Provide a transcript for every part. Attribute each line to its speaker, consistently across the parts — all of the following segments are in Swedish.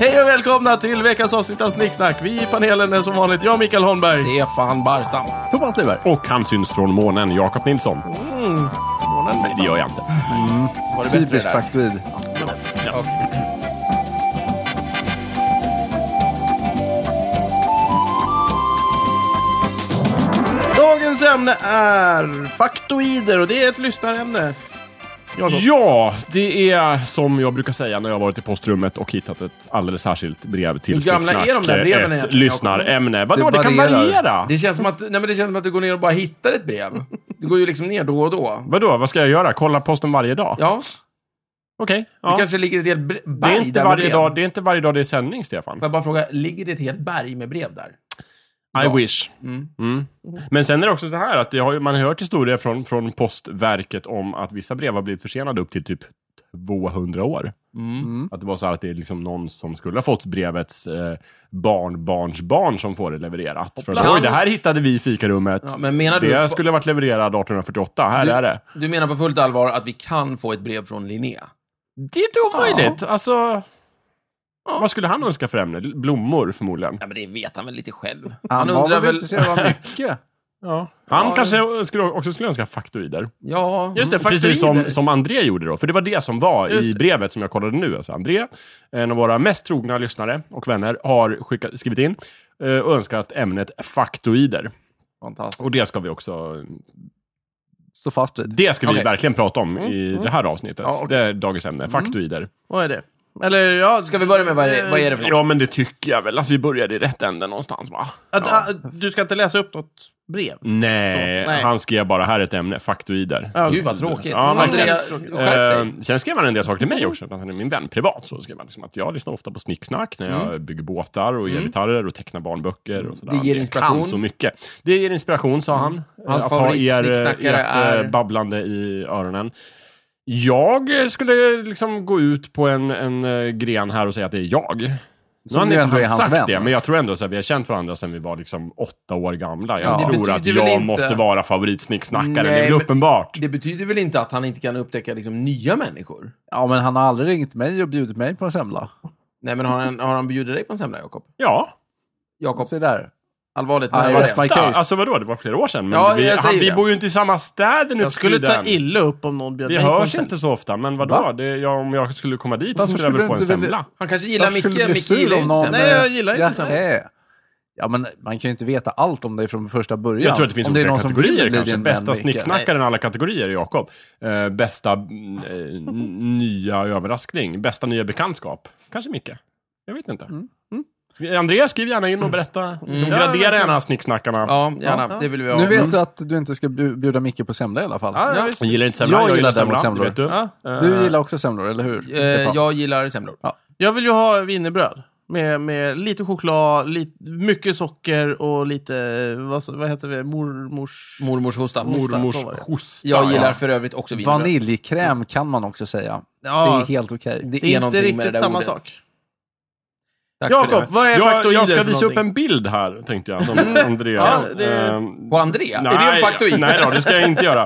Speaker 1: Hej och välkomna till veckans avsnitt av Snicksnack. Vi i panelen är som vanligt jag, Mikael Holmberg.
Speaker 2: Stefan Barstam. Thomas Lyberg.
Speaker 3: Och han syns från månen, Jakob Nilsson.
Speaker 1: Månen,
Speaker 3: Nej, det
Speaker 1: minsann.
Speaker 3: gör jag inte.
Speaker 2: Var det bättre
Speaker 4: Typiskt
Speaker 2: där?
Speaker 4: faktoid.
Speaker 1: Dagens ämne är faktoider och det är ett lyssnarämne. Jakob.
Speaker 3: Ja, det är som jag brukar säga när jag har varit i postrummet och hittat ett alldeles särskilt brev till
Speaker 2: Hur gamla
Speaker 3: Snicksnack,
Speaker 2: är de där breven
Speaker 3: ett
Speaker 2: egentligen, Jakob?
Speaker 3: lyssnarämne. Vadå, det,
Speaker 4: Det
Speaker 3: kan
Speaker 4: varierar.
Speaker 3: variera?
Speaker 2: Det känns, som att, nej men det känns som att du går ner och bara hittar ett brev. Du går ju liksom ner då och då.
Speaker 3: Vadå, vad ska jag göra? Kolla posten varje dag?
Speaker 2: Ja,
Speaker 3: Okej.
Speaker 2: det
Speaker 3: ja.
Speaker 2: kanske ligger ett helt bre-
Speaker 3: Det,
Speaker 2: berg
Speaker 3: är inte
Speaker 2: där
Speaker 3: varje
Speaker 2: med brev.
Speaker 3: dag, det är inte varje dag det är sändning, Stefan.
Speaker 2: Får jag bara fråga, ligger det ett helt berg med brev där?
Speaker 3: I wish.
Speaker 2: Mm.
Speaker 3: Mm. Men sen är det också så här att det har, ju- man har hört historier från, från Postverket om att vissa brev har blivit försenade upp till typ 200 år.
Speaker 2: Mm.
Speaker 3: Att det var så här att det är liksom någon som skulle ha fått brevets eh, barnbarnsbarn som får det levererat. För att,
Speaker 2: Hoppla.
Speaker 3: Oj, det här hittade vi i fikarummet.
Speaker 2: Ja, men menar du-
Speaker 3: det skulle ha varit levererad 1848. Här är det.
Speaker 2: Du menar på fullt allvar att vi kan få ett brev från Linné?
Speaker 3: Det är inte omöjligt. Alltså, Vad skulle han önska för ämne? Blommor förmodligen.
Speaker 2: Ja, men det vet han väl lite själv.
Speaker 4: Han, var väl inte så jävla mycket.
Speaker 3: Han
Speaker 2: Ja,
Speaker 3: kanske skulle, också skulle önska faktoider.
Speaker 2: Ja,
Speaker 1: Just det, faktoider.
Speaker 3: Mm, Precis som, som André gjorde då. För det var det som var
Speaker 1: Just
Speaker 3: i brevet som jag kollade nu. Alltså André, en av våra mest trogna lyssnare och vänner, har skickat, skrivit in eh, och önskat ämnet faktoider.
Speaker 2: fantastiskt.
Speaker 3: Och det ska vi också...
Speaker 4: Stå fast vid.
Speaker 3: Det ska vi
Speaker 2: Okej.
Speaker 3: verkligen prata om i det här avsnittet.
Speaker 2: Ja, okej.
Speaker 3: Det är dagens ämne, faktoider.
Speaker 1: Vad är det? Eller ja, Eh,
Speaker 2: Ska vi börja med vad är, vad är det för något?
Speaker 3: Ja, men det tycker jag väl att vi börjar i rätt ände någonstans, va?
Speaker 1: att, ah, du ska inte läsa upp något brev?
Speaker 3: Nej,
Speaker 1: Så, nej.
Speaker 3: han skrev bara här är ett ämne, faktoider.
Speaker 1: Ja.
Speaker 2: Gud vad tråkigt.
Speaker 3: Ja, men-
Speaker 2: Andrea, skärp dig. Mm.
Speaker 3: Eh, sen skrev han en del saker till mig också, för att han är min vän privat. Så skrev han liksom att jag lyssnar ofta på snicksnack när jag bygger båtar och ger gitarrer och tecknar barnböcker och sådär.
Speaker 2: Mm. Det ger
Speaker 3: Jag
Speaker 2: inspiration. Mm.
Speaker 3: kan så mycket. Det ger inspiration, sa han. Eh,
Speaker 2: Hans
Speaker 3: att ha er, ert
Speaker 2: favoritsnicksnackare är-
Speaker 3: eh, babblande i öronen. Jag eh, skulle liksom gå ut på en, en eh, gren här och säga att det är jag. Nu
Speaker 4: Som
Speaker 3: har han
Speaker 4: ju
Speaker 3: inte
Speaker 4: ändå är
Speaker 3: han
Speaker 4: hans
Speaker 3: sagt
Speaker 4: vän.
Speaker 3: det, men jag tror ändå att vi har känt varandra sedan vi var liksom åtta år gamla. Jag
Speaker 2: Ja. Det
Speaker 3: tror att
Speaker 2: betyder väl
Speaker 3: jag
Speaker 2: inte-
Speaker 3: måste vara favoritsnicksnackaren, det
Speaker 2: Nej,
Speaker 3: är väl
Speaker 2: men-
Speaker 3: uppenbart.
Speaker 2: Det betyder väl inte att han inte kan upptäcka liksom, nya människor?
Speaker 4: Ja, men han har aldrig ringt mig och bjudit mig på en semla.
Speaker 2: Nej, men har han, har han bjudit dig på en semla, Jakob?
Speaker 3: Ja,
Speaker 2: Jakob,
Speaker 4: Se där.
Speaker 2: allvarligt,
Speaker 4: Ja,
Speaker 2: när
Speaker 4: jag
Speaker 2: var
Speaker 4: vet
Speaker 2: det?
Speaker 4: faktiskt.
Speaker 3: Ja,
Speaker 4: case.
Speaker 3: alltså vadå, det var flera år sedan. Men
Speaker 2: Ja,
Speaker 3: vi,
Speaker 2: jag säger
Speaker 3: han, vi
Speaker 2: det.
Speaker 3: bor ju inte i samma städer nu
Speaker 1: Jag
Speaker 3: för
Speaker 1: skulle ta
Speaker 3: tiden.
Speaker 1: illa upp om någon bjöd
Speaker 3: Vi
Speaker 1: mig på en
Speaker 3: hörs
Speaker 1: semla.
Speaker 3: inte så ofta, men vadå?
Speaker 4: Va?
Speaker 3: Det, ja, om jag skulle komma dit så
Speaker 4: Varför
Speaker 3: skulle jag väl
Speaker 4: skulle
Speaker 3: få en
Speaker 4: du inte vilja-
Speaker 3: semla.
Speaker 2: Han kanske gillar
Speaker 4: Varför
Speaker 2: Micke,
Speaker 4: skulle du bli
Speaker 2: Micke
Speaker 4: sur
Speaker 2: gillar
Speaker 4: om
Speaker 2: ju
Speaker 4: någon-
Speaker 2: inte
Speaker 1: Nej,
Speaker 2: semlor.
Speaker 1: jag gillar inte
Speaker 4: Ja,
Speaker 1: semla.
Speaker 4: nej. ja, men man kan ju inte veta allt om dig från första början.
Speaker 3: Jag tror att det finns
Speaker 4: om det är
Speaker 3: olika
Speaker 4: någon som vill
Speaker 3: kategorier
Speaker 4: bli
Speaker 3: kanske.
Speaker 4: din
Speaker 3: Bästa
Speaker 4: vän, Micke.
Speaker 3: snicksnackaren i alla kategorier är Jakob. Eh, bästa mm, eh, n- nya överraskning. Bästa nya bekantskap. Kanske Micke. Jag vet inte. Mm. Andreas, skriv gärna in och
Speaker 4: Mm.
Speaker 3: berätta. Liksom,
Speaker 1: Ja,
Speaker 3: gradera
Speaker 1: verkligen.
Speaker 3: gärna snicksnackarna.
Speaker 2: Ja, gärna. Det vill vi ha.
Speaker 4: Nu
Speaker 3: Mm.
Speaker 4: vet du att du inte ska bju- bjuda Micke på semla i alla fall.
Speaker 1: Ja,
Speaker 2: Ja.
Speaker 1: visst.
Speaker 3: Jag gillar inte semla,
Speaker 4: Jag
Speaker 3: jag, gillar
Speaker 4: gillar däremot
Speaker 3: semla. Det vet du.
Speaker 1: Ja.
Speaker 4: Du gillar också semlor, eller hur?
Speaker 2: Eh,
Speaker 4: Stefan?
Speaker 2: jag gillar semlor.
Speaker 1: Jag vill ju ha wienerbröd. Med, med lite choklad, lite, mycket socker och lite, vad, så- vad heter det, mormors...
Speaker 2: Mormors hosta.
Speaker 3: Mormors
Speaker 1: Så var det.
Speaker 3: hosta.
Speaker 2: Jag gillar
Speaker 3: ja.
Speaker 2: för övrigt också vin.
Speaker 4: Vaniljkräm kan man också säga.
Speaker 1: Ja,
Speaker 4: Det är helt okej.
Speaker 2: Det
Speaker 1: det är inte
Speaker 2: någonting med det
Speaker 1: riktigt
Speaker 2: där
Speaker 1: samma
Speaker 2: ordet.
Speaker 1: sak.
Speaker 2: Tack för
Speaker 1: Jakob,
Speaker 2: det.
Speaker 1: vad är
Speaker 3: Jag,
Speaker 1: faktoider
Speaker 3: jag ska
Speaker 1: för
Speaker 3: visa upp
Speaker 1: någonting?
Speaker 3: en bild här, tänkte jag, som Andrea.
Speaker 1: Ja, det-
Speaker 3: Ehm,
Speaker 2: På André? Är det en faktoid?
Speaker 3: Nej då, det ska jag inte göra.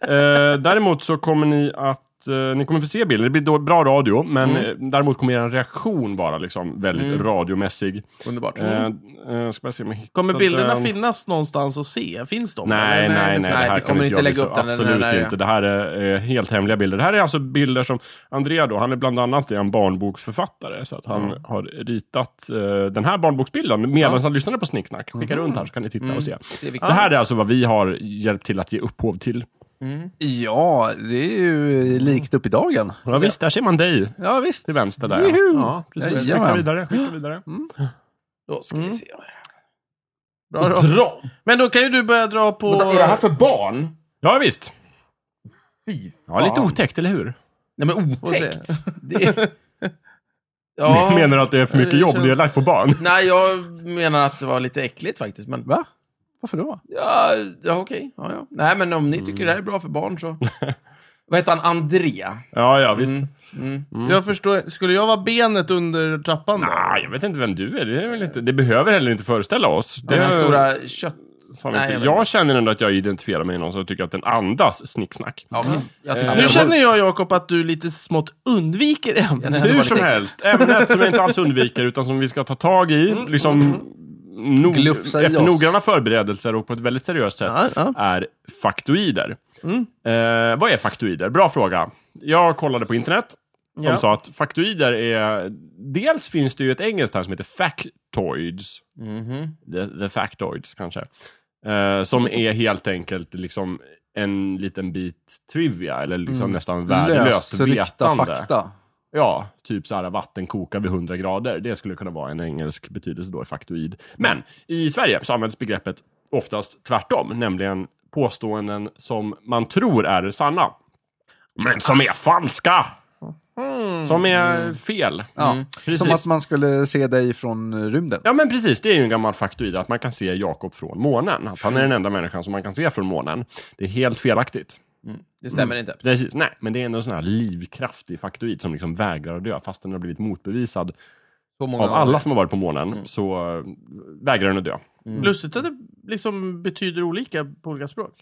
Speaker 3: Eh, däremot så kommer ni att, eh, ni kommer få se bilden. Det blir då bra radio, men
Speaker 1: Mm.
Speaker 3: eh, däremot kommer er reaktion vara liksom väldigt radiomässig.
Speaker 2: Underbart.
Speaker 3: Eh, eh, ska bara se om jag hittar
Speaker 1: Kommer bilderna
Speaker 3: den.
Speaker 1: finnas någonstans att se? Finns de?
Speaker 3: Nej, nej,
Speaker 1: Eller?
Speaker 3: nej.
Speaker 1: det
Speaker 3: Det
Speaker 1: finns-
Speaker 2: nej,
Speaker 3: här
Speaker 2: vi
Speaker 3: kan
Speaker 2: kommer
Speaker 3: vi
Speaker 2: inte
Speaker 3: jag
Speaker 2: lägga
Speaker 3: visa.
Speaker 2: upp den när
Speaker 3: Absolut
Speaker 2: den är-
Speaker 3: inte. Det här är eh, helt hemliga bilder. Det här är alltså bilder som Andrea då, han är bland annat är en barnboksförfattare. Så att han har ritat eh, den här barnboksbilden medan han lyssnade på Snicksnack. Skicka runt här så kan ni titta och se.
Speaker 2: Det är viktigt.
Speaker 3: Det här är alltså vad vi har hjälpt till att ge upphov till.
Speaker 4: Ja, det är ju likt upp i dagen.
Speaker 3: Ja, visst, där ser man dig
Speaker 4: Ja, visst.
Speaker 3: till vänster där. ja. Ja, precis.
Speaker 4: Jajamän.
Speaker 3: Skicka vidare. Skicka vidare.
Speaker 2: Då ska vi
Speaker 3: Mm.
Speaker 2: se.
Speaker 1: Bra då.
Speaker 2: Bra!
Speaker 1: Men då kan ju du börja dra på...
Speaker 2: Vad är det här för barn?
Speaker 3: Ja, visst.
Speaker 2: Fy
Speaker 3: Ja, lite otäckt, eller hur?
Speaker 2: Nej men
Speaker 1: Och se.
Speaker 2: otäckt. Det är... Ja.
Speaker 3: Menar du att det är för mycket
Speaker 1: Det
Speaker 3: jobb
Speaker 1: känns-
Speaker 3: ni har lagt på barn?
Speaker 2: Nej, jag menar att det var lite äckligt faktiskt. Men
Speaker 4: Va? Varför då?
Speaker 2: ja, ja okej. Ja, ja. Nej, men om ni tycker det här är bra för barn så... Vad heter han? André?
Speaker 3: Ja, ja, visst. Mm.
Speaker 1: Jag förstår, skulle jag vara benet under trappan då?
Speaker 3: Nej, jag vet inte vem du är. Det, är väl inte, det behöver heller inte föreställa oss. Det
Speaker 2: Den här
Speaker 3: är-
Speaker 2: stora kött...
Speaker 3: Fan,
Speaker 2: Nej,
Speaker 3: inte.
Speaker 2: jag
Speaker 3: Jag,
Speaker 2: vet inte.
Speaker 3: känner ändå att jag identifierar mig med någon som tycker att den andas snicksnack.
Speaker 2: Ja, men jag tycker
Speaker 3: Eh,
Speaker 2: det
Speaker 1: Nu
Speaker 2: var-
Speaker 1: känner jag, Jakob, att du lite smått undviker
Speaker 2: Jag
Speaker 1: ämnet.
Speaker 2: tänkte
Speaker 3: Hur
Speaker 2: bara
Speaker 3: som
Speaker 2: lite-
Speaker 3: helst, ämnet som jag inte alls undviker utan som vi ska ta tag i, liksom nog,
Speaker 4: Glufsa i
Speaker 3: efter
Speaker 4: oss.
Speaker 3: noggranna förberedelser och på ett väldigt seriöst sätt,
Speaker 1: Ja, ja.
Speaker 3: är faktoider. Eh, vad är faktoider? Bra fråga. Jag kollade på internet. De
Speaker 1: Ja.
Speaker 3: sa att faktoider är... Dels finns det ju ett engelskt här som heter factoids.
Speaker 2: Mhm.
Speaker 3: The, the factoids kanske. Eh, som är helt enkelt liksom en liten bit trivia, eller liksom nästan värdelöst
Speaker 4: Lösryckta
Speaker 3: vetande.
Speaker 4: fakta.
Speaker 3: Ja, typ så här vattenkoka vid 100 grader. Det skulle kunna vara en engelsk betydelse då, faktoid. Men i Sverige så används begreppet oftast tvärtom, nämligen påståenden som man tror är sanna, men som är falska. Som är fel.
Speaker 4: Mm.
Speaker 3: Mm.
Speaker 4: Ja. Som
Speaker 3: Precis.
Speaker 4: att man skulle se dig från rymden.
Speaker 3: Ja, men precis. Det är ju en gammal faktoid att man kan se Jakob från månen. Att han är den enda människan som man kan se från månen. Det är helt felaktigt.
Speaker 2: Det stämmer inte.
Speaker 3: Precis, nej, men det är ändå en sån här livskraftig faktoid som liksom vägrar att dö, fast den har blivit motbevisad
Speaker 2: På många
Speaker 3: av
Speaker 2: år.
Speaker 3: alla som har varit på månen
Speaker 2: Mm.
Speaker 3: så eh, vägrar den att dö.
Speaker 1: Lustigt att det liksom betyder olika på olika språk.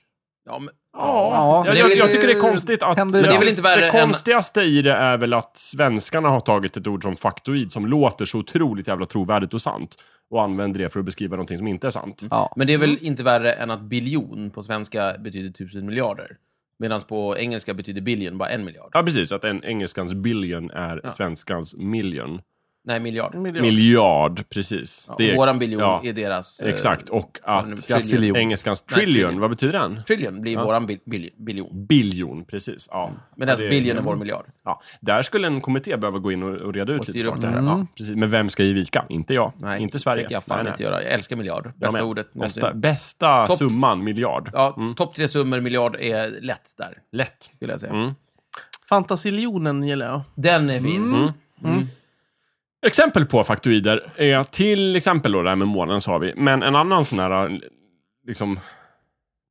Speaker 2: Ja, men,
Speaker 4: Ja,
Speaker 3: jag,
Speaker 2: det är
Speaker 3: jag,
Speaker 2: väl-
Speaker 3: jag tycker det är konstigt att...
Speaker 4: Händer Men
Speaker 2: det är väl inte värre
Speaker 3: det
Speaker 2: än-
Speaker 3: konstigaste i det är väl att svenskarna har tagit ett ord som faktoid som låter så otroligt jävla trovärdigt och sant och använder det för att beskriva någonting som inte är sant.
Speaker 4: Ja.
Speaker 2: men det är väl inte värre än att biljon på svenska betyder tusen miljarder. Medan på engelska betyder billion bara en miljard.
Speaker 3: Ja, precis. Att en, engelskans billion är
Speaker 2: Ja.
Speaker 3: svenskans million.
Speaker 2: Nej, miljard.
Speaker 1: Miljard.
Speaker 3: Miljard, precis.
Speaker 2: Ja,
Speaker 3: det är,
Speaker 2: Våran biljon
Speaker 3: ja,
Speaker 2: är deras... eh,
Speaker 3: Exakt. Och att
Speaker 2: nu- trillion.
Speaker 3: engelskans
Speaker 2: Nej,
Speaker 3: trillion,
Speaker 2: trillion.
Speaker 3: vad betyder den?
Speaker 2: Trillion blir våran bil, bil, biljon.
Speaker 3: Biljon, precis. Ja.
Speaker 2: Medan
Speaker 3: Ja, det är-
Speaker 2: alltså billion är vår miljard.
Speaker 3: Ja, där skulle en kommitté behöva gå in och, och reda ut
Speaker 2: Och
Speaker 3: lite
Speaker 2: styra upp
Speaker 3: saker.
Speaker 2: det Mm.
Speaker 3: här. Ja, precis. Men vem ska ge vika? Inte jag.
Speaker 2: Nej,
Speaker 3: inte Sverige.
Speaker 2: Det kan jag fan
Speaker 3: Nej, nej.
Speaker 2: inte göra. Jag älskar miljard.
Speaker 3: Jag
Speaker 2: Bästa
Speaker 3: med. Mm.
Speaker 2: ordet någonsin.
Speaker 3: Bästa, bästa
Speaker 2: Topp.
Speaker 3: summan, miljard.
Speaker 2: Ja, topp tre summor miljard är lätt där,
Speaker 3: Lätt.
Speaker 2: vill jag säga.
Speaker 3: Mm.
Speaker 1: Fantasiljonen gillar jag.
Speaker 2: Den är fin.
Speaker 3: Mm. Exempel på faktoider är till exempel då det här med månen, så har vi. Men en annan sån här, liksom,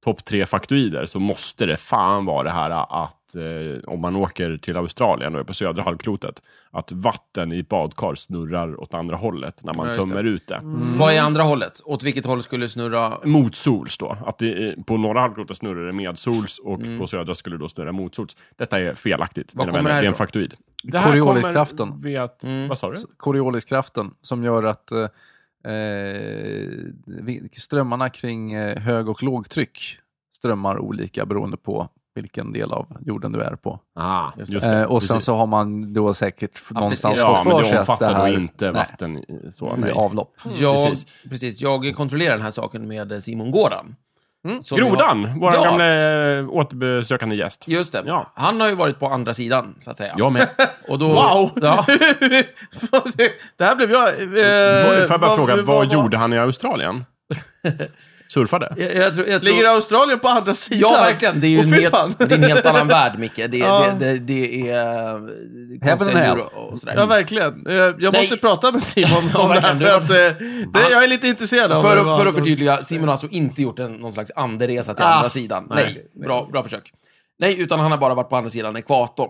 Speaker 3: topp tre faktoider så måste det fan vara det här att eh, om man åker till Australien och är på södra halvklotet, att vatten i ett badkar snurrar åt andra hållet när man
Speaker 2: Ja, just det. Mm.
Speaker 3: tömmer ut det.
Speaker 2: Vad är andra hållet? Åt vilket håll skulle snurra?
Speaker 3: mot sols då. Att det, är- på norra halvklotet snurrar det med sols och på södra skulle det då snurra mot sols. Detta är felaktigt.
Speaker 2: Var
Speaker 3: mina
Speaker 2: kommer
Speaker 3: vänner.
Speaker 2: det här
Speaker 3: det är en
Speaker 2: ifrån?
Speaker 3: faktoid. Mm. Det
Speaker 4: Corioliskraften.
Speaker 3: Vet, Vad sa du?
Speaker 4: Corioliskraften som gör att eh, eh, vi- strömmarna kring eh, hög och lågtryck strömmar olika beroende på vilken del av jorden du är på.
Speaker 3: Ah, just det.
Speaker 4: Eh, och sen
Speaker 3: Precis.
Speaker 4: så har man då säkert någonstans
Speaker 3: Ja,
Speaker 4: fått
Speaker 3: men
Speaker 4: för sig
Speaker 3: det
Speaker 4: att det
Speaker 3: omfattar
Speaker 4: här
Speaker 3: nog inte
Speaker 4: nej,
Speaker 3: vatten i- så.
Speaker 4: det
Speaker 3: Nej.
Speaker 4: är avlopp.
Speaker 2: Jag,
Speaker 3: Precis.
Speaker 2: precis. Jag kontrollerar den här saken med Simon Goran.
Speaker 4: Mm,
Speaker 2: Som vi har-
Speaker 3: Mm. Grodan, vår
Speaker 2: Ja.
Speaker 3: gamla eh, återbesökande gäst.
Speaker 2: Just det.
Speaker 3: Ja.
Speaker 2: Han har ju varit på andra sidan, så att säga.
Speaker 3: Jag med.
Speaker 2: Och då,
Speaker 1: Wow!
Speaker 2: Ja,
Speaker 1: det här blev jag... Eh,
Speaker 3: Får jag bara
Speaker 1: vad-
Speaker 3: fråga, vad,
Speaker 1: vad-
Speaker 3: gjorde han i Australien? Surfade?
Speaker 2: jag, jag tror, jag tror,
Speaker 1: Ligger Australien på andra sidan?
Speaker 2: Ja, verkligen. Det är ju
Speaker 1: Åh,
Speaker 2: en,
Speaker 1: fy
Speaker 2: helt,
Speaker 1: fan.
Speaker 2: det är en helt annan värld, Micke. Det,
Speaker 1: Ja.
Speaker 2: det, det, det är... eh, konstiga
Speaker 4: and
Speaker 2: djur
Speaker 4: hell.
Speaker 2: och- och sådär.
Speaker 1: Ja, verkligen. Eh, Jag måste
Speaker 2: Nej.
Speaker 1: prata med Simon
Speaker 2: Ja,
Speaker 1: om det här,
Speaker 2: verkligen.
Speaker 1: för att eh, det, jag är lite intresserad av
Speaker 2: För,
Speaker 1: det var.
Speaker 2: att- för att förtydliga, Simon har alltså inte gjort en, någon slags anderesa till
Speaker 1: Ah,
Speaker 2: andra sidan. Nej, Bra, bra försök. Nej, utan han har bara varit på andra sidan ekvatorn.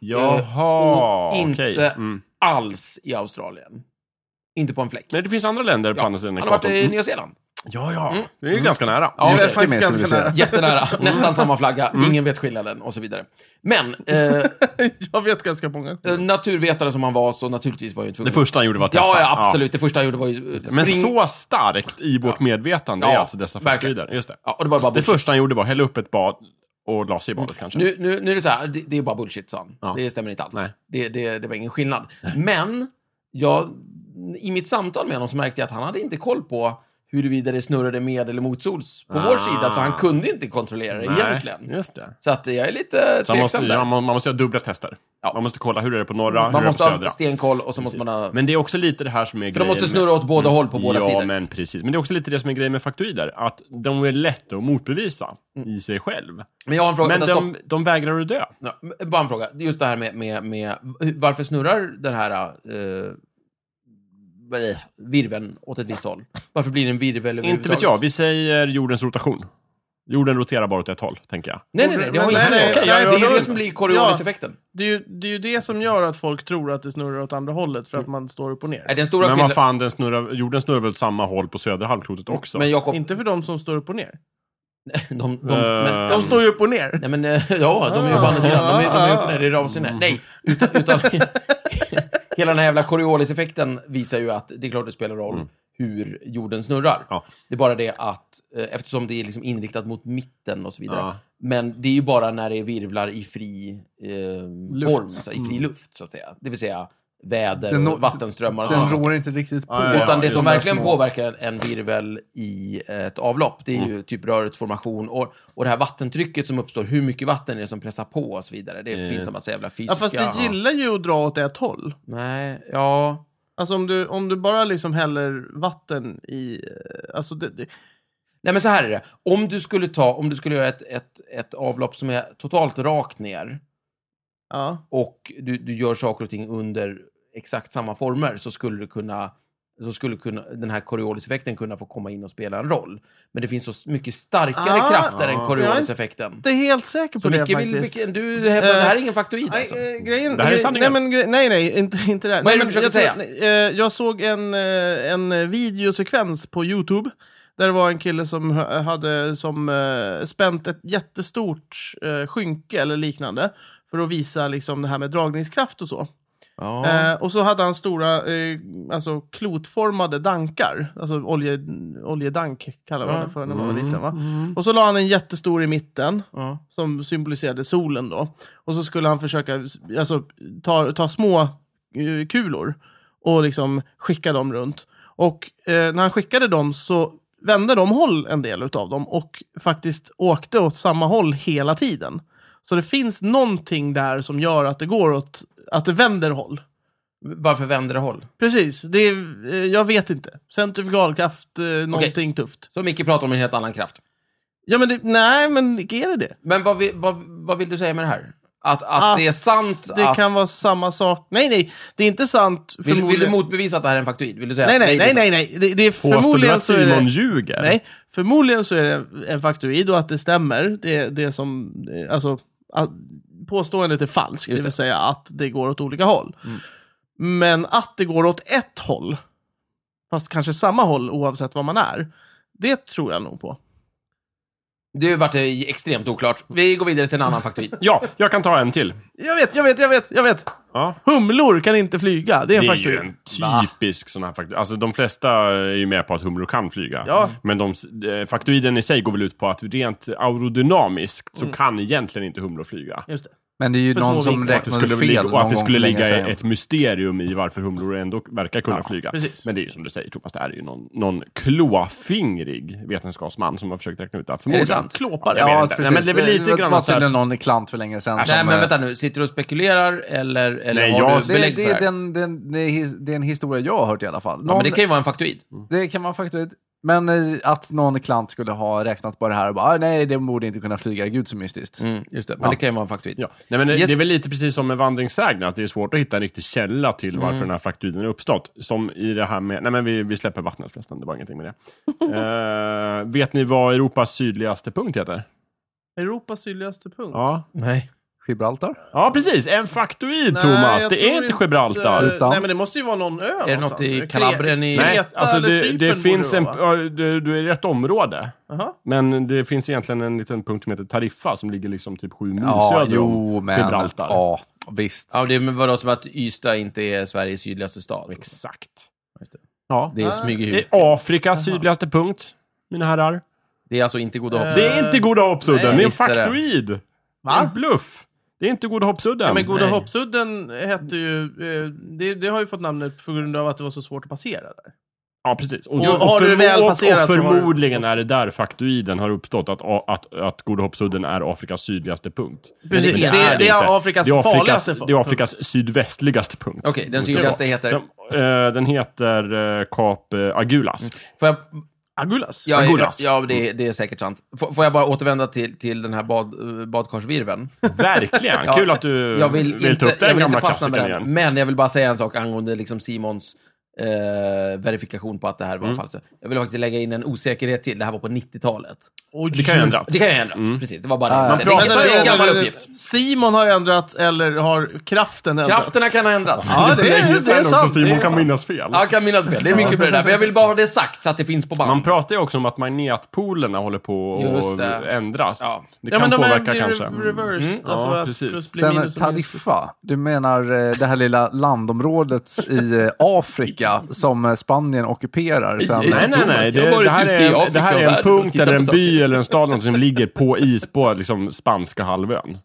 Speaker 3: Jaha,
Speaker 2: Och
Speaker 3: okej.
Speaker 2: inte
Speaker 3: Mm.
Speaker 2: alls i Australien. Inte på en fläck.
Speaker 3: Nej, det finns andra länder på
Speaker 2: Ja,
Speaker 3: andra sidan
Speaker 2: han har varit
Speaker 3: ekvatorn. Mm.
Speaker 2: i Nya Zeeland.
Speaker 3: Ja, ja. Det är ju ganska nära.
Speaker 2: Ja,
Speaker 1: Det är
Speaker 2: okej.
Speaker 1: faktiskt
Speaker 4: mer
Speaker 1: ganska
Speaker 4: civiliserat.
Speaker 2: Jättenära.
Speaker 3: Mm.
Speaker 2: Nästan samma flagga. Ingen vet skillnaden och så vidare. Men eh,
Speaker 1: nära. Jag vet ganska många.
Speaker 2: naturvetare som han var så naturligtvis var ju tvungen.
Speaker 3: Det första han gjorde var att
Speaker 2: ja,
Speaker 3: testa.
Speaker 2: ja, absolut. Det första han gjorde var ju... eh,
Speaker 3: Ja. Men
Speaker 2: spring-
Speaker 3: så starkt i vårt medvetande är
Speaker 2: Ja,
Speaker 3: alltså dessa
Speaker 2: verkligen.
Speaker 3: faktoider. Just det.
Speaker 2: Ja, och det var bara
Speaker 3: Det
Speaker 2: bullshit.
Speaker 3: första han gjorde var att hälla upp ett bad och la sig i badet kanske.
Speaker 2: Nu, nu, nu är det så här, det, det är bara bullshit, sa han.
Speaker 3: Ja.
Speaker 2: Det stämmer inte alls.
Speaker 3: Nej.
Speaker 2: Det, det, det var ingen skillnad. Men, jag, i mitt samtal med honom så märkte jag att han hade inte koll på huruvida det snurrade med eller mot sols på vår
Speaker 3: Ah.
Speaker 2: sida, så han kunde inte kontrollera det
Speaker 3: Nej,
Speaker 2: egentligen.
Speaker 3: Just det.
Speaker 2: Så att jag är lite
Speaker 3: Så man,
Speaker 2: tveksam
Speaker 3: måste,
Speaker 2: där.
Speaker 3: ja, man, man måste göra dubbla tester.
Speaker 2: Ja.
Speaker 3: Man måste kolla hur är det på norra, hur
Speaker 2: man måste
Speaker 3: är det på södra.
Speaker 2: ha stenkoll och så måste man ha...
Speaker 3: Men det är också lite det här som är
Speaker 2: För de måste snurra åt båda håll på båda
Speaker 3: ja,
Speaker 2: sidor.
Speaker 3: men precis. Men det är också lite det som är grejen med faktoider. Att de är lätta att motbevisa i sig själv.
Speaker 2: Men jag har en Mm. fråga.
Speaker 3: Men
Speaker 2: vänta, stopp.
Speaker 3: de, de vägrar att dö.
Speaker 2: Ja, men bara en fråga. Just det här med, med, med varför snurrar den här eh, vad är det? virveln åt ett visst håll? Varför blir det en virvel
Speaker 3: Inte vet jag. Vi säger jordens rotation. Jorden roterar bara åt ett håll, tänker jag.
Speaker 2: Nej, nej, nej. Det har
Speaker 1: Men- nej,
Speaker 2: inte med
Speaker 1: nej,
Speaker 2: det att göra.
Speaker 1: nej,
Speaker 2: Det är
Speaker 1: jag-
Speaker 2: det som blir Corioliseffekten.
Speaker 1: Det är, ju, det är ju det som gör att folk tror att det snurrar åt andra hållet, för att man står upp och ner.
Speaker 2: Nej, Den stora
Speaker 3: Men vad
Speaker 2: skillnaden...
Speaker 3: fan, den snurrar, jorden snurrar väl åt samma håll på södra halvklotet
Speaker 1: Mm.
Speaker 3: också?
Speaker 2: Men Jakob,
Speaker 1: Inte för de som står upp och ner.
Speaker 2: de... de,
Speaker 3: Eh,
Speaker 2: men,
Speaker 1: De står ju upp och ner.
Speaker 2: Nej men, eh, ja, de är ju på andra sidan. De är, de är uppe när det rör sig ner.
Speaker 3: Mm.
Speaker 2: Nej, utan, utan hela den här jävla Corioliseffekten visar ju att det är klart det spelar roll hur jorden snurrar.
Speaker 3: Mm. Ja.
Speaker 2: Det är bara det att, eh, eftersom det är liksom inriktat mot mitten och så vidare.
Speaker 3: Ja.
Speaker 2: Men det är ju bara när det virvlar i fri eh, form, så, i fri luft, så att säga. Det vill säga väder,
Speaker 4: Mm. Den
Speaker 2: och
Speaker 4: når-
Speaker 2: vattenströmmar och
Speaker 4: Den
Speaker 2: sådana
Speaker 4: rår inte riktigt på.
Speaker 3: Ja, ja, ja.
Speaker 2: utan det som
Speaker 3: just det.
Speaker 2: verkligen påverkar en virvel i eh, ett avlopp, det är ju typ rörets formation och, och det här vattentrycket som uppstår, hur mycket vatten är det som pressar på och så vidare. Det finns en massa jävla fysiska...
Speaker 1: Ja, fast det gillar ju att dra åt ett håll.
Speaker 2: Nej, ja...
Speaker 1: Alltså om du, om du bara liksom häller vatten i... eh, Alltså det, det,
Speaker 2: Nej, men så här är det. Om du skulle ta, om du skulle göra ett, ett, ett avlopp som är totalt rakt ner
Speaker 1: ja.
Speaker 2: och du, du gör saker och ting under exakt samma former så skulle du kunna så skulle kunna, den här Corioliseffekten kunna få komma in och spela en roll. Men det finns så mycket starkare
Speaker 1: Ah,
Speaker 2: krafter än
Speaker 3: ja.
Speaker 2: Corioliseffekten.
Speaker 1: Det är helt säker på
Speaker 2: Så
Speaker 1: det
Speaker 2: Micke vill,
Speaker 1: faktiskt.
Speaker 2: Micke, du hävdar det här är ingen faktoid
Speaker 1: Nej,
Speaker 2: alltså?
Speaker 1: eh, grejen,
Speaker 3: Det här är
Speaker 1: gre-
Speaker 3: sanningen.
Speaker 1: Nej, men, gre- nej, nej, inte, inte det här.
Speaker 2: Vad är det
Speaker 1: Nej,
Speaker 2: du
Speaker 1: men
Speaker 2: försöker
Speaker 1: jag, tror- nej, eh, jag såg en, eh, en videosekvens på YouTube där det var en kille som hö- hade som, eh, spänt ett jättestort eh, skynke eller liknande för att visa liksom, det här med dragningskraft och så. Eh, och så hade han stora eh, alltså, klotformade dankar. Alltså olje, oljedank kallar man
Speaker 2: Ja. Mm.
Speaker 1: det för när man var liten. Va? Och så la han en jättestor i mitten
Speaker 2: Ja.
Speaker 1: som symboliserade solen då. Och så skulle han försöka alltså, ta, ta små eh, kulor och liksom skicka dem runt. Och eh, när han skickade dem så vände de håll en del utav dem och faktiskt åkte åt samma håll hela tiden. Så det finns någonting där som gör att det går åt, att det vänder håll.
Speaker 2: Varför vänder det håll?
Speaker 1: Precis, det är, eh, jag vet inte. Centrifugalkraft, eh, någonting tufft.
Speaker 2: Så Micke pratar om en helt annan kraft.
Speaker 1: Ja men det, nej men är det det?
Speaker 2: Men vad, vi, vad, vad vill du säga med det här? Att, att, det är sant
Speaker 1: Det
Speaker 2: att...
Speaker 1: kan vara samma sak. Nej nej, det är inte sant.
Speaker 2: Vill, vill du
Speaker 1: Förmodligen-
Speaker 2: motbevisa att det här är en faktoid? Vill du säga
Speaker 1: Nej,
Speaker 2: att
Speaker 1: nej,
Speaker 2: det
Speaker 1: nej,
Speaker 2: är sant?
Speaker 1: nej, nej. Det, det är
Speaker 3: Påstår du
Speaker 1: förmodligen
Speaker 3: att
Speaker 1: så är
Speaker 3: Simon
Speaker 1: det...
Speaker 3: ljuger?
Speaker 1: Nej, förmodligen så är det en- en faktoid och att det stämmer. Det, det som, eh, alltså, att påståendet är falskt, det. vill säga att det går åt olika håll.
Speaker 2: Mm.
Speaker 1: Men att det går åt ett håll, fast kanske samma håll oavsett vad man är, det tror jag nog på.
Speaker 2: Det vart eh, extremt oklart. Vi går vidare till en annan faktoid.
Speaker 3: Ja, jag kan ta en till.
Speaker 1: Jag vet, jag vet, jag vet, jag vet!
Speaker 3: Ja.
Speaker 1: Humlor kan inte flyga, det är en
Speaker 3: Det är
Speaker 1: faktoid.
Speaker 3: ju en typisk sån här faktoid. Alltså de flesta är ju med på att humlor kan flyga.
Speaker 1: Ja.
Speaker 3: Men de, eh, faktoiden i sig går väl ut på att rent aerodynamiskt
Speaker 1: Mm.
Speaker 3: så kan egentligen inte humlor flyga.
Speaker 1: Just det.
Speaker 4: Men det är ju
Speaker 1: För
Speaker 4: någon
Speaker 1: små
Speaker 4: som
Speaker 1: vinklar.
Speaker 3: Att det
Speaker 4: räknade
Speaker 3: skulle,
Speaker 4: fel
Speaker 3: ligga,
Speaker 4: någon
Speaker 3: och att det
Speaker 4: gång
Speaker 3: skulle
Speaker 4: för länge
Speaker 3: ligga
Speaker 4: sedan.
Speaker 3: ett mysterium i varför humlor ändå verkar kunna flyga.
Speaker 1: precis.
Speaker 3: Men det är ju som du säger Thomas, det här är ju någon, någon klåfingrig vetenskapsman som har försökt räkna ut det här.
Speaker 2: är det
Speaker 3: Förmodligen.
Speaker 2: sant?
Speaker 3: Klåpare? jag
Speaker 4: Ja,
Speaker 3: vet inte.
Speaker 4: precis.
Speaker 3: Nej, men det är väl lite
Speaker 4: det var
Speaker 3: grann så här...
Speaker 4: tydligen någon klant för länge sedan. som,
Speaker 2: Nej, men
Speaker 4: eh,
Speaker 2: vänta nu. Sitter du och spekulerar eller, eller
Speaker 3: Nej,
Speaker 2: har
Speaker 3: jag-
Speaker 2: du
Speaker 4: Det, det,
Speaker 2: belägg för
Speaker 4: det,
Speaker 2: det
Speaker 4: är
Speaker 2: här?
Speaker 4: den, den, det, är, his- det är en historia jag har hört i alla fall.
Speaker 2: Ja,
Speaker 4: Någon-
Speaker 2: men det kan ju vara en faktoid.
Speaker 4: Det kan man faktiskt. Men eh, att någon klant skulle ha räknat på det här och bara, "Ah, nej, det borde inte kunna flyga, gud så mystiskt.
Speaker 2: Mm, just det. Men det kan ju vara en faktoid.
Speaker 3: Ja. Nej, men det-
Speaker 2: Yes.
Speaker 3: Det är väl lite precis som med vandringssägner, att det är svårt att hitta en riktig källa till varför den här frakturen har uppstått. Som i det här med... Nej, men vi, vi släpper vattnet förresten, det var ingenting med det. Eh, vet ni vad Europas sydligaste punkt heter?
Speaker 1: Europas sydligaste punkt.
Speaker 3: Ja,
Speaker 2: Nej.
Speaker 4: Gibraltar?
Speaker 3: ja precis. En faktoid,
Speaker 1: Nej,
Speaker 3: Thomas.
Speaker 1: jag
Speaker 3: Det
Speaker 1: tror
Speaker 3: är inte Gibraltar.
Speaker 1: eh,
Speaker 4: Utan-
Speaker 1: Nej, men det måste ju vara någon ö
Speaker 2: det något
Speaker 1: någonstans.
Speaker 2: i
Speaker 1: Kre-
Speaker 2: Kalabrien i-
Speaker 1: Kreta
Speaker 3: Nej, alltså
Speaker 1: eller
Speaker 3: det,
Speaker 1: Cypern
Speaker 3: det
Speaker 1: borde
Speaker 3: finns en...
Speaker 1: vara, va?
Speaker 3: ja, Du, du är i rätt område.
Speaker 1: Jaha.
Speaker 3: Men det finns egentligen en liten punkt som heter Tariffa, som ligger liksom typ sju mil
Speaker 4: Ja,
Speaker 3: söder
Speaker 4: jo,
Speaker 3: om
Speaker 4: men...
Speaker 3: Gibraltar.
Speaker 4: Ja, visst.
Speaker 2: Ja, det är vadå, som att Ystad inte är Sveriges sydligaste stad?
Speaker 3: Exakt.
Speaker 2: Just det.
Speaker 3: Ja.
Speaker 2: Det är
Speaker 1: Ah.
Speaker 3: Det
Speaker 2: smyghuvud.
Speaker 3: är Afrikas sydligaste punkt, mina herrar.
Speaker 2: Det är alltså inte goda hopp.
Speaker 1: Eh,
Speaker 3: Det är inte Goda
Speaker 1: nej,
Speaker 3: Hoppsudden, det är en
Speaker 2: visst är det.
Speaker 3: faktoid. Det är en bluff. Det är inte Goda Hoppsudden.
Speaker 1: Ja, men Goda
Speaker 2: Nej.
Speaker 1: Hoppsudden hette ju... Eh, det, det har ju fått namnet på grund av att det var så svårt att passera där.
Speaker 3: Ja, precis. Och,
Speaker 1: Och har du väl
Speaker 3: och-
Speaker 1: passerat
Speaker 3: och
Speaker 1: så har du-
Speaker 3: förmodligen är det där faktoiden har uppstått, att, att, att Goda Hoppsudden är Afrikas sydligaste punkt.
Speaker 1: Precis.
Speaker 2: det
Speaker 1: Det,
Speaker 2: är
Speaker 1: det,
Speaker 2: det
Speaker 3: inte.
Speaker 1: är Afrikas
Speaker 3: Det är Afrikas,
Speaker 1: farligaste...
Speaker 3: det är Afrikas sydvästligaste punkt. Mm.
Speaker 2: Okej, den sydligaste heter...
Speaker 3: Som, eh, den heter eh, Kap eh, Agulas.
Speaker 2: Får jag,
Speaker 1: Agulas.
Speaker 2: ja, ja,
Speaker 3: Agulas.
Speaker 2: ja det, det är säkert sant. Får, får jag bara återvända till, till den här bad, badkarsvirveln?
Speaker 3: Verkligen!
Speaker 2: Ja,
Speaker 3: Kul att du
Speaker 2: jag vill,
Speaker 3: Mm. ta
Speaker 2: inte,
Speaker 3: upp
Speaker 2: jag
Speaker 3: den
Speaker 2: vill inte
Speaker 3: gamla
Speaker 2: fastna med
Speaker 3: klassikern
Speaker 2: den.
Speaker 3: igen.
Speaker 2: Men jag vill bara säga en sak angående liksom Simons eh, verifikation på att det här var
Speaker 3: Mm.
Speaker 2: falskt. Jag vill faktiskt lägga in en osäkerhet till. Det här var på 90-talet.
Speaker 3: Det kan ju ändras.
Speaker 2: Det kan jag ändra.
Speaker 3: Mm.
Speaker 2: Precis, det var bara en
Speaker 4: Ah, man
Speaker 2: osäkerhet.
Speaker 1: Vänta,
Speaker 2: Det är en
Speaker 1: vänta,
Speaker 2: gammal
Speaker 1: vänta.
Speaker 2: uppgift.
Speaker 1: Simon har ändrat eller har kraften ändrat?
Speaker 2: Krafterna kan ha ändrats.
Speaker 1: Ja, det,
Speaker 3: är
Speaker 1: är, det är sant. Det är
Speaker 3: Simon kan
Speaker 1: sant.
Speaker 3: minnas fel.
Speaker 2: Ja, Jag kan minnas fel. Det är mycket på det där. Men jag vill bara ha det sagt så att det finns på band.
Speaker 3: Man pratar ju också om att magnetpolerna håller på
Speaker 2: Just
Speaker 3: att
Speaker 2: det.
Speaker 3: ändras.
Speaker 2: Ja.
Speaker 1: Ja,
Speaker 3: Det kan
Speaker 1: men de här
Speaker 3: påverka
Speaker 1: blir
Speaker 3: kanske.
Speaker 1: re- reversed.
Speaker 3: Mm.
Speaker 1: Alltså
Speaker 3: Ja,
Speaker 1: att
Speaker 3: precis.
Speaker 1: plus blir
Speaker 4: Sen
Speaker 1: minus och minus.
Speaker 4: Tarifa, du menar eh, det här lilla landområdet i eh, Afrika som eh, Spanien ockuperar sen
Speaker 2: Nej,
Speaker 3: Nej, nej, nej.
Speaker 2: Jag har
Speaker 3: Det,
Speaker 2: varit
Speaker 3: det, här
Speaker 2: ute i
Speaker 3: är, en-
Speaker 2: Afrika
Speaker 3: det här
Speaker 2: och
Speaker 3: är en
Speaker 2: världen och
Speaker 3: punkt
Speaker 2: tittat
Speaker 3: eller en
Speaker 2: på
Speaker 3: by
Speaker 2: saker.
Speaker 3: eller en stad någonting som ligger på is på liksom spanska halvön.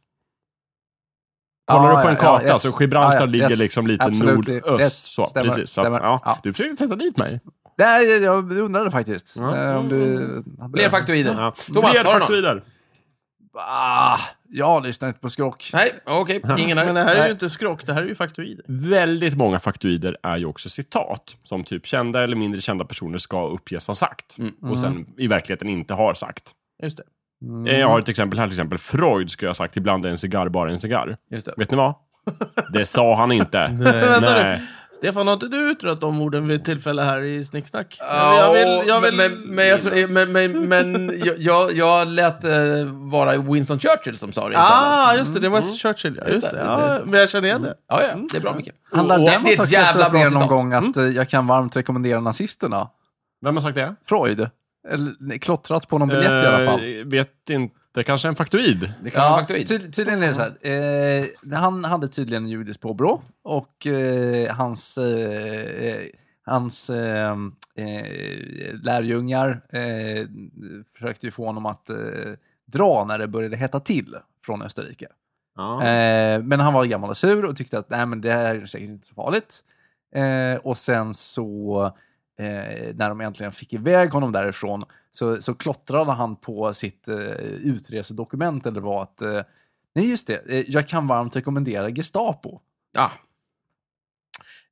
Speaker 3: Kollar
Speaker 4: Ah,
Speaker 3: du på en
Speaker 4: ja,
Speaker 3: karta
Speaker 4: yes.
Speaker 3: så Gibraltar
Speaker 4: Ah, ja,
Speaker 3: ligger
Speaker 4: yes.
Speaker 3: liksom lite
Speaker 4: Absolutely.
Speaker 3: nordöst.
Speaker 4: Yes,
Speaker 3: så,
Speaker 4: stämmer,
Speaker 3: precis. Så att,
Speaker 4: stämmer.
Speaker 3: ja,
Speaker 4: Ja.
Speaker 3: Du försökte sätta dit mig.
Speaker 4: Nej, jag undrade faktiskt.
Speaker 3: Ja. Mm.
Speaker 4: eh, Om du...
Speaker 2: Fler faktoider.
Speaker 3: Ja.
Speaker 2: Thomas,
Speaker 3: Fler
Speaker 2: har du någon?
Speaker 3: faktorer.
Speaker 4: Ah, jag lyssnar inte på skrock.
Speaker 2: Nej, okej. Ingen
Speaker 1: Men
Speaker 2: här.
Speaker 1: det här är
Speaker 4: Nej.
Speaker 1: ju inte skrock, det här är ju faktoider.
Speaker 3: Väldigt många faktoider är ju också citat som typ kända eller mindre kända personer ska uppges ha sagt
Speaker 2: Mm.
Speaker 3: och sen i verkligheten inte har sagt.
Speaker 1: Just det.
Speaker 3: Eh, Jag har ett exempel här till exempel. Freud skulle jag ha sagt ibland är en cigarr bara en cigarr.
Speaker 2: Just det.
Speaker 3: Vet ni vad? Det sa han inte.
Speaker 1: Vänta nu.
Speaker 3: Nej.
Speaker 1: Stefan, har inte du utrett de orden vid ett tillfälle här i Snicksnack?
Speaker 2: Ja, men, men, men, jag, tror- men, men, men jag, jag, jag lät eh, vara Winston Churchill som sa det. i samband.
Speaker 1: Ah, just det, det
Speaker 3: Mm.
Speaker 1: var Churchill, ja. Just det,
Speaker 2: just det,
Speaker 1: ja,
Speaker 2: just
Speaker 1: Men jag känner igen det.
Speaker 2: Ja, ja, det är bra mycket.
Speaker 4: Handlar
Speaker 2: Och-
Speaker 4: den
Speaker 2: det är ett jävla bra
Speaker 4: någon
Speaker 2: citat.
Speaker 4: gång att eh, jag kan varmt rekommendera nazisterna?
Speaker 3: Vem har sagt det?
Speaker 4: Freud? Eller nej, klottrat på någon biljett i alla fall.
Speaker 3: Eh, Vet inte. Kanske en faktoid.
Speaker 2: Det kan vara faktoid.
Speaker 4: ty- tydligen är det så här. Eh, han hade tydligen judiskt påbrå och eh, hans, eh, eh, hans eh, eh, lärjungar eh, försökte ju få honom att eh, dra när det började hetta till från Österrike. Eh, men han var gammal och sur och tyckte att Nej, men det här är säkert inte så farligt. Eh, och sen så, eh, när de äntligen fick iväg honom därifrån, så, så klottrade han på sitt eh, utresedokument, eller var att eh, Nej, just det. eh, Jag kan varmt rekommendera Gestapo.
Speaker 2: Ja.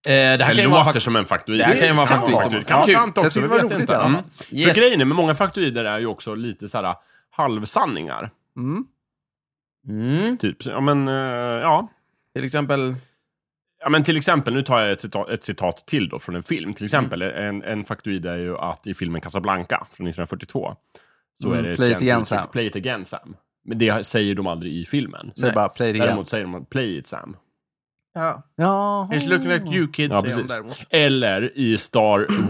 Speaker 2: Eh, det här
Speaker 3: Det
Speaker 2: kan ju vara
Speaker 3: låter
Speaker 2: faktoid.
Speaker 3: som en faktoid.
Speaker 2: Det här kan ju vara
Speaker 3: kan
Speaker 2: faktoid,
Speaker 3: vara
Speaker 2: Thomas.
Speaker 3: Det kan vara
Speaker 2: Kul.
Speaker 3: sant
Speaker 4: Jag
Speaker 3: också.
Speaker 4: tyckte
Speaker 3: Vi
Speaker 4: det var
Speaker 3: vet
Speaker 4: roligt
Speaker 3: inte.
Speaker 4: i alla
Speaker 3: Mm.
Speaker 4: fall.
Speaker 2: Yes.
Speaker 3: För grejen är med många faktoider är ju också lite så här ah, halvsanningar.
Speaker 4: Mm.
Speaker 2: Mm.
Speaker 3: Typ. Ja, men, eh, ja.
Speaker 2: Till exempel...
Speaker 3: Ja, men till exempel, nu tar jag ett citat, ett citat till då från en film. Till exempel,
Speaker 2: Mm.
Speaker 3: en, en faktoid är ju att i filmen Casablanca från 1942 så
Speaker 4: Mm,
Speaker 3: är det ett
Speaker 4: play it
Speaker 3: känt
Speaker 4: again,
Speaker 3: uttryck,
Speaker 4: Sam.
Speaker 3: Play it again Sam. Men det säger de aldrig i filmen.
Speaker 4: Så jag bara, play it again.
Speaker 3: Däremot säger de play it Sam.
Speaker 1: Ja.
Speaker 4: Jaha.
Speaker 1: It's looking at you kids,
Speaker 3: Ja,
Speaker 1: säger de
Speaker 3: precis.
Speaker 1: däremot.
Speaker 3: Eller i Star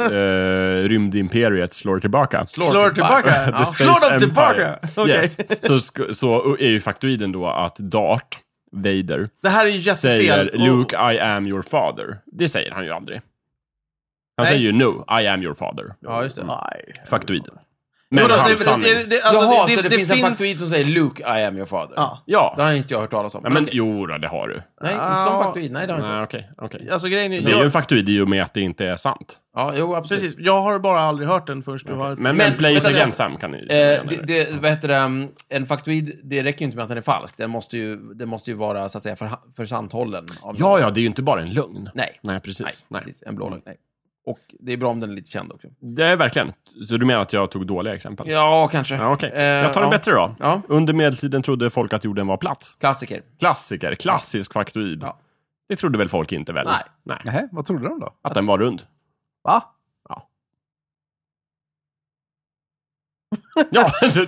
Speaker 3: eh, Rymdimperiet slår tillbaka.
Speaker 1: Slår tillbaka?
Speaker 3: The
Speaker 1: Ja.
Speaker 3: Space
Speaker 1: Slår de
Speaker 3: Empire.
Speaker 1: tillbaka? Okej.
Speaker 3: Yes. Så, sk- så är ju faktoiden då att Dart, Vader,
Speaker 1: Det här är ju jättefel. Oh
Speaker 3: säger
Speaker 1: Och-
Speaker 3: Luke I am your father. Det säger han ju aldrig. Han
Speaker 1: Nej.
Speaker 3: säger ju no, I am your father.
Speaker 2: Ja, just det. Nej.
Speaker 3: Faktoid.
Speaker 1: Jo,
Speaker 3: Men
Speaker 1: då,
Speaker 3: halvsanning.
Speaker 1: det- det- det- alltså,
Speaker 2: Jaha,
Speaker 1: det-
Speaker 2: så det,
Speaker 1: det
Speaker 2: finns, en faktoid som säger Luke, I am your father.
Speaker 1: Ja.
Speaker 2: Det
Speaker 3: Ja.
Speaker 2: har inte jag hört talas om.
Speaker 3: ja, men
Speaker 2: Okej.
Speaker 3: jo då, det har du.
Speaker 2: Nej, inte
Speaker 1: Ah.
Speaker 2: som faktoid. Nej, det har jag inte.
Speaker 3: Nej, okej. okej.
Speaker 1: Alltså grejen är,
Speaker 3: Det är ju en
Speaker 1: jag,
Speaker 3: faktoid i och med att det inte är sant.
Speaker 2: Ja, jo, absolut.
Speaker 1: precis, jag har bara aldrig hört den först. Du har...
Speaker 3: Men, men,
Speaker 2: Men,
Speaker 3: play it
Speaker 2: vänta,
Speaker 3: again
Speaker 2: vänta.
Speaker 3: Sam kan ni ju säga.
Speaker 2: Eh, det, det, vad heter det, um, en faktoid, det räcker ju inte med att den är falsk. Den måste ju, den måste ju vara så att säga för, för santhållen. av-
Speaker 3: Ja, ja, det är ju inte bara en lögn.
Speaker 2: Nej.
Speaker 3: Nej,
Speaker 2: Nej,
Speaker 3: precis. Nej. Mm.
Speaker 2: precis. En blå lögn. Nej. Och det är bra om den är lite känd också.
Speaker 3: Det är verkligen. Så du menar att jag tog dåliga exempel?
Speaker 2: Ja, kanske.
Speaker 3: Ja, okej.
Speaker 2: Eh,
Speaker 3: Jag tar en
Speaker 2: ja.
Speaker 3: bättre då.
Speaker 2: Ja,
Speaker 3: Under medeltiden trodde folk att jorden var platt.
Speaker 2: klassiker.
Speaker 3: Klassiker, klassisk faktoid.
Speaker 2: Ja.
Speaker 3: Det trodde väl folk inte väl?
Speaker 2: Nej.
Speaker 4: Nähä, vad trodde de då?
Speaker 3: Att den var rund.
Speaker 4: Va?
Speaker 3: Ja, så- så-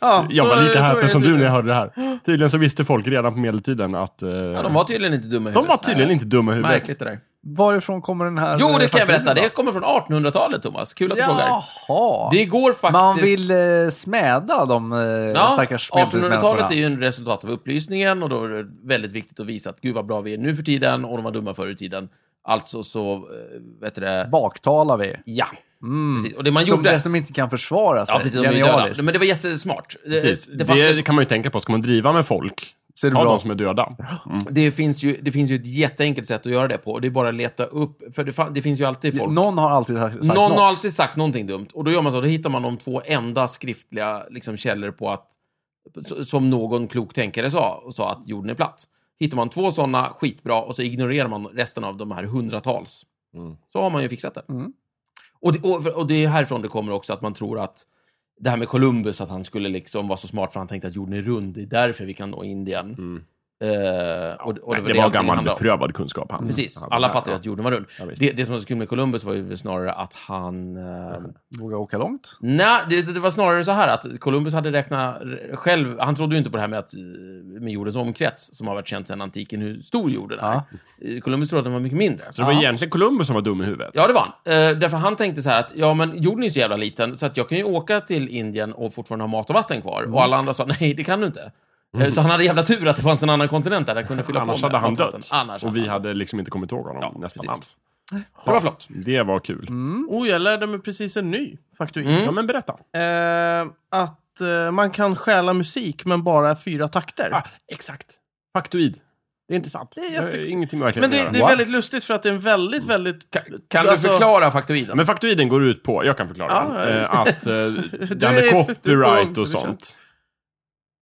Speaker 1: Ja,
Speaker 3: jag
Speaker 1: så-
Speaker 3: var lika
Speaker 1: så är
Speaker 3: häpen
Speaker 1: det
Speaker 3: som du när jag
Speaker 1: tydligen.
Speaker 3: hörde det här. Tydligen så visste folk redan på medeltiden att... eh,
Speaker 2: Ja, de var tydligen inte dumma i
Speaker 3: de var
Speaker 2: huvudet.
Speaker 3: tydligen
Speaker 2: Nej.
Speaker 3: inte dumma i huvudet. Alltså,
Speaker 2: Märkligt det där.
Speaker 4: Varifrån kommer den här... eh,
Speaker 2: Jo, det kan jag
Speaker 4: faktoiden
Speaker 2: berätta.
Speaker 4: då?
Speaker 2: Det kommer från 1800-talet, Thomas. Kul att du frågar.
Speaker 4: Jaha.
Speaker 2: Det går faktiskt...
Speaker 4: Man vill eh, smäda de eh, stackars medeltidsmänniskorna.
Speaker 2: 1800-talet är ju en resultat av upplysningen och då är det väldigt viktigt att visa att gud vad bra vi är nu för tiden och de var dumma förr i tiden. Alltså så, eh, vet du det,
Speaker 4: Baktalar vi.
Speaker 2: ja.
Speaker 4: Mm.
Speaker 2: Precis. Och det man
Speaker 4: Som
Speaker 2: gjorde...
Speaker 4: dessutom inte kan försvara sig.
Speaker 2: Ja, precis. De är ju
Speaker 4: Genialiskt.
Speaker 2: döda. Men det var jättesmart. Det-
Speaker 3: Precis.
Speaker 2: Det,
Speaker 3: Det,
Speaker 2: fanns-
Speaker 3: kan man ju tänka på. Ska man driva med folk,
Speaker 4: Så är det
Speaker 3: ta
Speaker 4: bra.
Speaker 3: de som är döda.
Speaker 2: det finns ju, det finns ju ett jätteenkelt sätt att göra det på. Och det är bara att leta upp, för det, fa- det finns ju alltid folk.
Speaker 4: Någon har alltid sagt något.
Speaker 2: Någon har alltid sagt någonting dumt. Och då gör man så, då hittar man de två enda skriftliga liksom, källor på att, s- som någon klok tänkare sa, och sa att jorden är platt. Hittar man två sådana, skitbra, och så ignorerar man resten av de här hundratals.
Speaker 3: Mm.
Speaker 2: Så har man ju fixat det.
Speaker 4: Mm.
Speaker 2: Och, det och, och det är härifrån det kommer också att man tror att det här med Columbus, att han skulle liksom vara så smart för han tänkte att jorden är rund, det är därför vi kan nå Indien.
Speaker 3: Mm.
Speaker 2: Eh, och, och
Speaker 3: Nej,
Speaker 2: väl
Speaker 3: det var
Speaker 2: allting
Speaker 3: gammal
Speaker 2: handlar om.
Speaker 3: beprövad kunskap han
Speaker 2: Precis,
Speaker 3: han hade
Speaker 2: alla
Speaker 3: där.
Speaker 2: fattar ju att jorden var rund.
Speaker 3: Ja, visst.
Speaker 2: Det, det som var så kul med Columbus var ju snarare att han... Eh,
Speaker 4: Våga åka långt.
Speaker 2: nej, det, det var snarare så här att Columbus hade räknat r- själv... Han trodde ju inte på det här med, att, eh, med jordens omkrets, som har varit känt sedan antiken, hur stor jorden är.
Speaker 4: Ja.
Speaker 2: Eh, Columbus trodde att den var mycket mindre.
Speaker 3: Så det var egentligen Columbus som var dum i huvudet?
Speaker 2: Ja, det var han. Eh, därför han tänkte så här att, ja men jorden är ju så jävla liten, så att jag kan ju åka till Indien och fortfarande ha mat och vatten kvar.
Speaker 3: Mm.
Speaker 2: Och alla andra sa, nej det kan du inte. Eh, Så han hade jävla tur att det fanns en annan kontinent där, där kunde fylla
Speaker 3: Annars
Speaker 2: på med
Speaker 3: hade han
Speaker 2: mat och vatten.
Speaker 3: dött.
Speaker 2: Annars
Speaker 3: och
Speaker 2: hade
Speaker 3: vi
Speaker 2: han
Speaker 3: hade liksom inte kommit ihåg honom
Speaker 2: Ja,
Speaker 3: nästan
Speaker 2: precis.
Speaker 3: alls.
Speaker 2: dött. Det var flott.
Speaker 3: Det var kul.
Speaker 1: Oh, jag lärde mig precis en ny faktuik.
Speaker 2: Mm.
Speaker 3: Ja, men berätta. Mm.
Speaker 1: Eh, att eh, man kan stjäla musik, men bara fyra takter.
Speaker 3: Ah, exakt. Faktoid. Det är inte sant. Det
Speaker 1: är
Speaker 3: är
Speaker 1: jätte-
Speaker 3: ingenting med verkligheten
Speaker 1: Men
Speaker 3: att
Speaker 1: det, det
Speaker 3: göra.
Speaker 1: är
Speaker 3: What? Mm.
Speaker 1: väldigt lustigt för att det är en väldigt, väldigt...
Speaker 2: Kan
Speaker 1: Alltså-
Speaker 2: du förklara faktoiden?
Speaker 3: Men faktoiden går ut på, jag kan förklara
Speaker 1: Ja,
Speaker 3: den,
Speaker 1: just
Speaker 3: eh, att eh, det här
Speaker 1: är- typ
Speaker 3: med
Speaker 1: du är på gång,
Speaker 3: copyright
Speaker 1: så
Speaker 3: och
Speaker 1: det känns-
Speaker 3: sånt.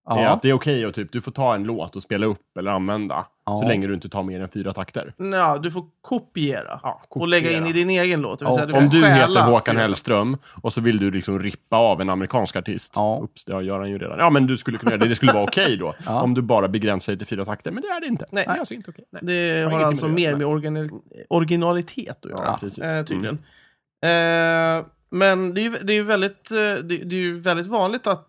Speaker 4: Ja.
Speaker 3: Är att det är okej att typ, du får ta en låt och spela upp eller använda.
Speaker 4: Ja.
Speaker 3: Så länge du inte tar mer än fyra takter.
Speaker 1: Ja, du får kopiera.
Speaker 3: Ja,
Speaker 1: Och lägga in i din egen låt. det vill
Speaker 4: Ja,
Speaker 1: säga
Speaker 3: Om
Speaker 1: får
Speaker 3: du
Speaker 1: stjäla
Speaker 3: heter Håkan
Speaker 1: fyra-
Speaker 3: Hellström och så vill du liksom rippa av en amerikansk artist.
Speaker 4: Ja.
Speaker 3: Ups, det gör han ju redan. Ja, men du skulle kunna göra det. Det skulle vara okej då.
Speaker 4: Ja.
Speaker 3: Om du bara begränsar dig till fyra takter. Men det är det inte.
Speaker 1: Nej.
Speaker 3: det är alltså inte okej. Nej.
Speaker 1: Det har
Speaker 3: ingenting
Speaker 1: alltså
Speaker 3: med det
Speaker 1: mer
Speaker 3: att
Speaker 1: med orginal- originalitet att göra.
Speaker 3: Ja, precis.
Speaker 1: Eh,
Speaker 3: Mm.
Speaker 1: tydligen. Eh, men det är ju det är ju väldigt, eh, det, det är ju väldigt vanligt att...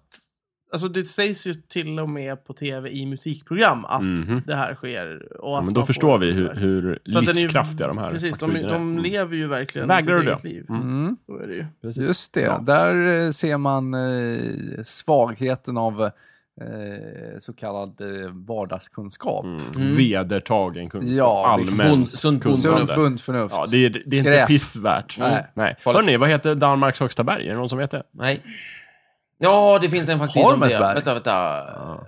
Speaker 1: Alltså det sägs ju till och med på tv i musikprogram att
Speaker 3: Mhm.
Speaker 1: det här sker. Och
Speaker 3: Ja,
Speaker 1: att
Speaker 3: men då
Speaker 1: man får-
Speaker 3: förstår vi hur, hur
Speaker 1: Så att den är ju-
Speaker 3: livskraftiga de här
Speaker 1: Precis, de,
Speaker 3: faktorierna är.
Speaker 1: de
Speaker 3: Mm.
Speaker 1: lever ju verkligen
Speaker 3: Vägrar
Speaker 1: sitt
Speaker 3: du
Speaker 1: eget
Speaker 3: det?
Speaker 1: liv.
Speaker 3: Mm.
Speaker 4: Mm.
Speaker 1: Så är det ju.
Speaker 3: Precis.
Speaker 4: Just det,
Speaker 3: Ja.
Speaker 4: där eh, ser man eh, svagheten av eh, så kallad eh, vardagskunskap.
Speaker 3: Mm.
Speaker 2: Mm.
Speaker 3: Vedertagen kunskap.
Speaker 4: Ja, visst.
Speaker 3: Allmän
Speaker 2: Sund- sunt
Speaker 3: kunskap.
Speaker 4: Sunt
Speaker 2: bondförnuft.
Speaker 4: sunt förnuft.
Speaker 3: Ja, det är, det är inte
Speaker 4: Skräp.
Speaker 3: pissvärt. Mm.
Speaker 4: Nej.
Speaker 3: Nej.
Speaker 2: Kolla.
Speaker 3: Hörni, vad heter Danmarks högsta berg? Är det någon som vet det?
Speaker 2: Nej. Ja, det finns en faktoid
Speaker 4: Har
Speaker 2: om
Speaker 4: de
Speaker 2: det.
Speaker 4: ett berg?
Speaker 2: Vänta, vänta.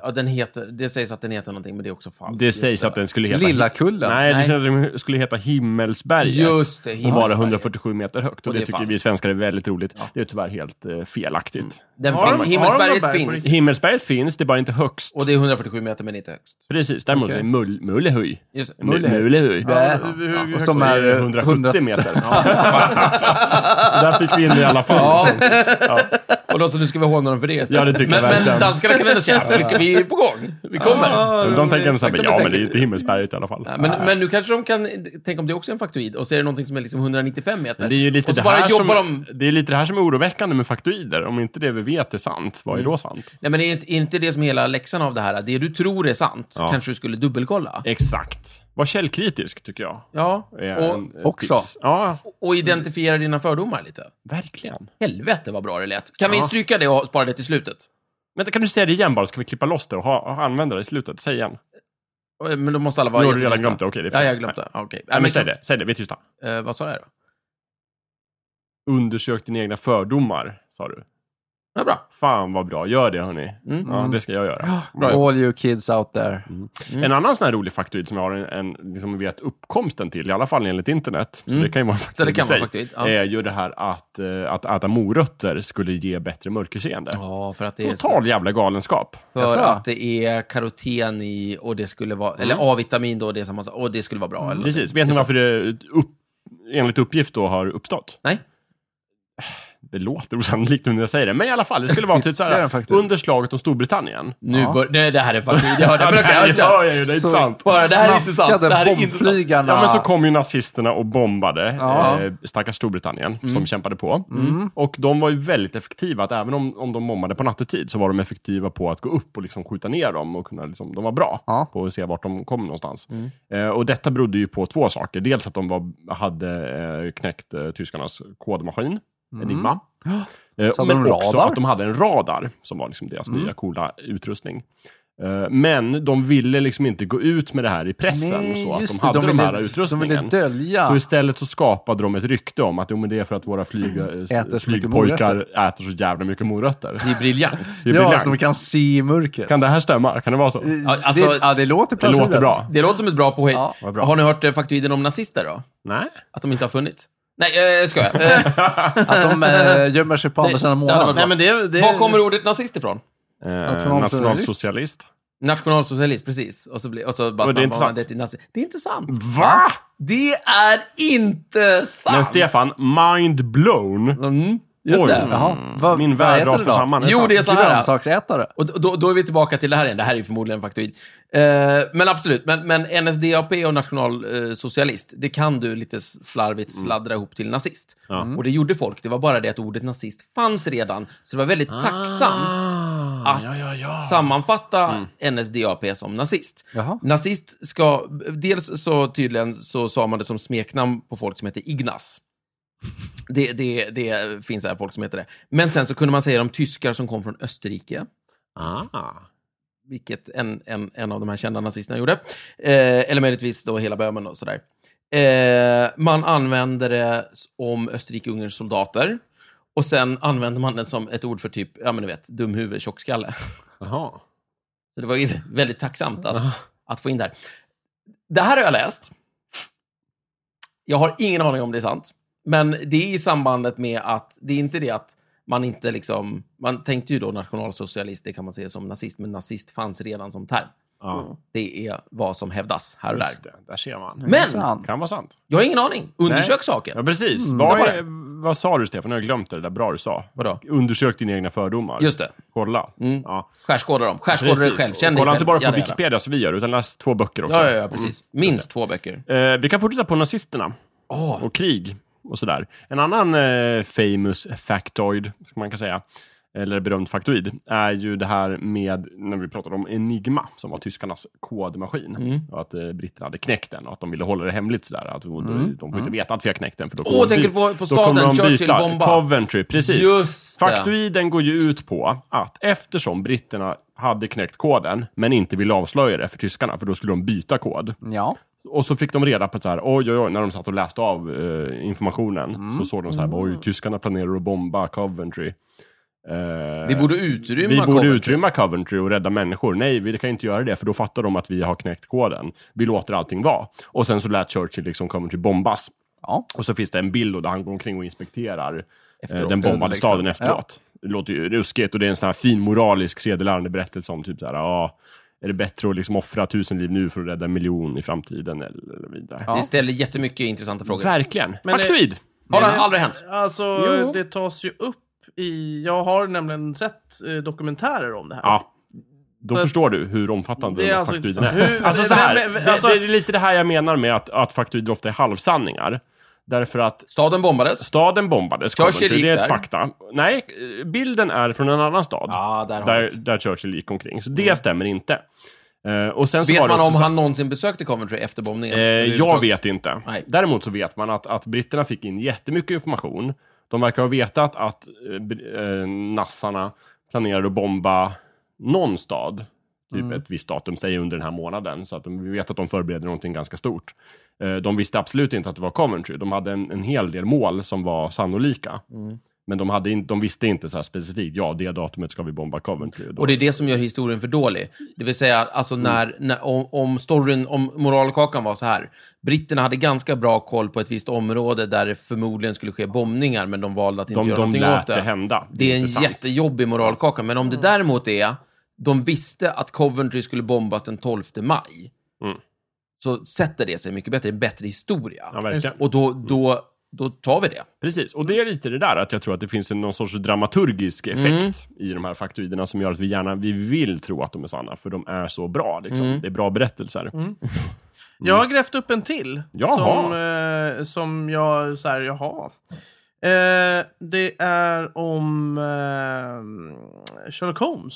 Speaker 2: Ja, den heter, det sägs att den heter någonting, men det är också falskt.
Speaker 3: Det
Speaker 2: Just
Speaker 3: sägs att den skulle heta...
Speaker 4: Lilla kullen.
Speaker 3: Nej, det
Speaker 2: Nej.
Speaker 3: sägs att den skulle heta Himmelsberget.
Speaker 2: Just det,
Speaker 3: och vara
Speaker 2: Himmelsberg.
Speaker 3: 147 meter högt. Och,
Speaker 2: Och
Speaker 3: det,
Speaker 2: det är
Speaker 3: tycker
Speaker 2: falskt.
Speaker 3: vi svenskar är väldigt roligt. Det är tyvärr helt eh, felaktigt.
Speaker 2: Den
Speaker 1: Har de-
Speaker 2: fin-
Speaker 1: har de något
Speaker 2: Himmelsberget
Speaker 1: berg på
Speaker 2: finns.
Speaker 1: riktigt?
Speaker 3: Himmelsberget finns, det är bara inte högst.
Speaker 2: Och det är 147 meter, men inte högst.
Speaker 3: Precis, däremot
Speaker 4: Okej.
Speaker 3: är det mull, Mullehöj.
Speaker 2: Just det.
Speaker 4: Mullehöj.
Speaker 3: Mullehöj.
Speaker 1: Ja,
Speaker 4: Ja, ja.
Speaker 1: hur- hur- hur
Speaker 4: Och som
Speaker 1: högt
Speaker 4: är
Speaker 3: Det är
Speaker 4: eh, 100
Speaker 3: 170 meter. Så där fick vi in det i alla fall.
Speaker 2: Ja.
Speaker 3: liksom.
Speaker 2: Och då så nu ska vi håna dem för det istället.
Speaker 3: Ja, det tycker
Speaker 2: men,
Speaker 3: jag
Speaker 2: men
Speaker 3: verkligen.
Speaker 2: danskarna kan ändå känna att vi är på gång. Vi kommer.
Speaker 1: Ja,
Speaker 3: De tänker
Speaker 2: sakta
Speaker 3: såhär,
Speaker 2: men
Speaker 3: ja men
Speaker 2: säkert.
Speaker 3: det är inte Himmelsberget i alla fall.
Speaker 2: Nej, Men, men nu kanske de kan tänka om det också är en faktoid och så är det någonting som är liksom 195 meter.
Speaker 3: Men det är ju lite
Speaker 2: och så
Speaker 3: det
Speaker 2: bara
Speaker 3: här som,
Speaker 2: jobbar de...
Speaker 3: det är lite det här som är oroväckande med faktoider. Om inte det vi vet är sant, vad är då sant?
Speaker 2: Nej, men är inte, är inte det som är hela läxan av det här? Det du tror är sant,
Speaker 3: Ja.
Speaker 2: kanske du skulle dubbelkolla.
Speaker 3: Exakt. Var källkritisk, tycker jag.
Speaker 2: Ja,
Speaker 3: är
Speaker 2: och,
Speaker 3: en, eh,
Speaker 4: också.
Speaker 3: tips. Ja,
Speaker 2: och identifiera dina fördomar lite.
Speaker 3: verkligen.
Speaker 2: Helvete vad bra det lät. Kan vi
Speaker 3: Ja.
Speaker 2: stryka det och spara det till slutet?
Speaker 3: Vänta, kan du säga det igen bara, så kan vi klippa loss det och, ha, och använda det i slutet? Säg igen.
Speaker 2: Eh, Men då måste alla
Speaker 3: Nu
Speaker 2: vara
Speaker 3: har du redan
Speaker 2: jättetysta.
Speaker 3: glömt det, okej. det är
Speaker 2: Ja,
Speaker 3: fel.
Speaker 2: jag har glömt det. Okej.
Speaker 3: Nej, men säg det, säg det, vi är tysta.
Speaker 2: Eh, vad sa jag då?
Speaker 3: Undersök dina egna fördomar, sa du.
Speaker 2: Ja, bra.
Speaker 3: Fan vad bra, gör det hörni.
Speaker 2: Mm.
Speaker 3: Ja, det ska jag göra.
Speaker 4: All you kids out there.
Speaker 3: Mm. En annan sån här rolig faktoid som jag har en, en, liksom vet uppkomsten till, i alla fall enligt internet,
Speaker 2: Mm.
Speaker 3: så det kan ju vara en faktoid
Speaker 2: Så det
Speaker 3: i
Speaker 2: kan vara
Speaker 3: sig,
Speaker 2: faktoid. Ja.
Speaker 3: är ju det här att, eh, att äta morötter skulle ge bättre mörkerseende.
Speaker 2: Ja, för att det är...
Speaker 3: Total jävla galenskap.
Speaker 2: För
Speaker 4: Jaså?
Speaker 2: att det är karoten i, och det skulle vara, eller A-vitamin då, det är samma sak, och det skulle vara bra. Eller någonting.
Speaker 3: Mm. Precis. Vet ni varför det upp, enligt uppgift då har uppstått?
Speaker 2: Nej.
Speaker 3: Det låter osannolikt när jag säger det, men i alla fall, det skulle vara typ så
Speaker 4: Ytterligare
Speaker 3: här,
Speaker 4: en faktoid.
Speaker 3: under slaget om Storbritannien.
Speaker 2: Nu
Speaker 4: Ja.
Speaker 2: bör, nej, det här är faktiskt, jag hörde,
Speaker 3: Ja,
Speaker 2: jag
Speaker 3: det här
Speaker 2: brukar höra.
Speaker 3: hör jag ju, det är inte
Speaker 4: Så-
Speaker 3: sant.
Speaker 2: Bara, det här är inte sant, det här är inte sant.
Speaker 4: bombflygarna.
Speaker 3: Ja, men så kom ju nazisterna och bombade
Speaker 4: Ja. Mm.
Speaker 3: eh, stackars Storbritannien som kämpade på. Mm. Och de var ju väldigt effektiva, att även om, om de bombade på nattetid så var de effektiva på att gå upp och liksom skjuta ner dem. Och kunna liksom, de var bra
Speaker 4: Ja. Mm.
Speaker 3: på att se vart de kom någonstans. Eh, och detta berodde ju på två saker. Dels att de var, hade eh, knäckt eh, tyskarnas kodmaskin,
Speaker 4: Mm.
Speaker 3: Enigma. Eh,
Speaker 4: Så hade
Speaker 3: men
Speaker 4: de
Speaker 3: också
Speaker 4: radar. Mm.
Speaker 3: att de hade en radar, som var liksom deras nya coola utrustning. Eh, Men de ville liksom inte gå ut med det här i pressen, så att de hade de, här utrustningen.
Speaker 4: De ville dölja.
Speaker 3: Så istället så skapade de ett rykte om att jo, men det är för att våra flyg,
Speaker 4: Mm.
Speaker 3: eh,
Speaker 4: Äter så mycket Mm.
Speaker 3: flygpojkar äter så jävla mycket morötter.
Speaker 2: Det är briljant.
Speaker 3: Det är
Speaker 4: ja,
Speaker 3: briljant.
Speaker 4: så de kan se i mörkret.
Speaker 3: Kan det här stämma? Kan det vara så?
Speaker 4: Ja,
Speaker 2: alltså-
Speaker 4: det, ja, det låter
Speaker 3: Det låter
Speaker 4: plausibelt.
Speaker 3: bra.
Speaker 2: Det låter som ett bra påhitt.
Speaker 4: Ja,
Speaker 3: vad bra.
Speaker 2: Har ni hört eh, faktoiden om nazister då?
Speaker 3: Nej.
Speaker 2: Att de inte har funnits? Nej, eh, ska jag. Eh,
Speaker 4: Att de eh, gömmer sig på andra sidan
Speaker 2: det hade
Speaker 4: månaden.
Speaker 2: varit
Speaker 1: Nej, men det, det...
Speaker 2: Var kommer ordet nazist ifrån?
Speaker 3: Eh,
Speaker 4: Nationalsocialist.
Speaker 3: nationalsocialist.
Speaker 2: Nationalsocialist, precis. Och så, blir, och så bara
Speaker 3: Och det är
Speaker 2: snabbt
Speaker 3: inte
Speaker 2: man
Speaker 3: sant. Mm.
Speaker 2: det till nazist. Det är inte sant.
Speaker 3: Va?
Speaker 2: Det är inte sant!
Speaker 3: Men Stefan, mind blown.
Speaker 2: Mm. Just
Speaker 3: Oj.
Speaker 2: det.
Speaker 4: Jaha. Vad-
Speaker 3: Min
Speaker 4: vad
Speaker 3: värld
Speaker 4: heter det
Speaker 3: rasar
Speaker 4: då?
Speaker 3: samman.
Speaker 2: Jo,
Speaker 3: sant.
Speaker 2: det är så här.
Speaker 4: Grönsaksätare.
Speaker 2: Och då- då, då är vi tillbaka till det här igen. Det här är ju förmodligen en faktoid. Eh, men absolut, men, men NSDAP och nationalsocialist, det kan du lite slarvigt sladdra ihop till nazist.
Speaker 3: Mm. Ja.
Speaker 2: Och det gjorde folk. Det var bara det att ordet nazist fanns redan. Så det var väldigt tacksamt
Speaker 3: Ah,
Speaker 2: att
Speaker 3: ja, ja, ja. Mm.
Speaker 2: sammanfatta NSDAP som nazist.
Speaker 4: Jaha.
Speaker 2: Nazist ska... Dels så tydligen så sa man det som smeknamn på folk som heter Ignas. Det, det, det finns här folk som heter det. Men sen så kunde man säga de tyskar som kom från Österrike
Speaker 3: Ah.
Speaker 2: vilket en, en, en av de här kända nazisterna gjorde. Eh, eller möjligtvis då hela Böhmen och sådär. Eh, man använder det s- om Österrike-Ungerns soldater. Och sen använder man det som ett ord för typ, ja men du vet, dumhuvud, tjockskalle.
Speaker 3: Jaha.
Speaker 2: Så det var ju väldigt tacksamt att, att få in det här. Det här har jag läst. Jag har ingen aning om det är sant. Men det är i sambandet med att, det är inte det att man inte liksom, man tänkte ju då nationalsocialist, det kan man säga som nazist, men nazist fanns redan som term.
Speaker 3: Ja,
Speaker 2: Det är vad som hävdas här och där.
Speaker 3: just det. Där ser man.
Speaker 2: Men,
Speaker 4: Minsann.
Speaker 3: Kan vara sant.
Speaker 2: jag har ingen aning. Undersök
Speaker 3: Nej.
Speaker 2: saken. Mm.
Speaker 3: Ja, precis.
Speaker 2: det
Speaker 3: vad,
Speaker 2: var
Speaker 3: är, vad sa du, Stefan? Jag har glömt det där bra du sa.
Speaker 2: Vadå?
Speaker 3: Undersök dina egna fördomar.
Speaker 2: Just det.
Speaker 3: Kolla.
Speaker 2: Mm.
Speaker 3: Ja,
Speaker 2: Skärskåda dem. Skärskåda dig
Speaker 3: precis.
Speaker 2: själv. Känn dig
Speaker 3: Kolla
Speaker 2: själv.
Speaker 3: inte bara på
Speaker 2: Jada, jada.
Speaker 3: Wikipedia som vi gör, utan läs två böcker också.
Speaker 2: Ja, ja, ja, precis. Minst två böcker.
Speaker 3: Eh, vi kan fortsätta på nazisterna
Speaker 2: Åh,
Speaker 3: och krig och sådär. En annan eh, famous factoid, som man kan säga, eller berömd faktoid, är ju det här med, när vi pratade om Enigma, som var tyskarnas kodmaskin.
Speaker 2: Mm.
Speaker 3: Och att eh, britterna hade knäckt den och att de ville hålla det hemligt sådär. Att, de, de får inte veta att vi har knäckt den, för då kommer
Speaker 2: Mm. Åh,
Speaker 3: de
Speaker 2: tänker
Speaker 3: by-
Speaker 2: du på, på
Speaker 3: då kommer
Speaker 2: staden
Speaker 3: de
Speaker 2: Churchill
Speaker 3: byta.
Speaker 2: bomba?
Speaker 3: Coventry, precis.
Speaker 2: Just det.
Speaker 3: Faktoiden går ju ut på att eftersom britterna hade knäckt koden, men inte ville avslöja det för tyskarna, för då skulle de byta kod.
Speaker 4: Ja.
Speaker 3: Och så fick de reda på att så här, oj, oj, oj, när de satt och läste av eh, informationen, så såg de så här, oj, tyskarna planerar att bomba Coventry. Eh,
Speaker 2: Vi borde utrymma
Speaker 3: vi borde
Speaker 2: Coventry.
Speaker 3: utrymma Coventry och rädda människor. Nej, vi kan inte göra det, för då fattar de att vi har knäckt koden. Vi låter allting vara. Och sen så lät Churchill liksom Coventry bombas.
Speaker 4: Ja.
Speaker 3: Och så finns det en bild då, där han går omkring och inspekterar eh,
Speaker 2: Efteråt.
Speaker 3: den bombade
Speaker 4: Liksom.
Speaker 3: staden efteråt. Det låter ju ruskigt och det är en sån här fin moralisk sedelärande berättelse om typ så här, ja, är det bättre att liksom offra tusen liv nu för att rädda en miljon i framtiden eller, eller vidare?
Speaker 2: Vi ställer jättemycket intressanta frågor.
Speaker 3: Verkligen.
Speaker 1: Men eh, det-
Speaker 3: Faktoid!
Speaker 2: Har det aldrig hänt?
Speaker 1: Alltså,
Speaker 3: Jo.
Speaker 1: det tas ju upp i... Jag har nämligen sett eh, dokumentärer om det här.
Speaker 3: Ja. Då
Speaker 1: För-
Speaker 3: förstår du hur omfattande
Speaker 1: Det är
Speaker 3: den här
Speaker 1: alltså inte
Speaker 3: faktoiden
Speaker 1: så-
Speaker 3: är.
Speaker 1: Hur-
Speaker 3: alltså så här,
Speaker 1: men- men- alltså-
Speaker 3: det, det är lite det här jag menar med att, att faktoider ofta är halvsanningar. Därför att
Speaker 2: Staden bombades.
Speaker 3: staden bombades,
Speaker 2: Churchill
Speaker 3: Coventry,
Speaker 2: gick
Speaker 3: det är
Speaker 2: där.
Speaker 3: ett fakta. Nej, eh, bilden är från en annan stad.
Speaker 2: Ja, där har vi
Speaker 3: där,
Speaker 2: det.
Speaker 3: där Churchill gick omkring. Så det stämmer inte. Eh, och sen så
Speaker 2: Vet
Speaker 3: var det
Speaker 2: man
Speaker 3: också
Speaker 2: om
Speaker 3: så-
Speaker 2: han någonsin besökte Coventry efter bombningen?
Speaker 3: Eh, jag
Speaker 2: Överhuvudtaget?
Speaker 3: vet inte.
Speaker 2: Nej.
Speaker 3: Däremot så vet man att, att britterna fick in jättemycket information. De verkar ha vetat att eh, br- eh, nassarna planerade att bomba någon stad, typ
Speaker 2: Mm.
Speaker 3: ett visst datum, säg under den här månaden. Så att de vi vet att de förbereder någonting ganska stort. Eh, de visste absolut inte att det var Coventry. De hade en, en hel del mål som var sannolika.
Speaker 2: Mm.
Speaker 3: Men de, hade in, de visste inte så här specifikt, ja, det datumet ska vi bomba Coventry. Då-
Speaker 2: Och det är det som gör historien för dålig. Det vill säga, alltså
Speaker 3: Mm.
Speaker 2: när, när, om, om storyn, om moralkakan var så här. Britterna hade ganska bra koll på ett visst område där det förmodligen skulle ske bombningar, men de valde att inte
Speaker 3: de,
Speaker 2: göra
Speaker 3: de
Speaker 2: någonting åt
Speaker 3: lät
Speaker 2: det.
Speaker 3: det hända.
Speaker 2: Det är en
Speaker 3: inte sant.
Speaker 2: jättejobbig moralkaka. Men om det däremot är, de visste att Coventry skulle bombas den 12 maj.
Speaker 3: Mm.
Speaker 2: Så sätter det sig mycket bättre, en bättre historia.
Speaker 3: Ja, verkligen.
Speaker 2: och då, då, då tar vi det.
Speaker 3: Precis, och det är lite det där att jag tror att det finns en, någon sorts dramaturgisk
Speaker 2: Mm.
Speaker 3: effekt i de här faktoiderna som gör att vi gärna vi vill tro att de är sanna, för de är så bra. Liksom.
Speaker 2: Mm.
Speaker 3: Det är bra berättelser.
Speaker 1: Jag har grävt upp en till.
Speaker 3: Jaha.
Speaker 1: Som, eh, som jag, så här, jaha. Eh, det är om eh, Sherlock Holmes.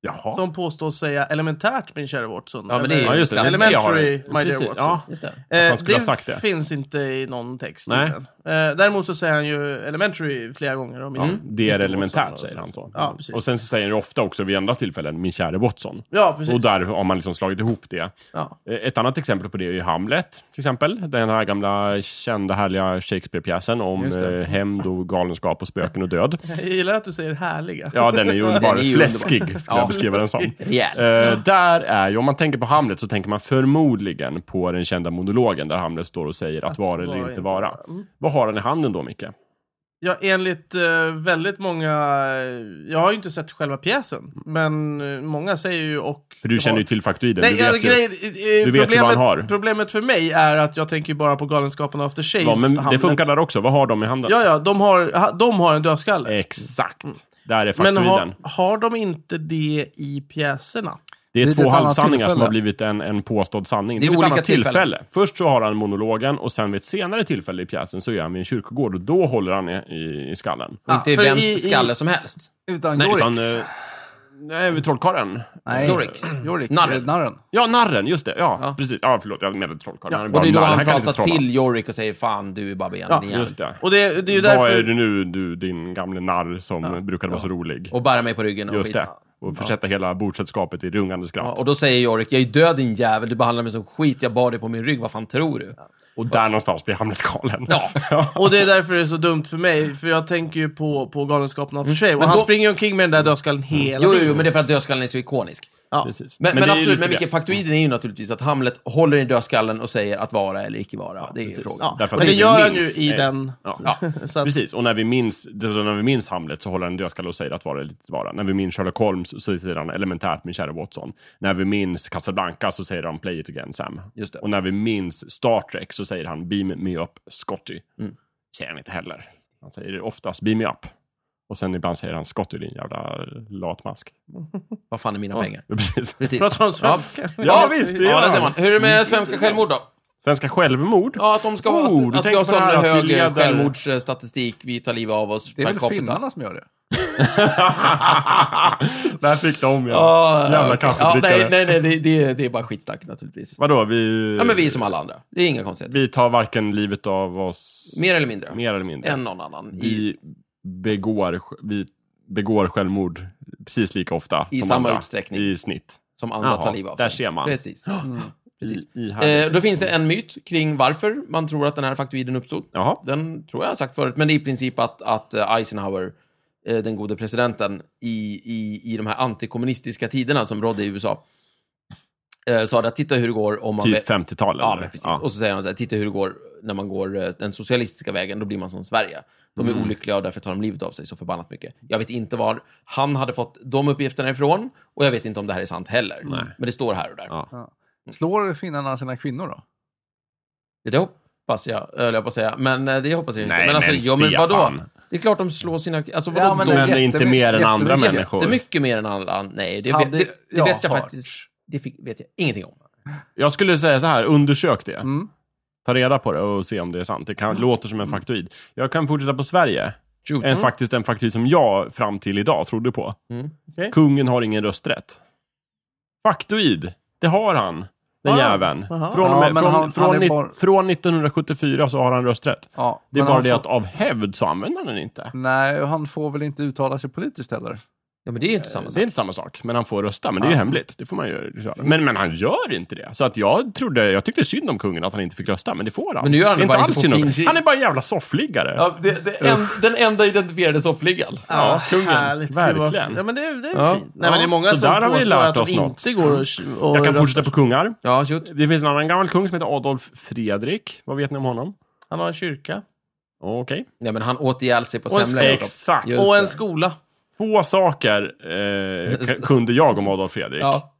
Speaker 3: Jaha.
Speaker 1: Som påstås säga elementärt, min kära Watson.
Speaker 2: Ja, men det är ju
Speaker 3: Ja, just det.
Speaker 2: klassiskt.
Speaker 3: det är det jag har.
Speaker 1: Elementary, my dear
Speaker 3: Precis,
Speaker 1: Watson.
Speaker 3: Ja.
Speaker 2: Just det.
Speaker 1: Eh,
Speaker 3: han skulle ha sagt det.
Speaker 1: finns inte i någon text.
Speaker 3: Nej.
Speaker 1: egentligen. Eh, däremot så säger han ju elementary flera gånger. Om
Speaker 3: Ja,
Speaker 1: inte-
Speaker 3: det är
Speaker 1: Mr.
Speaker 3: elementärt,
Speaker 1: Watson.
Speaker 3: säger han så.
Speaker 1: Ja, precis.
Speaker 3: och sen så säger han ofta också vid andra tillfällen, min käre Watson.
Speaker 1: Ja, precis.
Speaker 3: Och där har man liksom slagit ihop det.
Speaker 1: Ja.
Speaker 3: Eh, Ett annat exempel på det är ju Hamlet, till exempel. Den här gamla kända härliga Shakespeare-pjäsen om
Speaker 2: Just det.
Speaker 3: eh, hämnd och galenskap och spöken och död.
Speaker 1: Jag gillar att du säger härliga.
Speaker 3: Ja, den är ju
Speaker 2: Den
Speaker 3: underbar.
Speaker 2: är ju
Speaker 3: Fläskig,
Speaker 2: underbar.
Speaker 3: skulle
Speaker 2: Ja.
Speaker 3: jag beskriva den som.
Speaker 2: Rejäl.
Speaker 3: Eh, där är ju, om man tänker på Hamlet så tänker man förmodligen på den kända monologen där Hamlet står och säger att vara eller inte vara. Vad har han i handen då, Micke?
Speaker 1: Ja, enligt eh, väldigt många, eh, jag har ju inte sett själva pjäsen, men eh, många säger ju och...
Speaker 3: För du känner ju till faktoiden.
Speaker 1: Nej,
Speaker 3: du vet
Speaker 1: alltså,
Speaker 3: ju.
Speaker 1: grejen, eh,
Speaker 3: du vet ju
Speaker 1: problemet,
Speaker 3: vad han har.
Speaker 1: problemet för mig är att jag tänker ju bara på Galenskaparna och After Shaves.
Speaker 3: Ja, men det
Speaker 1: Hamlet.
Speaker 3: funkar där också. Vad har de i handen?
Speaker 1: Ja, ja, de har, ha- de har en dödskalle.
Speaker 3: Exakt. Där är
Speaker 1: men
Speaker 3: faktoiden.
Speaker 1: har, har de inte det i pjäserna?
Speaker 3: Det är
Speaker 4: Vid
Speaker 3: två
Speaker 4: ett annat
Speaker 3: halvsanningar som
Speaker 4: tillfälle.
Speaker 3: har blivit en, en påstådd sanning. Det är,
Speaker 2: är
Speaker 3: vid ett
Speaker 2: olika
Speaker 3: annat tillfälle.
Speaker 2: tillfällen.
Speaker 3: Först så har han monologen och sen vid ett senare tillfälle i pjäsen så är han vid en kyrkogård och då håller han i, i, i skallen.
Speaker 2: Och inte
Speaker 1: för
Speaker 2: vems
Speaker 1: i- i-
Speaker 2: skalle som helst.
Speaker 4: Utan
Speaker 3: Nej,
Speaker 4: Jorik.
Speaker 3: utan... eh, Nej, vid trollkarlen.
Speaker 4: Nej,
Speaker 2: Jorik.
Speaker 4: Jorik.
Speaker 2: Narren.
Speaker 4: eh, Narren.
Speaker 3: Ja, narren, just det. Ja,
Speaker 2: Ja.
Speaker 3: precis. Ja, förlåt, jag menade trollkarlen. Han är
Speaker 2: Och
Speaker 3: bara
Speaker 2: det är då
Speaker 3: narr.
Speaker 2: han
Speaker 3: kan inte
Speaker 2: pratar
Speaker 3: trolla.
Speaker 2: till Jorik och säger fan, du är bara
Speaker 1: Ja,
Speaker 2: ja,
Speaker 3: Just det.
Speaker 1: Och det, det är ju
Speaker 3: Vad
Speaker 1: därför...
Speaker 3: är du nu, du, din gamle narr som brukade vara så rolig?
Speaker 2: Och bära mig på ryggen och
Speaker 3: Just
Speaker 2: skit.
Speaker 3: det. Och försätta hela bordsällskapet i rungande skratt.
Speaker 2: Ja, och
Speaker 3: och,
Speaker 2: då säger Jorik, jag är död din jävel, du behandlar mig som skit, jag bar dig på min rygg, vad fan tror du?
Speaker 3: där någonstans blir Hamlet galen.
Speaker 2: Ja.
Speaker 1: Och det är därför det är så dumt för mig, för jag tänker ju på, på Galenskaparna
Speaker 3: Mm.
Speaker 1: och After Shave. Och
Speaker 2: Men
Speaker 1: han
Speaker 2: då-
Speaker 1: springer ju omkring med den där dödskallen hela
Speaker 2: Jo, jo,
Speaker 1: tiden.
Speaker 2: jo, men det är för att dödskallen är så ikonisk.
Speaker 1: Ja.
Speaker 3: Precis.
Speaker 2: Men, men,
Speaker 3: det är ju
Speaker 2: absolut,
Speaker 3: lite
Speaker 2: men
Speaker 3: det.
Speaker 2: vilken faktoiden är ju naturligtvis att Hamlet håller i dödskallen och säger att vara eller icke vara. det är ju
Speaker 3: precis.
Speaker 2: frågan.
Speaker 1: Ja.
Speaker 3: Därför
Speaker 1: och
Speaker 3: att
Speaker 1: det
Speaker 3: vi
Speaker 1: gör han ju
Speaker 3: minns-
Speaker 1: i
Speaker 3: eh,
Speaker 1: den.
Speaker 3: ja.
Speaker 1: Så att,
Speaker 3: Precis, och när vi minns, det är så när vi minns Hamlet så håller han en dödskalle och säger att vara är lite vara. När vi minns Sherlock Holmes så säger han elementärt min kära Watson. När vi minns Casablanca så säger han play it again Sam.
Speaker 2: Just det.
Speaker 3: Och när vi minns Star Trek så säger han beam me up Scotty.
Speaker 2: Mm.
Speaker 3: Säger han inte heller. Han säger oftast beam me up. Och sen ibland säger han Scotty din jävla latmask.
Speaker 2: Vad fan är mina pengar?
Speaker 3: Precis.
Speaker 2: Precis.
Speaker 1: Pratar om svenska.
Speaker 2: Ja,
Speaker 3: Ja,
Speaker 2: ja
Speaker 3: visst,
Speaker 2: visst.
Speaker 3: det
Speaker 2: Ja,
Speaker 3: gör
Speaker 2: där ser
Speaker 3: han.
Speaker 2: man. Hur är det med svenska självmord då?
Speaker 3: Svenska självmord.
Speaker 2: Ja, att de ska
Speaker 3: Oh, du
Speaker 2: ha, att, att
Speaker 3: tänker
Speaker 2: vi har
Speaker 3: på det
Speaker 2: sån
Speaker 3: här att vi
Speaker 2: hög
Speaker 3: leder-
Speaker 2: självmordsstatistik, vi tar livet av oss
Speaker 4: Det är
Speaker 2: per
Speaker 4: väl
Speaker 2: capita.
Speaker 4: finnarna som gör det?
Speaker 3: Där fick de ja.
Speaker 2: Ja,
Speaker 3: Jävla
Speaker 2: okej. ja,
Speaker 3: kaffedrickare.
Speaker 2: Nej, nej, nej, det, det, är- det är bara skitsnack naturligtvis.
Speaker 3: Vadå, vi,
Speaker 2: Ja, men vi är som alla andra. Det är inga konstigheter.
Speaker 3: vi tar varken livet av oss
Speaker 2: Mer eller mindre.
Speaker 3: mer eller mindre.
Speaker 2: Än någon annan. I,
Speaker 3: vi begår, vi begår självmord precis lika ofta
Speaker 2: I
Speaker 3: som
Speaker 2: samma
Speaker 3: andra.
Speaker 2: utsträckning.
Speaker 3: I snitt.
Speaker 2: som andra
Speaker 3: Jaha,
Speaker 2: tar livet av
Speaker 3: där
Speaker 2: sig.
Speaker 3: ser man. Mm.
Speaker 2: Precis. Precis.
Speaker 3: I, i här.
Speaker 2: Eh, då finns det en myt kring varför man tror att den här faktoiden uppstod.
Speaker 3: Jaha.
Speaker 2: Den tror jag har sagt förut, men det är i princip att, att eh, Eisenhower, eh, den gode presidenten, i, i, i de här antikommunistiska tiderna som rådde i
Speaker 3: Mm.
Speaker 2: USA, eh, sa att titta hur det går om man...
Speaker 3: Typ
Speaker 2: vä-
Speaker 3: 50-talet.
Speaker 2: Ja,
Speaker 3: eller?
Speaker 2: men precis.
Speaker 3: Ja.
Speaker 2: Och så säger han så här, titta hur det går när man går eh, den socialistiska vägen, då blir man som Sverige. De är
Speaker 3: Mm.
Speaker 2: olyckliga och därför tar de livet av sig så förbannat mycket. Jag vet inte var han hade fått de uppgifterna ifrån och jag vet inte om det här är sant heller. Men det står här och där.
Speaker 3: Ja.
Speaker 4: Slår finnarna sina kvinnor då?
Speaker 2: Det hoppas jag, höll jag på att säga. Men eh, det hoppas jag inte.
Speaker 3: Nej,
Speaker 2: men alltså,
Speaker 3: men
Speaker 2: ja, men
Speaker 3: Stefan.
Speaker 2: vadå? Det är klart de slår sina... Alltså vadå?
Speaker 4: Ja, men
Speaker 2: de,
Speaker 3: Men det är inte
Speaker 4: jättemy-
Speaker 3: mer än andra
Speaker 4: jättemycket.
Speaker 3: människor.
Speaker 2: det är mycket mer än alla andra. Nej, det,
Speaker 4: Hade
Speaker 2: det, det, det
Speaker 4: jag
Speaker 2: vet jag
Speaker 4: hört.
Speaker 2: faktiskt... Det fick, vet jag ingenting om.
Speaker 3: Jag skulle säga så här, undersök det.
Speaker 4: Mm.
Speaker 3: Ta reda på det och se om det är sant. Det kan, låter som en
Speaker 2: Mm.
Speaker 3: faktoid. Jag kan fortsätta på Sverige.
Speaker 2: Shoot.
Speaker 3: En, Faktiskt en faktoid som jag fram till idag trodde på.
Speaker 2: Mm.
Speaker 3: Kungen har ingen rösträtt. Faktoid. Det har han. Den
Speaker 1: Ah.
Speaker 3: jäveln.
Speaker 1: Aha.
Speaker 3: Från, och
Speaker 4: Ja,
Speaker 3: med,
Speaker 4: men
Speaker 3: från,
Speaker 4: han-
Speaker 3: från,
Speaker 4: han är
Speaker 3: nitt-
Speaker 4: bara-
Speaker 3: från 1974 så har han rösträtt.
Speaker 4: Ja,
Speaker 3: Det är
Speaker 4: men
Speaker 3: bara
Speaker 4: han
Speaker 3: det
Speaker 4: får-
Speaker 3: att av hävd så använder han den inte.
Speaker 4: Nej, och han får väl inte uttala sig politiskt heller?
Speaker 2: Ja, men det är ju inte samma
Speaker 3: Det är
Speaker 2: sak.
Speaker 3: inte samma sak, men han får rösta. Men det är ju hemligt. Det får man ju göra. Men, men han gör inte det. Så att jag trodde, jag tyckte synd om kungen att han inte fick rösta, men det får han.
Speaker 2: Men nu gör han
Speaker 3: Det är
Speaker 2: det bara inte
Speaker 3: alls
Speaker 2: på
Speaker 3: synd om-
Speaker 2: Pinji.
Speaker 3: Han är bara en jävla soffliggare.
Speaker 2: Ja, det, det, en, den enda identifierade soffligan.
Speaker 1: Ja,
Speaker 3: kungen.
Speaker 1: härligt. Det var-
Speaker 3: Verkligen.
Speaker 1: Ja, men det, det är
Speaker 2: Ja.
Speaker 1: fint. Nej, men det är många
Speaker 3: Så där
Speaker 1: som
Speaker 3: har vi
Speaker 1: påstår
Speaker 3: lärt
Speaker 1: att de
Speaker 3: oss något. Mm.
Speaker 1: inte går och, och
Speaker 3: jag kan
Speaker 1: röstar.
Speaker 3: fortsätta på kungar.
Speaker 2: Ja, shoot.
Speaker 3: Det finns en annan gammal kung som heter Adolf Fredrik. Vad vet ni om honom?
Speaker 1: Han har en kyrka.
Speaker 3: Okej.
Speaker 2: Nej, men han åt ihjäl sig på
Speaker 1: Och en
Speaker 2: semla. gjorde de.
Speaker 3: Exakt.
Speaker 2: Just
Speaker 1: Och en
Speaker 2: det.
Speaker 1: skola.
Speaker 3: Två saker eh, k- kunde jag om Adolf Fredrik.
Speaker 2: Ja.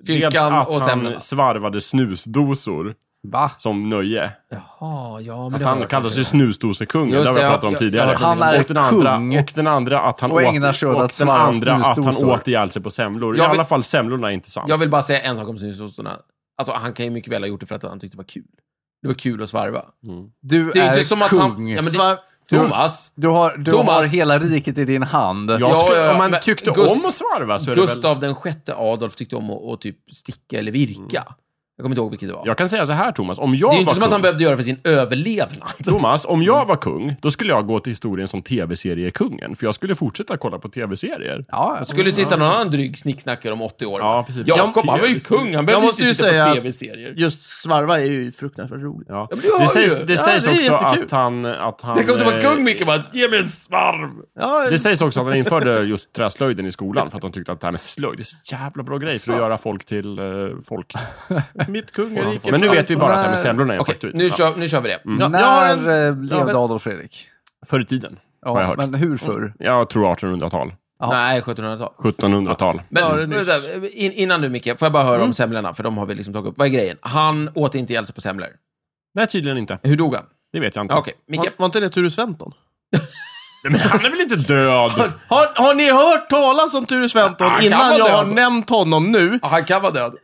Speaker 3: Dels
Speaker 2: Kyrkan
Speaker 3: att
Speaker 2: och semlorna.
Speaker 3: han svarvade snusdosor
Speaker 4: Va?
Speaker 3: som nöje.
Speaker 2: Jaha, ja, men det
Speaker 3: Att
Speaker 2: har
Speaker 3: han
Speaker 2: jag
Speaker 3: kallas
Speaker 2: hört.
Speaker 3: ju snusdosekungen, det
Speaker 2: Just
Speaker 3: har vi
Speaker 2: det,
Speaker 3: pratat
Speaker 2: ja.
Speaker 3: om
Speaker 2: Jag-
Speaker 3: tidigare.
Speaker 2: jag hörde
Speaker 4: det. Han är
Speaker 3: och den andra,
Speaker 4: kung.
Speaker 3: Och den andra att han
Speaker 4: Och ägnar sig åt
Speaker 3: åt, och
Speaker 4: att
Speaker 3: den
Speaker 4: svara
Speaker 3: andra att han
Speaker 4: snusdosor.
Speaker 3: åt ihjäl sig på semlor.
Speaker 2: Jag
Speaker 3: I
Speaker 2: vill-
Speaker 3: alla fall semlorna är inte sant.
Speaker 2: Jag vill bara säga en sak om snusostarna. Alltså, han kan ju mycket väl ha gjort det för att han tyckte det var kul. Det var kul att svarva.
Speaker 4: Du
Speaker 2: Det är ju
Speaker 4: är
Speaker 2: inte som
Speaker 4: kung.
Speaker 2: att han... Ja, men det, Thomas!
Speaker 4: Du, har, du
Speaker 2: Thomas.
Speaker 4: har hela riket i din hand.
Speaker 3: Jag
Speaker 2: Ja,
Speaker 3: skulle,
Speaker 2: ja, ja.
Speaker 3: Om man
Speaker 2: Men
Speaker 3: tyckte
Speaker 2: Gust-
Speaker 3: om att svarva så är det väl...
Speaker 2: Gustav den sjätte Adolf tyckte om att, att typ sticka eller virka. Jag kommer inte ihåg vilket det var.
Speaker 3: Jag kan säga så här Thomas, om
Speaker 2: det är
Speaker 3: jag
Speaker 2: ju inte
Speaker 3: var
Speaker 2: som att han
Speaker 3: kung...
Speaker 2: behövde göra det för sin överlevnad.
Speaker 3: Thomas, om jag var kung, då skulle jag gå till historien som tv-seriekungen. För jag skulle fortsätta kolla på tv-serier.
Speaker 4: Ja,
Speaker 2: Det skulle sitta någon annan dryg snicksnackare om 80 år.
Speaker 3: Ja, precis.
Speaker 2: Jakob, han var ju
Speaker 3: TV-serier.
Speaker 2: kung. Han behövde
Speaker 1: måste
Speaker 2: ju
Speaker 1: ju
Speaker 2: inte titta
Speaker 1: säga
Speaker 2: på
Speaker 1: att-
Speaker 2: tv-serier.
Speaker 1: Just svarva är ju fruktansvärt roligt.
Speaker 3: Ja.
Speaker 2: men det har
Speaker 3: Det
Speaker 2: ju.
Speaker 3: sägs, det
Speaker 1: Ja,
Speaker 3: sägs
Speaker 1: det är
Speaker 3: också
Speaker 1: jättekul.
Speaker 3: att han... Att han
Speaker 2: Tänk om du var
Speaker 3: eh,
Speaker 2: kung, Micke, bara, ge mig en svarv!
Speaker 1: Ja,
Speaker 3: Det sägs också att han införde just träslöjden i skolan för att han tyckte att det här med slöjd, det är så jävla bra grej för att göra folk till eh, folk.
Speaker 1: mitt kungarike.
Speaker 3: Men nu vet vi bara att det här med
Speaker 4: Nej.
Speaker 3: semlorna är en
Speaker 2: Okej,
Speaker 3: faktoid.
Speaker 2: nu,
Speaker 1: Mm.
Speaker 3: Ja.
Speaker 2: kör, nu kör vi det.
Speaker 1: Ja, jag har
Speaker 4: När
Speaker 1: en-
Speaker 4: eh, levde
Speaker 1: men-
Speaker 4: Adolf Fredrik?
Speaker 3: Förr i tiden. har jag hört. Mm.
Speaker 4: men hur förr?
Speaker 3: Jag tror 1800-tal.
Speaker 4: Ja.
Speaker 2: Nej, 1700-tal.
Speaker 3: 1700-tal.
Speaker 2: Men
Speaker 1: Ja, det är nyss.
Speaker 2: vänta, in, innan du, Micke, får jag bara höra om semlorna? För de har vi liksom tagit upp. Vad är grejen? Han åt inte ihjäl sig på semlor.
Speaker 3: Nej, tydligen inte.
Speaker 2: Hur dog han?
Speaker 3: Det vet jag inte.
Speaker 2: Ja, Okej,
Speaker 1: Var,
Speaker 2: Micke.
Speaker 1: var inte det Ture Sventon?
Speaker 3: Nej, Men han är väl inte död?
Speaker 1: Har, har ni hört talas om Ture Sventon
Speaker 2: Ja, han kan
Speaker 1: innan
Speaker 2: vara
Speaker 1: jag har
Speaker 2: död.
Speaker 1: nämnt honom nu?
Speaker 2: Ja, han kan vara död.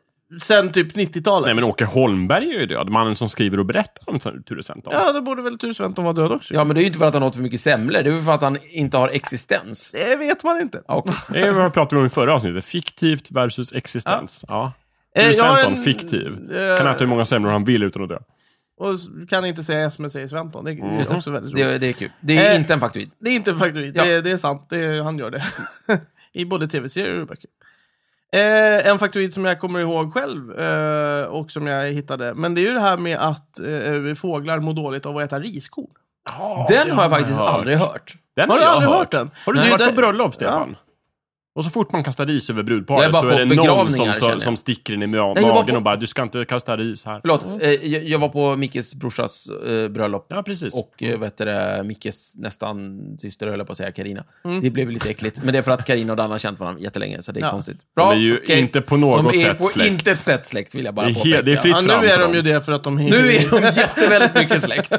Speaker 1: Sen typ 90-talet?
Speaker 3: Nej, men Åke Holmberg är ju död. Mannen som skriver och berättar om Ture Sventon.
Speaker 1: Ja, då borde väl Ture Sventon vara död också.
Speaker 2: Ja, men det är ju inte för att han åt för mycket semlor. Det är ju för att han inte har existens.
Speaker 1: Det vet man inte.
Speaker 2: Ja, okej.
Speaker 3: Det är vad jag pratade om i förra avsnittet. Fiktivt versus existens. Ja.
Speaker 1: Eh,
Speaker 3: Ture
Speaker 1: jag har
Speaker 3: Sventon,
Speaker 1: en-
Speaker 3: fiktiv.
Speaker 1: eh,
Speaker 3: Kan äta hur många semlor han vill utan att dö.
Speaker 1: Och s- kan inte säga S men säger Sventon. Det är det är också väldigt roligt.
Speaker 2: det, det är kul. Det är
Speaker 1: Eh.
Speaker 2: inte en faktoid.
Speaker 1: Det är inte
Speaker 3: Mm.
Speaker 1: en faktoid.
Speaker 2: Ja.
Speaker 1: Det, det är sant. Det, är- han gör det. I både tv-serier och böcker. Eh, en faktoid som jag kommer ihåg själv eh, och som jag hittade. Men det är ju det här med att eh, fåglar mår dåligt av att äta riskorn.
Speaker 2: Den har jag faktiskt
Speaker 3: hört.
Speaker 2: aldrig hört.
Speaker 3: Den
Speaker 1: Har du
Speaker 3: jag
Speaker 1: aldrig hört den?
Speaker 3: Har du
Speaker 1: Nej.
Speaker 3: inte varit på
Speaker 1: Det-
Speaker 3: bröllop, Stefan? Och så fort man kastar ris över
Speaker 2: Jag är
Speaker 3: brudparet
Speaker 2: bara
Speaker 3: så
Speaker 2: på
Speaker 3: är det någon
Speaker 2: begravningar,
Speaker 3: som,
Speaker 2: känner
Speaker 3: som,
Speaker 2: jag.
Speaker 3: som sticker in i ma-
Speaker 2: jag var
Speaker 3: magen
Speaker 2: på-
Speaker 3: och bara du ska inte kasta ris här.
Speaker 2: Förlåt, eh, jag, jag var på Mickes brorsas eh, bröllop.
Speaker 3: Ja, precis.
Speaker 2: Och eh, vad heter det, Mickes nästan syster, höll jag på att säga, Karina. Det blev lite äckligt. Men det är för att Karina och Dan har känt varandra jättelänge, så det är
Speaker 1: Ja.
Speaker 2: konstigt.
Speaker 3: de är ju
Speaker 2: okej.
Speaker 3: inte på något
Speaker 2: De är
Speaker 3: sätt
Speaker 2: på
Speaker 3: släkt.
Speaker 2: intet sätt släkt, vill jag bara
Speaker 3: Det är he-
Speaker 2: påpeka.
Speaker 3: det är fritt.
Speaker 1: Ja, nu
Speaker 3: fram för
Speaker 1: är de
Speaker 3: dem.
Speaker 1: ju det för att de
Speaker 2: Nu är de jätteväldigt mycket släkt.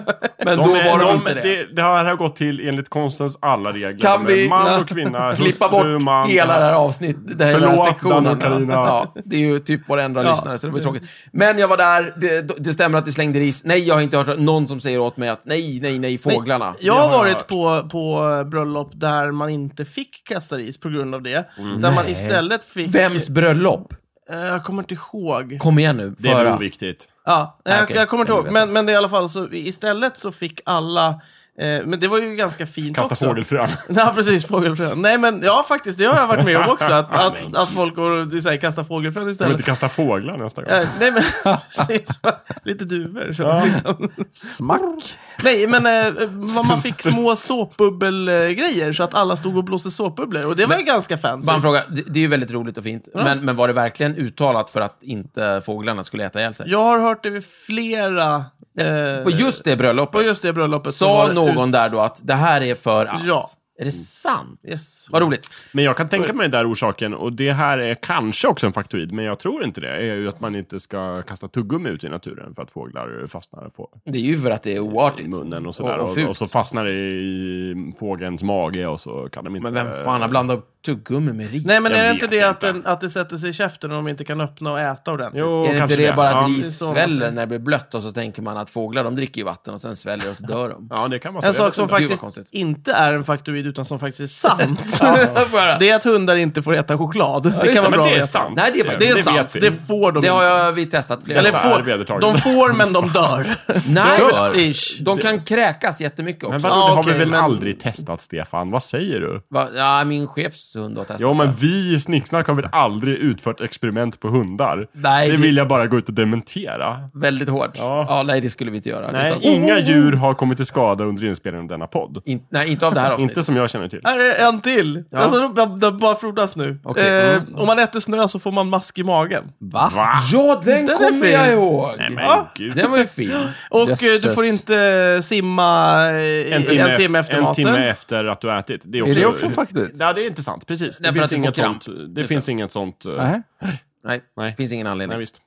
Speaker 2: Men
Speaker 3: De
Speaker 2: då
Speaker 3: är-
Speaker 2: var de,
Speaker 3: de-
Speaker 2: inte det.
Speaker 3: det. Det här har gått till enligt konstens alla regler.
Speaker 2: Kan
Speaker 3: De är
Speaker 2: vi-
Speaker 3: man
Speaker 2: ja.
Speaker 3: och kvinna,
Speaker 2: Klippa
Speaker 3: hustru,
Speaker 2: bort
Speaker 3: man.
Speaker 2: hela det här avsnittet, den här
Speaker 3: Förlåt,
Speaker 2: hela
Speaker 3: Dan
Speaker 2: sektionen.
Speaker 3: och Carina.
Speaker 2: Ja, det är ju typ varenda lyssnare, så det var ju tråkigt. Men jag var där, det, det stämmer att det slängde ris. Nej, jag har inte hört någon som säger åt mig att nej, nej, nej, fåglarna.
Speaker 1: Jag
Speaker 3: Det
Speaker 1: har
Speaker 3: har jag
Speaker 1: varit
Speaker 3: hört.
Speaker 1: på, på bröllop där man inte fick kasta ris på grund av det.
Speaker 3: Mm.
Speaker 1: Där man istället fick...
Speaker 2: Vems bröllop?
Speaker 1: Eh, jag kommer inte ihåg.
Speaker 2: Kom igen nu,
Speaker 3: Det är
Speaker 2: föra.
Speaker 3: oviktigt.
Speaker 1: Ja, nej,
Speaker 2: okej.
Speaker 1: jag, jag kommer inte
Speaker 2: Jag
Speaker 1: ihåg.
Speaker 2: vet
Speaker 1: Men, men det är i alla fall så, istället så fick alla... Eh, men det var ju ganska fint
Speaker 3: Kasta
Speaker 1: också.
Speaker 3: fågelfrön.
Speaker 1: Ja, precis. Fågelfrön. Nej, men ja, faktiskt. Det har jag varit med om också. Att, att, att folk går och så här, kastar fågelfrön
Speaker 3: Om
Speaker 1: istället.
Speaker 3: inte kasta fåglar nästa gång.
Speaker 1: Eh, nej, men precis. Lite duvor. Så, liksom.
Speaker 4: Smack!
Speaker 1: Nej, men eh, man man fick små såpbubbelgrejer så att alla stod och blåste såpbubblor. Och det var ju ganska fancy.
Speaker 2: Bara en fråga, det, det är ju väldigt roligt och fint, men, men var det verkligen uttalat för att inte fåglarna skulle äta ihjäl sig?
Speaker 1: Jag har hört det vid flera... Eh,
Speaker 2: På just det bröllopet
Speaker 1: på just det bröllopet. så var
Speaker 2: sa
Speaker 1: det-
Speaker 2: någon där då att det här är för att.
Speaker 1: Ja.
Speaker 2: Är det
Speaker 3: Mm.
Speaker 2: sant?
Speaker 1: Yes.
Speaker 2: Vad roligt.
Speaker 3: Men jag kan tänka mig den där orsaken, och det här är kanske också en faktoid, men jag tror inte det, är ju att man inte ska kasta tuggummi ut i naturen för att fåglar fastnar på
Speaker 2: Det är ju för att det är
Speaker 3: i
Speaker 2: oartigt.
Speaker 3: munnen och sådär.
Speaker 2: Och- och
Speaker 3: Och, och,
Speaker 2: fult.
Speaker 3: så fastnar det i fågelns mage och så kan de inte...
Speaker 2: Men vem fan har blandat tuggummi med ris?
Speaker 1: Nej, men
Speaker 3: Jag
Speaker 1: är det inte
Speaker 3: vet
Speaker 1: det att,
Speaker 3: inte.
Speaker 1: den, att det sätter sig i käften om de inte kan öppna och äta ordentligt?
Speaker 3: Jo,
Speaker 2: är det inte
Speaker 3: kanske
Speaker 2: det, bara att
Speaker 3: ja.
Speaker 2: ris
Speaker 1: Det är så man
Speaker 2: sväller
Speaker 1: säger.
Speaker 2: när det blir blött och så tänker man att fåglar de dricker ju vatten och sen sväller och så dör de?
Speaker 3: Ja, det kan vara så.
Speaker 1: En
Speaker 3: Jag
Speaker 1: sak
Speaker 3: vet
Speaker 1: som
Speaker 3: inte.
Speaker 2: Gud, vad
Speaker 1: faktiskt
Speaker 2: konstigt.
Speaker 1: inte är en faktoid utan som faktiskt är sant.
Speaker 2: Får jag höra?
Speaker 1: Det är att hundar inte får äta choklad. det
Speaker 2: det
Speaker 1: kan
Speaker 2: är
Speaker 1: vara
Speaker 3: Men
Speaker 1: bra
Speaker 3: det
Speaker 1: att
Speaker 3: är
Speaker 1: veta.
Speaker 3: sant.
Speaker 2: Nej, det är faktiskt-
Speaker 1: Det är
Speaker 3: vet
Speaker 1: sant.
Speaker 3: vi.
Speaker 1: Det får de
Speaker 2: Det har
Speaker 1: inte.
Speaker 2: jag, vi testat flera
Speaker 1: Eller
Speaker 2: gånger.
Speaker 3: Detta är
Speaker 1: får,
Speaker 3: vedertaget.
Speaker 1: de får men de dör.
Speaker 2: Nej,
Speaker 1: Dör.
Speaker 2: ish. de kan kräkas jättemycket
Speaker 3: Men
Speaker 2: också.
Speaker 3: vadå,
Speaker 1: Ja,
Speaker 3: det har
Speaker 1: okej,
Speaker 3: vi väl
Speaker 1: men-
Speaker 3: aldrig testat, Stefan? Vad säger du?
Speaker 2: Va? Ja, min chefs hund har testat.
Speaker 3: Ja, men vi i Snicksnack har väl aldrig utfört experiment på hundar?
Speaker 2: Nej,
Speaker 3: Det
Speaker 2: det-
Speaker 3: vill jag bara gå ut och dementera.
Speaker 2: Väldigt hårt. Ja.
Speaker 3: Ja.
Speaker 2: nej, Oh. det skulle vi inte göra. Det är
Speaker 3: Nej,
Speaker 2: sant.
Speaker 3: inga djur har kommit till skada under inspelningen av denna podd.
Speaker 2: In, nej, inte av det här avsnittet.
Speaker 3: Inte som jag känner till.
Speaker 1: Här är en till.
Speaker 2: Ja.
Speaker 1: Alltså, de, de, de bara frodas nu.
Speaker 2: Okej. mm.
Speaker 1: Eh, Om man äter snö så får man mask i magen.
Speaker 4: Va?
Speaker 2: Ja, den,
Speaker 1: Den är
Speaker 2: kommer
Speaker 1: fin.
Speaker 2: jag ihåg!
Speaker 3: Nej, men
Speaker 1: Ja.
Speaker 3: gud.
Speaker 2: Den var ju fin.
Speaker 1: Och eh, du
Speaker 4: Jösses.
Speaker 1: får inte eh, simma eh, en timme, efter
Speaker 3: en
Speaker 1: maten.
Speaker 3: timme efter att du har ätit. Det är också,
Speaker 4: Är det också en faktoid?
Speaker 3: Ja, det är intressant. Precis.
Speaker 2: Nej,
Speaker 3: Det
Speaker 2: för att
Speaker 3: finns
Speaker 2: du får
Speaker 3: inget
Speaker 2: kramp.
Speaker 3: sånt. Det finns inget sånt. eh,
Speaker 4: Nej.
Speaker 2: Nej,
Speaker 3: Nej.
Speaker 2: finns ingen anledning.
Speaker 3: Nej, visst.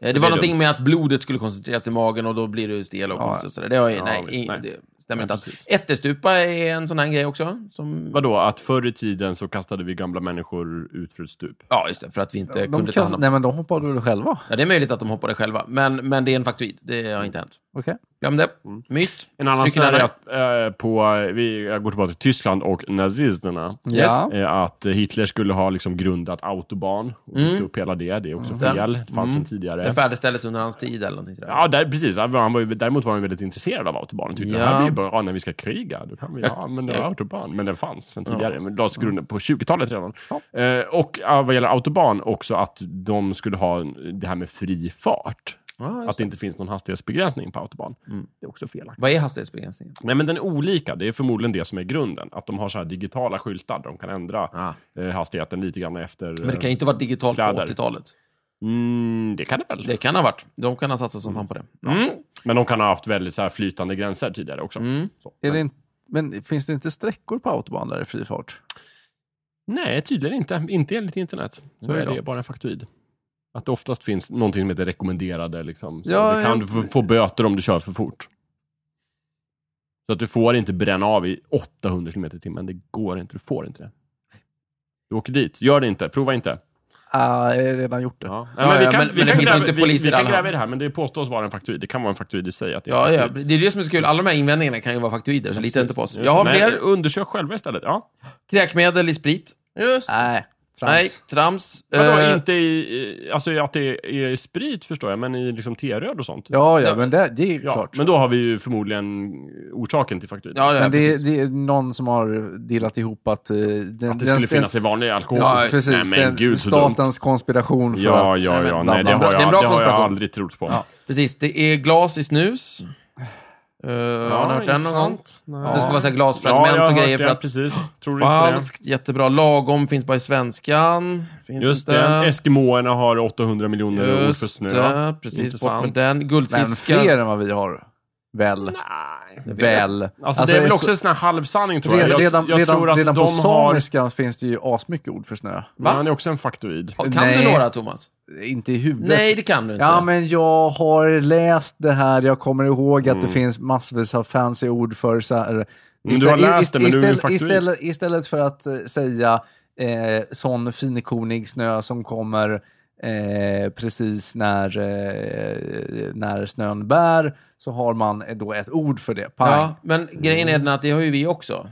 Speaker 2: Eh, det var
Speaker 3: Så det är
Speaker 2: någonting
Speaker 3: dumt.
Speaker 2: med att blodet skulle koncentreras i magen och då blir du stel och
Speaker 4: Ja.
Speaker 2: konstig och sådär. Det har jag,
Speaker 3: Ja,
Speaker 2: nej,
Speaker 3: visst,
Speaker 2: i-
Speaker 3: nej.
Speaker 2: det stämmer inte
Speaker 3: Nej,
Speaker 2: alls.
Speaker 3: precis.
Speaker 2: Ättestupa är en sån här grej också. Som,
Speaker 3: Vadå, att förr i tiden så kastade vi gamla människor ut för ett stup?
Speaker 2: ja, just det, för att vi inte
Speaker 4: De
Speaker 2: kunde ta
Speaker 4: kan,
Speaker 2: hand om
Speaker 4: nej, men de hoppade väl själva?
Speaker 2: ja, Det är möjligt att de hoppade själva, men, men det är en faktoid. Det har inte hänt.
Speaker 4: Okej.
Speaker 2: Glöm det. Myt.
Speaker 3: Mm. En annan
Speaker 2: Cykeln
Speaker 3: sån här
Speaker 2: hade-
Speaker 3: är att, eh, på, vi, jag går tillbaka till Tyskland och nazisterna.
Speaker 4: Ja.
Speaker 3: Eh, Att eh, Hitler skulle ha liksom grundat Autobahn och byggt upp hela det. Det är också
Speaker 2: Den-
Speaker 3: fel. Det fanns
Speaker 2: Mm.
Speaker 3: en tidigare.
Speaker 2: Den färdigställdes under hans tid eller någonting sådär.
Speaker 3: Ja, där, precis. Han var ju, däremot var han väldigt intresserad av autobahn. Tyckte
Speaker 2: Ja.
Speaker 3: ja. det här blir bra när vi ska kriga. Då kan vi ja, använda autobahn. Men den fanns sen tidigare. Men lades grunden på 20-talet redan. Eh, och eh, vad gäller autobahn också att de skulle ha det här med fri fart.
Speaker 2: Ja, just Mm.
Speaker 3: Att det inte finns någon hastighetsbegränsning på autobahn. Det är också felaktigt.
Speaker 2: Vad är hastighetsbegränsningen?
Speaker 3: Nej, men den är olika. Det är förmodligen det som är grunden. Att de har så här digitala skyltar. De kan ändra
Speaker 2: Ah.
Speaker 3: eh, hastigheten lite grann efter...
Speaker 2: Men det kan ju inte vara digitalt på
Speaker 3: Kläder.
Speaker 2: 80-talet.
Speaker 3: mm, det kan det väl.
Speaker 2: Det kan ha varit. De kan ha satsat som fan på det. Mm.
Speaker 3: Men de kan ha haft väldigt så här flytande gränser tidigare också. Så.
Speaker 4: Är det inte Men finns det inte sträckor på autobahn där det är fri fart?
Speaker 3: Nej, tydligen inte. Inte enligt internet. Så
Speaker 4: Nej
Speaker 3: är
Speaker 4: då.
Speaker 3: det bara en faktuid. Att det oftast finns någonting som heter rekommenderade. Liksom. Så
Speaker 4: Ja,
Speaker 3: du kan
Speaker 4: ja.
Speaker 3: få, få böter om du kör för fort. Så att du får inte bränna av i 800 km i timmen. Det går inte. Du får inte det. Du åker dit. Gör det inte. Prova inte.
Speaker 4: Ah, jag har redan gjort det.
Speaker 3: Ja.
Speaker 2: Ja, ja, men- men det finns ju inte poliser
Speaker 3: vi, vi
Speaker 2: i
Speaker 3: kan
Speaker 2: alla
Speaker 3: gräva
Speaker 2: hand.
Speaker 3: i det här, men det påstås vara en faktuid. Det kan vara en faktuid i sig. Att det är en
Speaker 2: Ja, ja,
Speaker 3: faktuid.
Speaker 2: det är det som är så kul. Alla de här invändningarna kan ju vara faktoider, så lita inte på oss.
Speaker 3: Just
Speaker 2: Jag har
Speaker 3: det. Nej,
Speaker 2: fler.
Speaker 3: Undersök själva istället. Ja.
Speaker 2: Kräkmedel i sprit.
Speaker 1: Just
Speaker 4: Nej, trams.
Speaker 2: Nej, trams.
Speaker 3: Vadå,
Speaker 2: Eh,
Speaker 3: inte i, i- alltså att det är i sprit förstår jag, men i liksom T-röd och sånt?
Speaker 4: Ja, ja, men det, det är
Speaker 3: Ja,
Speaker 4: klart.
Speaker 3: men då har vi ju förmodligen orsaken till fakturan.
Speaker 2: ja, ja,
Speaker 4: Men det,
Speaker 2: precis.
Speaker 4: det är någon som har delat ihop att... eh, Den,
Speaker 3: att det skulle finnas i vanlig alkohol.
Speaker 4: Ja, precis.
Speaker 3: Nej, men
Speaker 4: den,
Speaker 3: gud så dumt.
Speaker 4: statens konspiration för
Speaker 3: Ja,
Speaker 4: att...
Speaker 3: ja, ja.
Speaker 4: bla,
Speaker 3: Nej, det
Speaker 4: bla,
Speaker 3: har
Speaker 2: bla. Det är en
Speaker 3: jag,
Speaker 2: bra
Speaker 3: det har jag
Speaker 2: konspiration.
Speaker 3: aldrig trott på.
Speaker 4: Ja.
Speaker 2: precis. Det är glas i snus. Eh, har ni hört den någon gång?
Speaker 3: intressant.
Speaker 2: Att Det ska vara så här
Speaker 3: Ja,
Speaker 2: glasfragment
Speaker 3: jag har
Speaker 2: och
Speaker 3: hört
Speaker 2: grejer för
Speaker 3: det.
Speaker 2: att...
Speaker 3: Precis. Tror du inte
Speaker 2: Falskt, jättebra. Lagom finns bara i svenskan.
Speaker 3: på
Speaker 2: Finns
Speaker 3: det? Just
Speaker 2: inte.
Speaker 3: det. Eskimoerna har 800 miljoner ord för
Speaker 2: Just
Speaker 3: snö.
Speaker 2: det, precis. Bort med
Speaker 3: Intressant.
Speaker 2: den.
Speaker 4: Men
Speaker 2: Guldfisken.
Speaker 4: fler än vad vi har. Väl. Väl.
Speaker 3: Alltså, det är väl
Speaker 4: så-
Speaker 3: också en sån här halvsanning tror jag. Jag,
Speaker 4: Redan, redan,
Speaker 3: jag tror att
Speaker 4: redan
Speaker 3: de
Speaker 4: på
Speaker 3: har...
Speaker 4: samiska finns det ju asmycket ord för snö.
Speaker 3: Va? Han är också en faktoid.
Speaker 2: Kan
Speaker 4: Nej.
Speaker 2: du några, Thomas?
Speaker 4: Inte i huvudet.
Speaker 2: Nej, det kan du inte.
Speaker 4: Ja, men jag har läst det här. Jag kommer ihåg att
Speaker 2: Mm.
Speaker 4: det finns massvis av fancy ord för så här.
Speaker 3: Men du har
Speaker 4: Istä-
Speaker 3: läst det, men du är ju
Speaker 4: istället,
Speaker 3: faktiskt-
Speaker 4: istället, istället för att eh, säga eh, sån finkornig snö som kommer eh, precis när, eh, när snön bär, så har man eh, då ett ord för det. Pang.
Speaker 2: Ja, men grejen är den att det har ju vi också.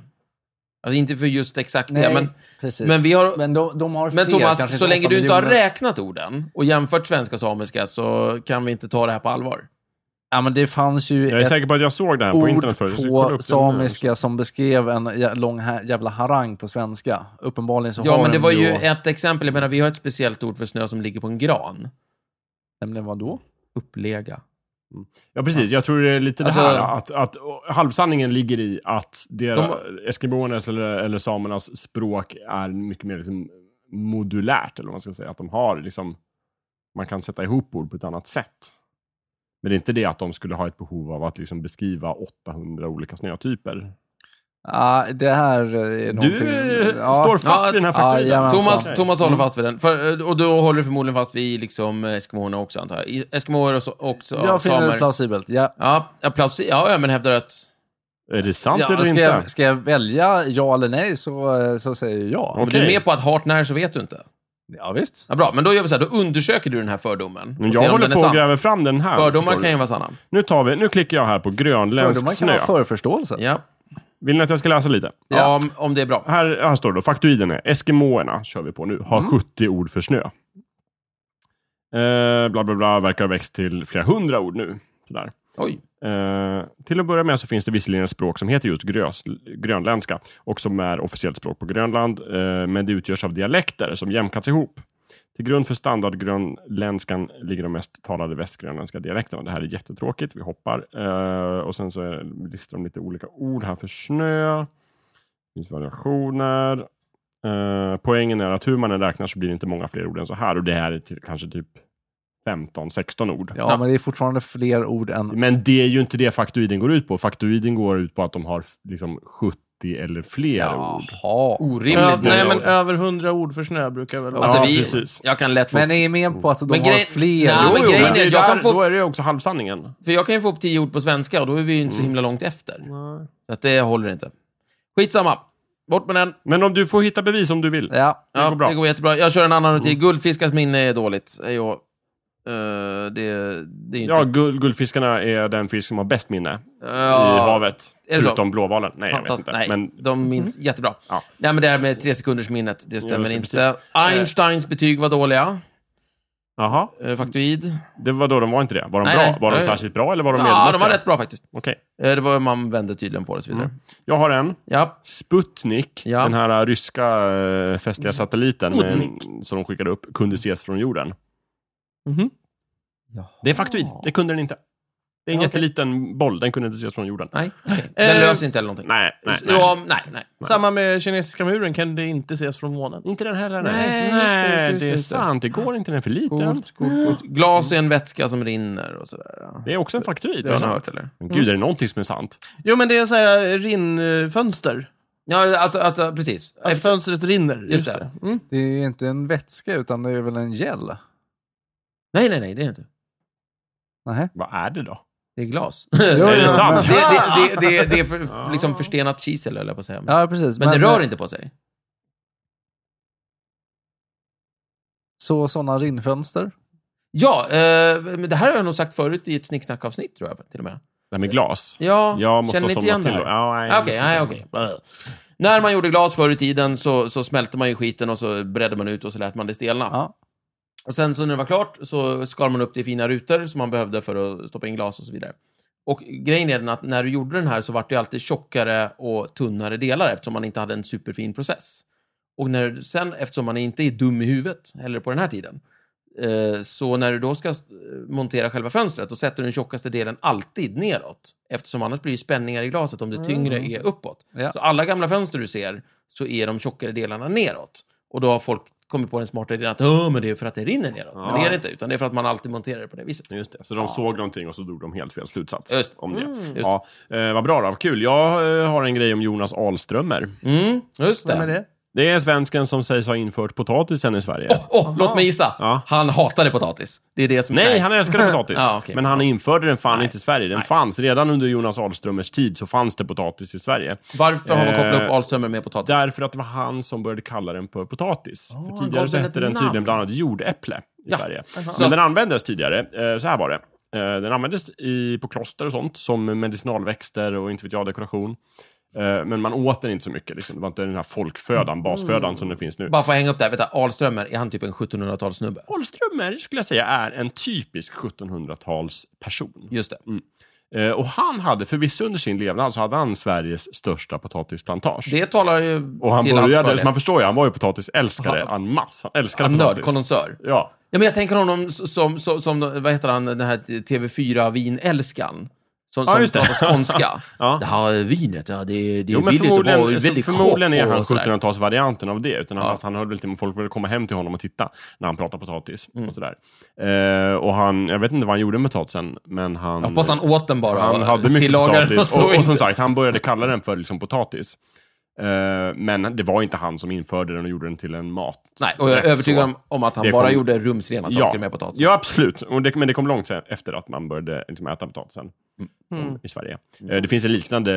Speaker 2: Alltså inte för just exakt det, men,
Speaker 4: precis.
Speaker 2: men vi har-
Speaker 4: men de, de har
Speaker 2: men
Speaker 4: fler, kanske
Speaker 2: Thomas, så länge
Speaker 4: åtta
Speaker 2: du inte har
Speaker 4: miljoner.
Speaker 2: räknat orden och jämfört svenska och samiska så kan vi inte ta det här på allvar.
Speaker 4: Ja, men det fanns ju
Speaker 3: Jag är
Speaker 4: ett
Speaker 3: säker på att jag såg det här på
Speaker 4: ord
Speaker 3: internet förut. Jag ska kolla
Speaker 4: på
Speaker 3: upp det.
Speaker 4: samiska som beskrev en jä- lång hä- jävla harang på svenska. Uppenbarligen så
Speaker 2: Ja,
Speaker 4: har
Speaker 2: men det
Speaker 4: den
Speaker 2: var ju
Speaker 4: då-
Speaker 2: ett exempel. Jag menar, vi har ett speciellt ord för snö som ligger på en gran.
Speaker 4: Nämligen vad då?
Speaker 2: Upplega.
Speaker 3: Ja, precis. Jag tror det är lite
Speaker 2: Alltså-
Speaker 3: det här att, att halvsanningen ligger i att deras, eskimoernas eller, eller samernas språk är mycket mer liksom modulärt, eller vad man ska säga. Att de har liksom, man kan sätta ihop ord på ett annat sätt. Men det är inte det att de skulle ha ett behov av att liksom beskriva 800 olika snötyper.
Speaker 4: Ja, det här är någonting...
Speaker 3: Du eh, står fast
Speaker 2: Ja,
Speaker 3: vid den här
Speaker 4: ja,
Speaker 3: fakturen.
Speaker 4: jajamän. Alltså,
Speaker 2: Thomas,
Speaker 3: okej.
Speaker 2: Thomas håller
Speaker 3: Mm.
Speaker 2: fast vid den. För, eh, och då håller du förmodligen fast vid liksom eskimoerna också, antar jag. I- Eskimoer och så, också
Speaker 4: Jag finner det
Speaker 2: samer.
Speaker 4: plausibelt. Ja.
Speaker 2: Ja, applaus. Ja, ja, men hävdar att...
Speaker 3: Mm. Är det sant
Speaker 4: Ja,
Speaker 3: eller
Speaker 4: ska,
Speaker 3: inte?
Speaker 4: jag, ska jag välja ja eller nej så, eh, så säger jag ja.
Speaker 2: Om du är
Speaker 3: Okej.
Speaker 2: med på att hart när så vet du inte.
Speaker 4: Ja, visst.
Speaker 2: Ja, bra, men då gör vi så här. Då undersöker du den här fördomen.
Speaker 3: Men
Speaker 2: och
Speaker 3: jag
Speaker 2: ser om
Speaker 3: håller
Speaker 2: den är
Speaker 3: på och
Speaker 2: sann.
Speaker 3: gräver fram den här. förstår
Speaker 2: Fördomar
Speaker 3: du.
Speaker 2: kan ju vara sanna.
Speaker 3: Nu, tar vi, nu klickar jag här på
Speaker 4: Fördomar
Speaker 3: grönländsk
Speaker 4: kan
Speaker 3: snö.
Speaker 4: ha förförståelse.
Speaker 2: Ja.
Speaker 3: Vill ni att jag ska läsa lite?
Speaker 4: Ja.
Speaker 2: Ja, om, om det är bra.
Speaker 3: Här, här står det då, faktoiden är Eskimoerna, kör vi på nu, har 70 ord för snö. Eh, bla bla bla, verkar ha växt till flera hundra ord nu. Sådär.
Speaker 2: Oj.
Speaker 3: Eh, till att börja med så finns det visserligen ett språk som heter just grös, grönländska och som är officiellt språk på Grönland, eh, men det utgörs av dialekter som jämkats ihop. Till grund för standardgrönländskan ligger de mest talade västgrönländska dialekterna. Det här är jättetråkigt, vi hoppar. Eh, och sen så är- listar de lite olika ord här för snö. Det finns variationer. Eh, poängen är att hur man än räknar så blir det inte många fler ord än så här. Och det här är till, kanske typ 15-16 ord.
Speaker 4: Ja, men det är fortfarande fler ord än...
Speaker 3: Men det är ju inte det faktoiden går ut på. Faktoiden går ut på att de har f- liksom 70 eller fler ord.
Speaker 4: Jaha.
Speaker 2: Orimligt
Speaker 1: Ö-
Speaker 2: många
Speaker 1: nej, men
Speaker 2: ord.
Speaker 1: över hundra ord för snö brukar väl vara.
Speaker 2: Alltså,
Speaker 3: Ja,
Speaker 2: vi,
Speaker 3: precis.
Speaker 2: Jag kan lätt få...
Speaker 4: Men ni är med på att de
Speaker 2: Men
Speaker 4: har
Speaker 2: grej-
Speaker 4: fler
Speaker 2: Nej,
Speaker 4: ord?
Speaker 2: men
Speaker 3: Jo, jo,
Speaker 2: grejen
Speaker 3: det
Speaker 2: är-
Speaker 3: är
Speaker 2: jag kan
Speaker 3: där-
Speaker 2: få-
Speaker 3: Då är det ju också halvsanningen.
Speaker 2: För jag kan ju få upp tio ord på svenska och då är vi ju inte så himla långt efter. Så att det håller inte. Skitsamma. Bort med den.
Speaker 3: Men om du får hitta bevis om du vill.
Speaker 4: Ja.
Speaker 2: Ja, det, går
Speaker 3: går bra. Mm.
Speaker 2: jättebra. Jag kör en annan rutin. Guldfiskars minne är dåligt. Är jag, eh, det, det är inte...
Speaker 3: Ja, guld, guldfiskarna är den fisk som har bäst minne i havet.
Speaker 2: Är det så?
Speaker 3: Förutom blåvalen. Nej, jag vet
Speaker 2: Fantastiskt.
Speaker 3: inte.
Speaker 2: Nej,
Speaker 3: Men
Speaker 2: de minns jättebra.
Speaker 3: Ja.
Speaker 2: Nej, men det här med tre sekunders minnet, det stämmer
Speaker 3: det,
Speaker 2: inte.
Speaker 3: precis.
Speaker 2: Einsteins betyg var dåliga.
Speaker 3: Jaha,
Speaker 2: Eh, faktoid.
Speaker 3: det var då de var inte det. Var de
Speaker 2: Nej,
Speaker 3: bra?
Speaker 2: nej.
Speaker 3: Var de
Speaker 2: Nej.
Speaker 3: särskilt bra eller var de
Speaker 2: Ja,
Speaker 3: medelmåttiga?
Speaker 2: de var rätt bra faktiskt.
Speaker 3: Okej.
Speaker 2: Eh, det var man vände tydligen på det och så vidare.
Speaker 3: Jag har en.
Speaker 2: Ja.
Speaker 3: Sputnik,
Speaker 2: Ja.
Speaker 3: den här eh, ryska eh, festliga satelliten med,
Speaker 1: Sputnik.
Speaker 3: som de skickade upp, kunde ses från jorden.
Speaker 1: Mhm.
Speaker 3: Det är faktoid. Det kunde den inte. Det är en
Speaker 1: Okej.
Speaker 3: jätteliten boll, den kunde inte ses från jorden.
Speaker 2: Nej, okej.
Speaker 1: Eh,
Speaker 2: Den löser inte eller någonting.
Speaker 3: Nej, nej, nej.
Speaker 2: Ja, nej, nej.
Speaker 1: Samma med kinesiska muren kan det inte ses från månen.
Speaker 3: Inte den heller.
Speaker 2: Nej,
Speaker 3: Nej,
Speaker 2: just det,
Speaker 3: nej
Speaker 2: just det,
Speaker 3: det är
Speaker 2: just det.
Speaker 3: sant. Det går inte, den är för liten.
Speaker 2: Coolt, coolt, coolt. Glas är en vätska som rinner och sådär. ja.
Speaker 3: Det är också en faktoid.
Speaker 2: Det har ni
Speaker 3: sant.
Speaker 2: hört Mm. eller?
Speaker 3: Men Gud, är det någonting som är sant?
Speaker 1: Jo, men det är så här eh, rinnfönster.
Speaker 2: Ja, alltså, alltså precis.
Speaker 1: Att
Speaker 2: Efter,
Speaker 1: fönstret rinner. Just,
Speaker 2: Just
Speaker 1: det.
Speaker 2: det.
Speaker 1: Mm.
Speaker 4: Det är inte en vätska utan det är väl en gel?
Speaker 2: nej, nej, nej, det är inte.
Speaker 4: Nej.
Speaker 3: Vad är det då?
Speaker 2: Det är glas.
Speaker 4: Jo,
Speaker 3: Är det
Speaker 4: jo,
Speaker 3: sant?
Speaker 2: Det, det, det, det, det är för, f- liksom förstenat kisel, eller på att säga. Men,
Speaker 4: men- eh, Ja, precis.
Speaker 2: men det rör inte på sig.
Speaker 4: Så sådana rinnfönster.
Speaker 2: Ja, eh, men det här har jag nog sagt förut i ett snicksnackavsnitt, tror jag till och med.
Speaker 3: Det här med glas?
Speaker 2: Ja,
Speaker 3: Jag måste
Speaker 2: känner ni
Speaker 3: ha
Speaker 2: inte igen
Speaker 3: somnat
Speaker 2: det här?
Speaker 3: till. då. Ja, nej,
Speaker 2: Ah,
Speaker 3: det
Speaker 2: Okej,
Speaker 3: är
Speaker 2: nej,
Speaker 3: sant.
Speaker 2: okej. Blah. När man gjorde glas förr i tiden så, så smälte man ju skiten och så bredde man ut och så lät man det stelna.
Speaker 4: Ja.
Speaker 2: Och sen så när det var klart så skar man upp det i fina rutor som man behövde för att stoppa in glas och så vidare. Och grejen är den att när du gjorde den här så var det ju alltid tjockare och tunnare delar eftersom man inte hade en superfin process. Och när du sen, eftersom man inte är dum i huvudet, eller på den här tiden, eh, så när du då ska eh, montera själva fönstret, då sätter du den tjockaste delen alltid neråt. Eftersom annars blir det spänningar i glaset om det tyngre är uppåt.
Speaker 4: Ja.
Speaker 2: Så alla gamla fönster du ser, så är de tjockare delarna neråt. Och då har folk kommit på den smarta idén att Åh, men det är för att det rinner neråt. Men det är det inte, utan det är för att man alltid monterar det på det viset.
Speaker 3: Just det. Så de såg någonting och så drog de helt fel slutsats
Speaker 2: Just. Mm,
Speaker 3: om det.
Speaker 2: Just.
Speaker 3: Ja, eh, vad bra då, vad kul. Jag eh, har en grej om Jonas Alströmer.
Speaker 2: Mm, just
Speaker 1: Vem är
Speaker 2: det.
Speaker 1: det?
Speaker 3: Det är svensken som sägs ha infört potatisen i Sverige.
Speaker 2: Åh, låt mig gissa.
Speaker 3: Ja.
Speaker 2: Han hatade potatis. Det är det som...
Speaker 3: Nej, han älskade potatis.
Speaker 2: Ja, okej.
Speaker 3: Men han införde den fan
Speaker 2: Nej.
Speaker 3: inte i Sverige. Den
Speaker 2: Nej.
Speaker 3: fanns. Redan under Jonas Alströmers tid så fanns det potatis i Sverige.
Speaker 2: Varför har man kopplat upp
Speaker 3: Eh,
Speaker 2: Alströmer med potatis?
Speaker 3: Därför att det var han som började kalla den för potatis.
Speaker 2: han
Speaker 3: för
Speaker 2: Ah, gav
Speaker 3: tidigare så
Speaker 2: den
Speaker 3: hette
Speaker 2: ett
Speaker 3: den
Speaker 2: namn.
Speaker 3: tydligen bland annat jordäpple i
Speaker 2: Ja.
Speaker 3: Sverige.
Speaker 2: Så-
Speaker 3: Men den användes tidigare, eh, så här var det. Eh, Den användes i, på kloster och sånt som medicinalväxter och inte vet jag, dekoration. Eh, Men man åt den inte så mycket. Liksom. Det var inte den här folkfödan, basfödan
Speaker 2: Mm.
Speaker 3: som den finns nu.
Speaker 2: Bara för att hänga upp där, vänta, Alströmer, är han typ en 1700-talssnubbe?
Speaker 3: Holströmer skulle jag säga är en typisk 1700-talsperson.
Speaker 2: Just det.
Speaker 3: Eh, Och han hade, förvisso under sin levnad, så hade han Sveriges största potatisplantage.
Speaker 2: Det talar ju
Speaker 3: och han
Speaker 2: till hans
Speaker 3: började,
Speaker 2: fördel.
Speaker 3: man förstår ju, han var ju potatisälskare
Speaker 2: Ha-
Speaker 3: en masse. Han älskade
Speaker 2: Han nörd,
Speaker 3: potatis.
Speaker 2: konnässör.
Speaker 3: Ja.
Speaker 2: Ja, men jag tänker honom som, som, som, vad heter han, den här TV4-vinälskaren. Som, som
Speaker 3: just det.
Speaker 2: pratar skånska.
Speaker 3: Ja.
Speaker 2: Det här vinet, ja, det, det är
Speaker 3: Jo, men
Speaker 2: billigt och bra och
Speaker 3: förmodligen, så
Speaker 2: väldigt
Speaker 3: förmodligen
Speaker 2: kort
Speaker 3: är han
Speaker 2: och sådär.
Speaker 3: 1700-talsvarianten av det. Utan han,
Speaker 2: Ja.
Speaker 3: fast han höll väl till med folk ville komma hem till honom och titta när han pratade potatis.
Speaker 2: Mm.
Speaker 3: Och, sådär. Eh, och han, jag vet inte vad han gjorde med potatisen, men han...
Speaker 2: Jag hoppas han åt den bara.
Speaker 3: Han hade mycket
Speaker 2: tillagade den
Speaker 3: potatis.
Speaker 2: och så
Speaker 3: Och, och som
Speaker 2: inte.
Speaker 3: sagt, han började kalla den för liksom potatis. Eh, men det var inte han som införde den och gjorde den till en mat.
Speaker 2: Nej, och jag är
Speaker 3: Rätt
Speaker 2: övertygad
Speaker 3: så.
Speaker 2: om, om att han
Speaker 3: Det
Speaker 2: bara
Speaker 3: kom-
Speaker 2: gjorde rumsrena saker med potatis.
Speaker 3: Ja, absolut. Och det, men det kom långt sen, efter att man började liksom äta potatisen
Speaker 1: Mm.
Speaker 3: i Sverige. Eh, Det finns en liknande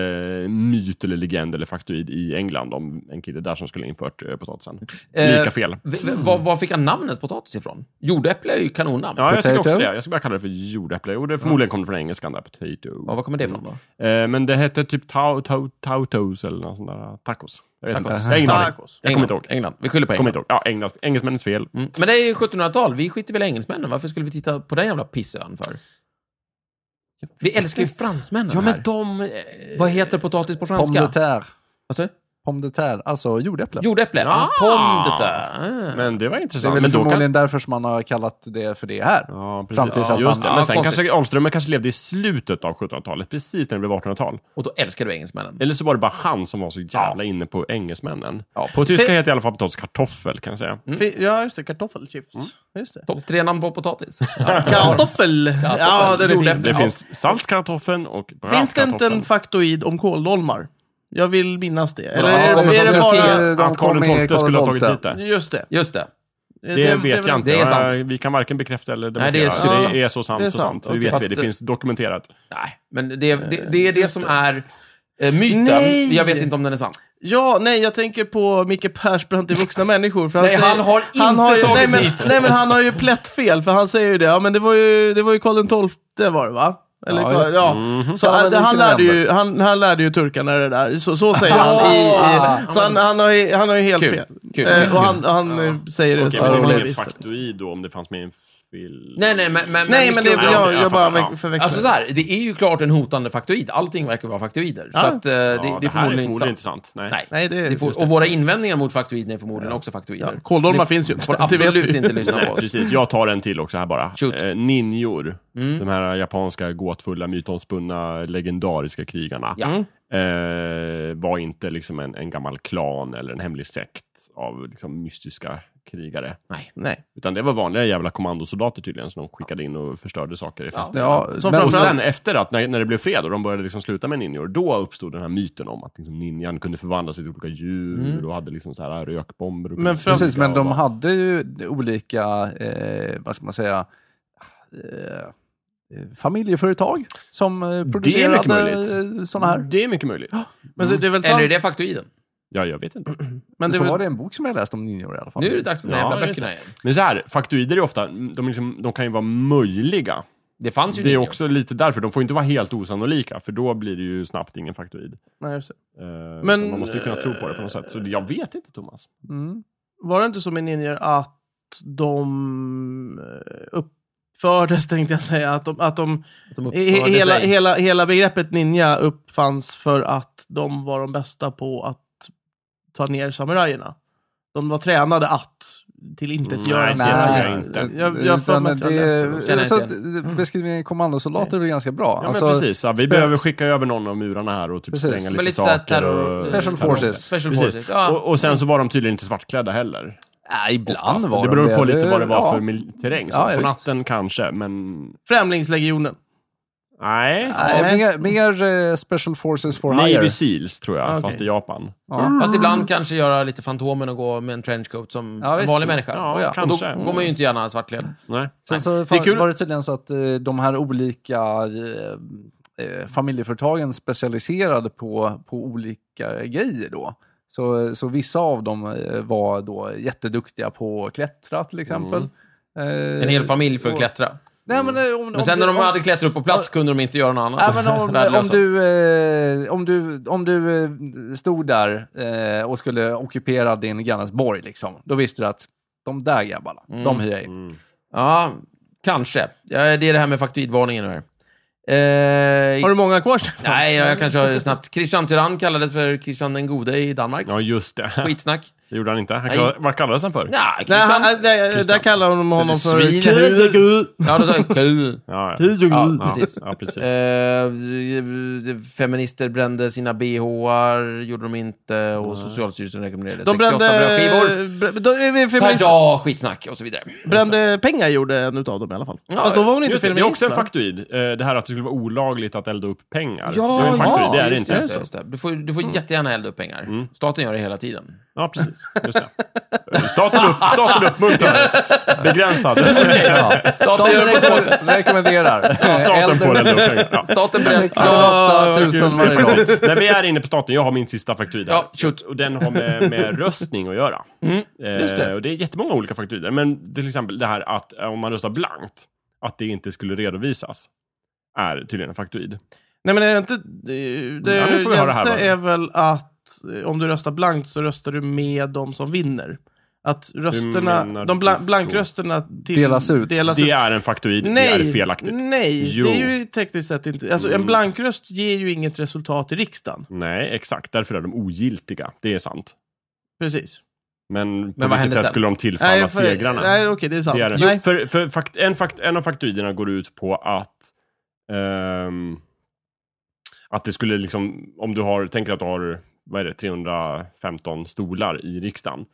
Speaker 3: myt eller legend eller faktoid i England om en kille där som skulle ha infört eh, potatisen.
Speaker 2: Eh,
Speaker 3: Lika fel.
Speaker 2: V- v- Var, var fick han namnet potatis ifrån? Jordäpple är ju kanonnamn.
Speaker 3: Ja, jag tycker också
Speaker 4: potato?
Speaker 3: det. Jag ska börja kalla det för jordäpple. Jo, det förmodligen kommer från engelskan där, potato.
Speaker 2: Ja, var kommer det ifrån då?
Speaker 3: Eh, men det hette typ tau, tau, tautos eller något sånt där. Tacos. Jag vet inte.
Speaker 2: Tacos.
Speaker 3: Jag har ingen aning.
Speaker 1: Tacos.
Speaker 3: Jag kommer inte ihåg.
Speaker 2: England. Vi skyller på
Speaker 3: Kommer
Speaker 2: England.
Speaker 3: inte ihåg. Ja, Englands, engelsmännens fel.
Speaker 2: Mm. Men det är ju 1700-tal. Vi skiter väl i engelsmännen. Varför skulle vi titta på den jävla pissön för? Vi älskar ju fransmännen här.
Speaker 3: de...
Speaker 2: Vad heter potatis på
Speaker 4: Pomme
Speaker 2: franska?
Speaker 4: de terre.
Speaker 2: Vad sa du?
Speaker 4: Pomme de terre, alltså jordäpple.
Speaker 2: Jordäpple?
Speaker 3: Ja.
Speaker 2: Pomme de terre. Ah.
Speaker 1: Mm.
Speaker 3: Men det var
Speaker 4: Det är
Speaker 3: intressant.
Speaker 4: väl
Speaker 3: men då
Speaker 4: förmodligen
Speaker 3: kan...
Speaker 4: därför som man har kallat det för det här.
Speaker 3: Ja,
Speaker 4: Fram
Speaker 3: precis.
Speaker 4: tills att
Speaker 3: Just det.
Speaker 4: man-
Speaker 3: Men
Speaker 2: Ja,
Speaker 3: sen
Speaker 2: konstigt.
Speaker 3: kanske Alströmer kanske levde i slutet av 1700-talet, precis när det blev 1800-tal.
Speaker 2: Och då älskar du engelsmännen.
Speaker 3: Eller så var det bara han som var så jävla inne på engelsmännen.
Speaker 2: Ja,
Speaker 3: på tyska
Speaker 1: Fe-
Speaker 3: heter i alla fall potatis kartoffel, kan jag säga.
Speaker 1: Fi- Ja, just det. Kartoffelchips. Just det.
Speaker 2: Topp tre namn på potatis. Ja.
Speaker 1: Mm. Kartoffel! Ja, den är fin.
Speaker 2: Jordäpple.
Speaker 3: Det
Speaker 2: Ja.
Speaker 3: finns saltkartoffeln och
Speaker 1: Finns det inte en
Speaker 3: brattkartoffeln.
Speaker 1: faktoid om kåldolmar? Jag vill minnas det. Eller
Speaker 3: Ja,
Speaker 4: Alltså,
Speaker 1: är,
Speaker 2: kommer
Speaker 1: det- Eh, är
Speaker 2: från
Speaker 1: det bara...
Speaker 4: Turkiet.
Speaker 3: Att Karl XII skulle ha tagit hit det.
Speaker 1: Just det.
Speaker 2: Just det.
Speaker 1: Det,
Speaker 3: Det
Speaker 1: det är
Speaker 3: vet
Speaker 1: väl-
Speaker 3: jag inte.
Speaker 2: det är sant.
Speaker 3: Jag- Vi kan varken bekräfta eller
Speaker 2: Nej,
Speaker 3: dementera.
Speaker 2: det är så sant.
Speaker 3: det är så sant,
Speaker 1: Det är
Speaker 3: så
Speaker 1: sant.
Speaker 3: sant.
Speaker 1: Okej.
Speaker 3: Det vet vi,
Speaker 2: Fast
Speaker 3: det
Speaker 2: det-
Speaker 3: finns dokumenterat.
Speaker 2: Nej, men det, det, det är det som är eh, myten.
Speaker 1: Nej!
Speaker 2: Jag vet inte om den är sann.
Speaker 1: Ja, nej, jag tänker på Micke Persbrandt i Vuxna Människor. För han,
Speaker 2: Nej,
Speaker 1: säger,
Speaker 2: han har inte
Speaker 1: ju,
Speaker 2: tagit
Speaker 1: nej, men,
Speaker 2: hit.
Speaker 1: nej, men han har ju plättfel, för han säger ju det. Ja, men det var ju, det var ju Karl XII, det var det va? Eller,
Speaker 4: Ja,
Speaker 1: ja,
Speaker 4: just det.
Speaker 1: ja. Så
Speaker 2: Mhm.
Speaker 4: Ja, men
Speaker 1: han,
Speaker 4: det
Speaker 1: han,
Speaker 4: kan
Speaker 1: lärde
Speaker 4: hända.
Speaker 1: ju, han, han lärde ju turkarna det där. Så, så säger han. I, i, så han, han, har ju, han har ju helt
Speaker 2: Kul.
Speaker 1: fel.
Speaker 2: Kul.
Speaker 1: Eh, och han, han eh, säger det
Speaker 3: Okej,
Speaker 1: så.
Speaker 3: men
Speaker 1: på
Speaker 3: det var
Speaker 1: det
Speaker 3: inget
Speaker 1: viset.
Speaker 3: faktoid då om det fanns med i en Vill...
Speaker 2: Nej, nej, men... men
Speaker 1: Nej, men det,
Speaker 2: mycket-
Speaker 3: Ja,
Speaker 1: jag,
Speaker 3: ja,
Speaker 1: jag bara
Speaker 3: fan, ja.
Speaker 1: förväxlar.
Speaker 2: Alltså så här, det är ju klart en hotande faktoid. Allting verkar vara faktoider.
Speaker 1: Ja.
Speaker 2: Så att, eh, det,
Speaker 3: Ja,
Speaker 2: det är förmodligen
Speaker 3: inte sant.
Speaker 2: inte sant.
Speaker 3: Nej.
Speaker 2: Nej.
Speaker 1: Nej, det,
Speaker 2: Det får, och våra invändningar mot faktoiden är förmodligen också faktoider.
Speaker 1: ja, kåldolmar
Speaker 2: Ni
Speaker 1: finns ju
Speaker 2: får
Speaker 1: Det vet
Speaker 2: absolut
Speaker 1: vi.
Speaker 2: inte lyssna på
Speaker 3: Nej,
Speaker 2: oss.
Speaker 3: precis. Jag tar en till också här bara.
Speaker 2: Shoot.
Speaker 3: Eh, ninjor. De här japanska gåtfulla, mytomspunna, legendariska krigarna.
Speaker 2: Ja.
Speaker 3: Eh, var inte liksom en, en gammal klan eller en hemlig sekt av liksom, mystiska krigare.
Speaker 1: Nej.
Speaker 3: Utan det var vanliga jävla kommandosoldater tydligen som de skickade in och förstörde saker i fästena.
Speaker 4: Ja,
Speaker 1: Som
Speaker 4: men-
Speaker 3: Och
Speaker 1: framförallt-
Speaker 3: sen efter att, när, när det blev fred och de började liksom sluta med ninjor, då uppstod den här myten om att liksom ninjan kunde förvandla sig till olika djur och hade liksom så här rökbomber. Och
Speaker 1: Men för-
Speaker 4: Precis, men de
Speaker 3: hade...
Speaker 4: hade ju olika, eh, vad ska man säga, eh, familjeföretag som eh,
Speaker 3: mycket
Speaker 4: producerade
Speaker 3: möjligt.
Speaker 4: sådana här.
Speaker 3: Det är mycket möjligt.
Speaker 1: Men det, det är väl sant?
Speaker 2: Eller är det faktoiden?
Speaker 3: Ja, jag vet inte.
Speaker 1: men det
Speaker 4: så
Speaker 1: är
Speaker 4: var
Speaker 1: väl,
Speaker 4: det en bok som jag läste om ninjor i alla fall.
Speaker 2: Nu är det dags för de här
Speaker 3: Ja,
Speaker 2: jävla
Speaker 3: just
Speaker 2: böckerna igen.
Speaker 3: Men så här, faktoider är ofta, de, liksom, de kan ju vara möjliga.
Speaker 2: Alltså, Det fanns ju
Speaker 3: Det är
Speaker 2: ninjor.
Speaker 3: också lite därför, de får inte vara helt osannolika, för då blir det ju snabbt ingen faktoid.
Speaker 1: nej, just det.
Speaker 3: Men, man måste ju kunna tro på det på något sätt. Så det- jag vet inte, Thomas.
Speaker 4: Mm.
Speaker 1: var det inte så med ninjor att de eh, uppfördes, tänkte jag säga, att de, att de
Speaker 2: De
Speaker 1: He-
Speaker 2: uppförde
Speaker 1: Hela,
Speaker 2: sig.
Speaker 1: hela, hela begreppet ninja uppfanns för att de var de bästa på att ta ner samurajerna. De var tränade att till intet göra.
Speaker 3: Nej,
Speaker 1: samurajer.
Speaker 3: det tror
Speaker 4: Nej, alltså,
Speaker 3: jag inte.
Speaker 1: Jag- jag har för mig att jag läste det.
Speaker 4: det,
Speaker 2: Känner
Speaker 4: så
Speaker 2: jag
Speaker 4: att, beskrivningen
Speaker 1: Mm.
Speaker 4: kommandosoldater är väl ganska bra.
Speaker 3: Ja,
Speaker 4: Alltså,
Speaker 3: men precis. Ja, vi
Speaker 4: spets-
Speaker 3: behöver skicka över någon av murarna här och typ
Speaker 4: Precis.
Speaker 3: spränga lite,
Speaker 2: Men lite såhär
Speaker 3: saker.
Speaker 2: terror...
Speaker 3: och-
Speaker 4: Special Forces.
Speaker 2: Special
Speaker 3: Precis.
Speaker 2: Forces, ja.
Speaker 3: Och, och sen så var de tydligen inte svartklädda heller.
Speaker 4: nej, ibland
Speaker 3: Oftast.
Speaker 4: var
Speaker 3: det beror
Speaker 4: de
Speaker 3: på lite vad det var
Speaker 4: ja.
Speaker 3: för mil- terräng. Så
Speaker 4: Ja,
Speaker 3: på
Speaker 4: ja, visst.
Speaker 3: natten kanske, men...
Speaker 1: Främlingslegionen.
Speaker 3: Nej.
Speaker 4: Nej, mer, mer eh, Special Forces for
Speaker 3: Navy
Speaker 4: Hire.
Speaker 3: Seals, tror
Speaker 4: Ah,
Speaker 3: jag,
Speaker 1: Okej.
Speaker 3: fast i Japan.
Speaker 1: Mm.
Speaker 4: Ja.
Speaker 2: Fast ibland kanske göra lite Fantomen och gå med en trenchcoat som
Speaker 4: Ja,
Speaker 2: en
Speaker 4: visst.
Speaker 2: vanlig människa.
Speaker 3: Ja,
Speaker 2: och då
Speaker 3: kanske.
Speaker 2: går man ju inte gärna svartklädd.
Speaker 3: Nej.
Speaker 4: Sen så
Speaker 1: Det är kul.
Speaker 4: fa- var det tydligen så att eh, de här olika eh, eh, familjeföretagen specialiserade på, på olika grejer då. Så, så vissa av dem eh, var då jätteduktiga på att klättra till exempel. Eh,
Speaker 2: En hel familj för att klättra.
Speaker 4: Nej, men, eh, om, om
Speaker 2: Men sen
Speaker 4: du-
Speaker 2: när de
Speaker 4: om-
Speaker 2: hade klättrat upp på plats kunde de inte göra något annat.
Speaker 4: Nej, men om, om,
Speaker 2: Värdelösa.
Speaker 4: du, eh, om du, om du eh, stod där eh, och skulle ockupera din grannes borg, liksom, då visste du att de där grabbarna, de hyr jag in.
Speaker 2: Ja, kanske. Ja, det är det här med faktoidvarningen nu här. Eh,
Speaker 1: Har du många kvar? Stefan?
Speaker 2: Nej, jag kanske har det snabbt. Christian Tyrann kallades för Christian den gode i Danmark.
Speaker 3: Ja, just det.
Speaker 2: Skitsnack.
Speaker 3: Det gjorde han inte. Han
Speaker 2: Nej.
Speaker 3: kallade, vad kallades han för?
Speaker 2: Nej,
Speaker 1: Nej,
Speaker 2: Christian.
Speaker 1: han, han- nej där
Speaker 3: Christian.
Speaker 1: kallar de honom för...
Speaker 2: Svin. Ja, då sa jag "Kul."
Speaker 3: Ja, ja.
Speaker 2: Ja,
Speaker 1: Kul.
Speaker 2: precis.
Speaker 3: ja precis.
Speaker 2: Eh, feminister brände sina bhar, gjorde de inte, och Socialstyrelsen rekommenderade
Speaker 1: De
Speaker 2: 68 brödskivor.
Speaker 1: brände... br- De är vi
Speaker 2: Per
Speaker 1: feminist-
Speaker 2: dag, skitsnack och så vidare.
Speaker 1: brände pengar gjorde en utav dem i alla fall.
Speaker 2: Ja,
Speaker 1: Fast då var hon inte
Speaker 3: Just det, det är
Speaker 1: feminist.
Speaker 3: också en
Speaker 1: va?
Speaker 3: faktoid. Eh, Det här att det skulle vara olagligt att elda upp pengar. det är en faktoid, det är det
Speaker 2: just
Speaker 3: inte.
Speaker 2: Just det, just det. Du får, du får jättegärna elda upp pengar. Staten gör det hela tiden.
Speaker 3: Ja, precis. Just det. Eh, Staten, upp, staten uppmuntrar mig. Begränsad.
Speaker 4: Ja. Staten
Speaker 2: gör det på två
Speaker 4: rekommenderar. rekommenderar.
Speaker 3: Staten får
Speaker 4: Elden-
Speaker 3: elda upp pengar. Ja.
Speaker 2: Staten
Speaker 4: Det
Speaker 2: bränner...
Speaker 4: kostar
Speaker 3: Ja,
Speaker 4: tusen
Speaker 3: gud,
Speaker 4: varje gång.
Speaker 3: förlåt. När vi är inne på staten, jag har min sista faktuida.
Speaker 2: Ja, shoot.
Speaker 3: Och den har med, med röstning att göra. Eh,
Speaker 1: just det.
Speaker 3: Och det är jättemånga olika faktuider. Men till exempel det här att eh, om man röstar blankt, att det inte skulle redovisas, är tydligen en faktuid.
Speaker 1: Nej men är det inte... Det, det,
Speaker 3: Ja, nu får vi höra här,
Speaker 1: gränsen
Speaker 3: va?
Speaker 1: är väl att eh, om du röstar blankt så röstar du med de som vinner. Att rösterna,
Speaker 3: menar
Speaker 1: de blan,
Speaker 3: du
Speaker 1: blankrösterna till,
Speaker 4: Delas ut.
Speaker 1: Delas
Speaker 3: Det
Speaker 1: ut.
Speaker 3: är en faktuid,
Speaker 1: Alltså, Nej,
Speaker 3: det är felaktigt.
Speaker 1: nej
Speaker 3: Jo.
Speaker 1: det är ju tekniskt sett inte... Alltså en blankröst ger ju inget resultat i riksdagen.
Speaker 3: Nej, exakt. Därför är de ogiltiga. Det är sant.
Speaker 1: Precis.
Speaker 3: Men på
Speaker 2: Men vad händer
Speaker 3: vilket sätt
Speaker 2: sen?
Speaker 3: skulle de tillfalla
Speaker 1: för-
Speaker 3: segrarna?
Speaker 1: nej okej, det är sant.
Speaker 3: Det är det.
Speaker 1: nej.
Speaker 3: För, för fakt, en, fakt, en av faktuidierna går ut på att ehm, att det skulle liksom, om du har, tänker att du har, vad är det, 315 stolar i riksdagen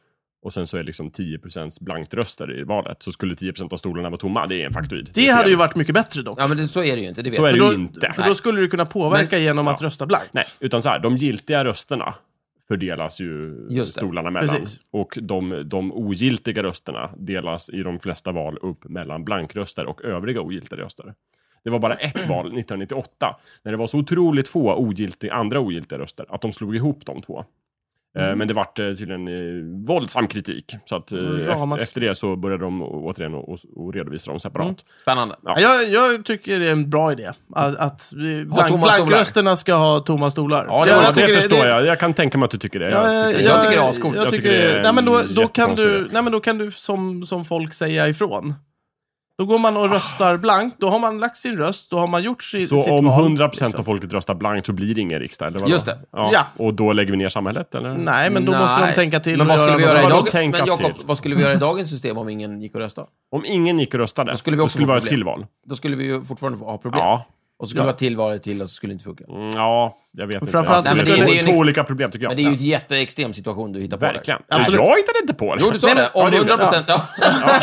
Speaker 3: och sen så är liksom 10% blankt röster i valet, så skulle 10% av stolarna vara tomma. Det är en faktuid.
Speaker 1: Det hade ju varit mycket bättre dock.
Speaker 2: Ja, men det, så är det ju inte. Det vet
Speaker 3: Så är
Speaker 2: jag.
Speaker 3: det
Speaker 1: För
Speaker 3: ju
Speaker 1: då-
Speaker 3: inte.
Speaker 1: För då skulle du kunna påverka genom att rösta blankt.
Speaker 3: Nej, utan så här, de giltiga rösterna fördelas ju
Speaker 2: Just det.
Speaker 3: stolarna mellan.
Speaker 1: Precis.
Speaker 3: Och de, de ogiltiga rösterna delas i de flesta val upp mellan blankröster och övriga ogiltiga röster. Det var bara ett val 1998, när det var så otroligt få ogiltiga, andra ogiltiga röster, att de slog ihop de två. Eh, Men det vart eh, tydligen eh, våldsam kritik, så att eh,
Speaker 1: Ramas-
Speaker 3: eft- efter det så började de å- återigen och, och redovisa dem separat.
Speaker 2: Spännande.
Speaker 3: Ja.
Speaker 1: Ja, Jag, jag tycker det är en bra idé. Att, att vi-
Speaker 2: Ha
Speaker 1: blank,
Speaker 2: tomma stolar.
Speaker 1: blankrösterna ska ha tomma stolar.
Speaker 2: Ja, det
Speaker 3: Ja,
Speaker 2: var-
Speaker 3: det
Speaker 1: tycker
Speaker 3: förstår jag. Jag kan tänka mig att du tycker det.
Speaker 1: Ja,
Speaker 3: Jag tycker-
Speaker 2: jag tycker det är ascoolt.
Speaker 1: Jag
Speaker 3: Jag
Speaker 1: tycker,
Speaker 3: tycker det är
Speaker 1: nej, men då,
Speaker 3: en
Speaker 1: då, kan
Speaker 3: jättekonstig
Speaker 1: du,
Speaker 3: idé.
Speaker 1: nej, men då kan du som, som folk säga ifrån. Då Då går man och röstar blankt. Då har man lagt sin röst. Då har man gjort si, sitt
Speaker 3: Så om
Speaker 1: val,
Speaker 3: 100%
Speaker 1: liksom.
Speaker 3: av folket röstar blankt så blir det ingen riksdag? Eller vad
Speaker 2: Just
Speaker 3: då?
Speaker 2: det.
Speaker 3: Ja.
Speaker 1: Ja.
Speaker 3: Och då lägger vi ner samhället, eller?
Speaker 1: Nej, men då måste de
Speaker 2: Nej.
Speaker 1: tänka till.
Speaker 2: Men
Speaker 1: och
Speaker 2: vad skulle,
Speaker 1: göra
Speaker 2: vi göra
Speaker 1: något.
Speaker 2: i
Speaker 3: Vadå
Speaker 2: dagens-
Speaker 3: tänka
Speaker 2: men Jakob,
Speaker 3: till?
Speaker 2: vad skulle vi göra i dagens system om ingen gick och röstade?
Speaker 3: Om ingen gick och röstade,
Speaker 2: skulle
Speaker 3: då skulle,
Speaker 2: vi
Speaker 3: vi
Speaker 2: också
Speaker 3: skulle
Speaker 2: få
Speaker 3: vara ett
Speaker 2: problem.
Speaker 3: tillval.
Speaker 2: Då skulle vi ju fortfarande ha problem.
Speaker 3: Ja.
Speaker 2: Och så skulle det vara tillval till och så skulle det inte funka.
Speaker 3: Mm, ja, jag vet inte.
Speaker 1: framförallt
Speaker 3: ja,
Speaker 1: så
Speaker 3: det är
Speaker 1: skulle-
Speaker 2: det
Speaker 3: två-
Speaker 2: är ju
Speaker 3: två
Speaker 2: liksom-
Speaker 3: olika problem, tycker jag.
Speaker 2: Men det är ju en jätteextrem situation du hittar på. där.
Speaker 3: Verkligen.
Speaker 2: Nej,
Speaker 3: Absolut. Jag hittade inte på det.
Speaker 2: Jo, du sa
Speaker 1: Nej, men-
Speaker 2: det. Om
Speaker 3: Ja, det gjorde
Speaker 2: 100
Speaker 3: jag.
Speaker 2: procent... Ja.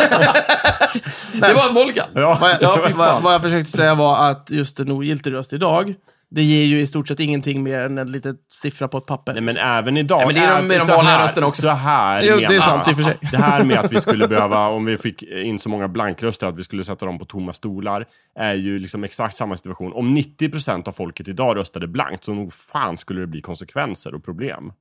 Speaker 2: det var en Molgan.
Speaker 3: Ja.
Speaker 1: Vad
Speaker 2: Ja, fy
Speaker 1: jag, vad,
Speaker 2: fan.
Speaker 1: vad jag försökte säga var att just en ogiltig röst idag, det ger ju i stort sett ingenting mer än en liten siffra på ett papper.
Speaker 3: Nej, men även idag.
Speaker 2: Nej, men det är de-
Speaker 3: även-
Speaker 2: med de
Speaker 3: så
Speaker 2: vanliga
Speaker 3: här-
Speaker 2: rösterna också.
Speaker 3: Så här
Speaker 1: Jo, det är
Speaker 3: menar jag.
Speaker 1: sant i och för sig.
Speaker 3: Det här med att vi skulle behöva, om vi fick in så många blankröster, att vi skulle sätta dem på tomma stolar, är ju liksom exakt samma situation. Om 90% av folket idag röstade blankt, så nog fan skulle det bli konsekvenser och problem.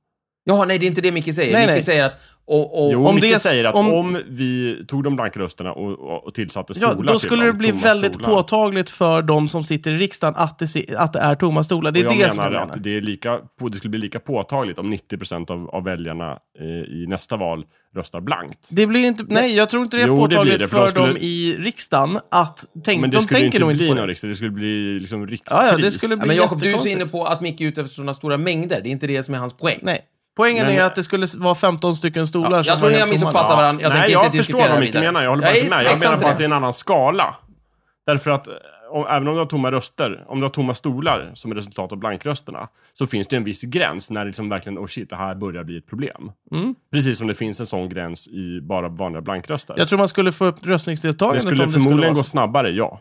Speaker 2: Jaha, nej, det är inte det Micke säger.
Speaker 1: Nej,
Speaker 2: Micke
Speaker 1: nej.
Speaker 2: säger att... Och, och,
Speaker 3: Jo,
Speaker 1: om
Speaker 3: om Micke
Speaker 1: det-
Speaker 3: säger att
Speaker 1: om-
Speaker 3: om... vi tog de blankrösterna och, och, och tillsatte stolar
Speaker 1: Ja, då
Speaker 3: till
Speaker 1: skulle
Speaker 3: dem,
Speaker 1: det bli
Speaker 3: tomma
Speaker 1: väldigt
Speaker 3: stolar.
Speaker 1: påtagligt för de som sitter i riksdagen att det, se- att det är tomma stolar. Det är
Speaker 3: Och jag
Speaker 1: det som jag
Speaker 3: menar
Speaker 1: menar.
Speaker 3: att det, är lika, på- det skulle bli lika påtagligt om 90% av, av väljarna eh, i nästa val röstar blankt.
Speaker 1: Det blir inte, nej, jag tror inte det är
Speaker 3: Jo, det blir
Speaker 1: påtagligt
Speaker 3: det, för
Speaker 1: för,
Speaker 3: de skulle-
Speaker 1: dem i riksdagen att tänk,
Speaker 3: Men det
Speaker 1: de
Speaker 3: skulle
Speaker 1: tänker
Speaker 3: inte
Speaker 1: nog inte
Speaker 3: bli
Speaker 1: på
Speaker 3: någon
Speaker 1: det.
Speaker 3: riksdag, det skulle bli liksom rikskris.
Speaker 1: Ja, ja, det skulle
Speaker 2: Ja,
Speaker 1: bli
Speaker 2: men Jakob, du är så
Speaker 1: jättekonstigt.
Speaker 2: inne på att Micke är ute efter sådana stora mängder. Det är inte det som är hans poäng.
Speaker 1: Nej. Poängen
Speaker 3: Men-
Speaker 1: är att det skulle vara 15 stycken stolar
Speaker 2: Ja,
Speaker 1: som
Speaker 2: jag
Speaker 1: var
Speaker 2: tror ni
Speaker 1: helt
Speaker 2: har
Speaker 1: tomma.
Speaker 2: missuppfattat varandra. Jag
Speaker 3: Nej,
Speaker 2: tänker
Speaker 3: jag
Speaker 2: inte
Speaker 3: förstår
Speaker 2: diskutera
Speaker 3: vad
Speaker 2: det
Speaker 3: Micke
Speaker 2: vidare.
Speaker 3: menar. Jag håller bara
Speaker 2: är
Speaker 3: inte med. Jag
Speaker 2: tveksam
Speaker 3: menar
Speaker 2: till
Speaker 3: bara att det är en annan skala. Därför att eh, om, även om du har tomma röster, om du har tomma stolar som är resultat av blankrösterna, så finns det ju en viss gräns när det liksom verkligen, oh shit, det här börjar bli ett problem.
Speaker 1: Mm.
Speaker 3: Precis som det finns en sån gräns i bara vanliga blankröster.
Speaker 1: Jag tror man skulle få upp
Speaker 3: det
Speaker 1: röstningsdeltagandet
Speaker 3: skulle
Speaker 1: om det
Speaker 3: förmodligen
Speaker 1: skulle vara
Speaker 3: gå
Speaker 1: så.
Speaker 3: snabbare, ja.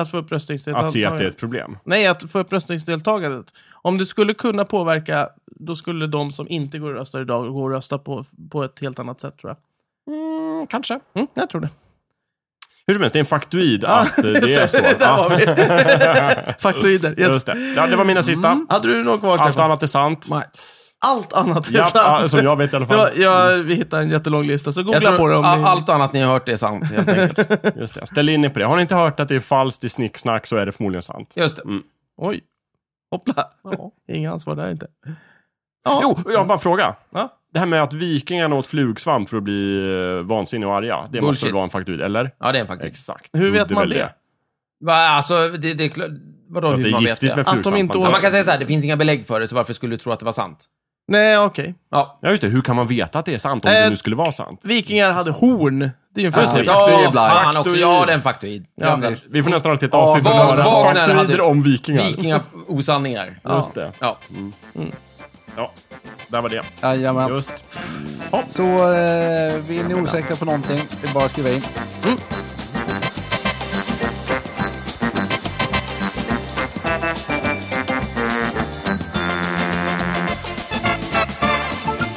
Speaker 1: Att få upp röstningsdeltagandet.
Speaker 3: Att se att det är ett problem.
Speaker 1: Nej, att få upp röstningsdeltagandet. Om det skulle kunna påverka, då skulle de som inte går och röstar idag gå och rösta på, på ett helt annat sätt tror jag.
Speaker 3: Mm, kanske.
Speaker 1: Mm, jag tror det.
Speaker 3: Hur som helst, det är en faktoid
Speaker 1: Ja,
Speaker 3: att eh,
Speaker 1: Ah, just
Speaker 3: det är så.
Speaker 1: Där var vi. Faktoider, yes. Mm.
Speaker 3: Just det. Ja, det var mina sista.
Speaker 1: Hade du någon kvar,
Speaker 3: Allt
Speaker 1: Stefan?
Speaker 3: annat är sant.
Speaker 2: Nej.
Speaker 1: Allt annat är
Speaker 3: Ja, ja,
Speaker 1: sant.
Speaker 3: som jag vet i alla
Speaker 1: Det
Speaker 3: fall.
Speaker 1: var, ja, vi hittade en jättelång lista, så googla
Speaker 2: Jag tror,
Speaker 1: på det om
Speaker 2: a-
Speaker 1: ni...
Speaker 2: Allt annat ni har hört är sant, helt enkelt.
Speaker 3: Just det. Ställ in er på det. Har ni inte hört att det är falskt i snicksnack så är det förmodligen sant.
Speaker 2: Just det.
Speaker 1: Oj. Hoppla. Inga ansvar där inte.
Speaker 3: Jo, jag har bara en fråga.
Speaker 1: Ja.
Speaker 3: Det här med att vikingarna åt flugsvamp för att bli eh, vansinniga och arga. Det måste
Speaker 2: Bullshit.
Speaker 3: väl vara en faktuid, eller?
Speaker 2: Ja, det är en faktiskt.
Speaker 3: Exakt.
Speaker 1: Typ. Hur vet
Speaker 3: Trodde
Speaker 1: man
Speaker 3: väl
Speaker 1: det?
Speaker 2: Va, alltså, det, det är klart... Vadå,
Speaker 3: Att det
Speaker 2: hur
Speaker 3: är
Speaker 2: man vet
Speaker 3: giftigt
Speaker 2: det?
Speaker 3: med
Speaker 1: Att de
Speaker 3: flugsvamp.
Speaker 1: inte
Speaker 3: antar
Speaker 2: Ja,
Speaker 3: jag.
Speaker 2: man kan säga så här, det finns inga belägg för det, så varför skulle du tro att det var sant?
Speaker 1: Nej, okej.
Speaker 2: Ja.
Speaker 3: Ja, just det. Hur kan man veta att det är sant om
Speaker 1: Eh,
Speaker 3: det nu skulle vara sant?
Speaker 1: Vikingar hade horn. Det är ju en
Speaker 3: Just det,
Speaker 1: faktoid.
Speaker 2: ja,
Speaker 3: faktoid är blankt.
Speaker 2: fan också.
Speaker 3: Faktoid.
Speaker 2: Ja, den faktoid.
Speaker 1: Ja,
Speaker 2: den.
Speaker 1: visst.
Speaker 3: Vi får nästan alltid ett
Speaker 2: Ja,
Speaker 3: avsnitt
Speaker 2: Wagner-
Speaker 3: med bara
Speaker 2: Wagner
Speaker 3: faktoider
Speaker 2: hade-
Speaker 3: om vikingar.
Speaker 2: Vikingaosanningar.
Speaker 3: Just det.
Speaker 2: Ja.
Speaker 3: Ja, där var det.
Speaker 4: Jajamän.
Speaker 3: Just.
Speaker 4: Så eh, vill ni osäkra på någonting, det är bara att skriva in.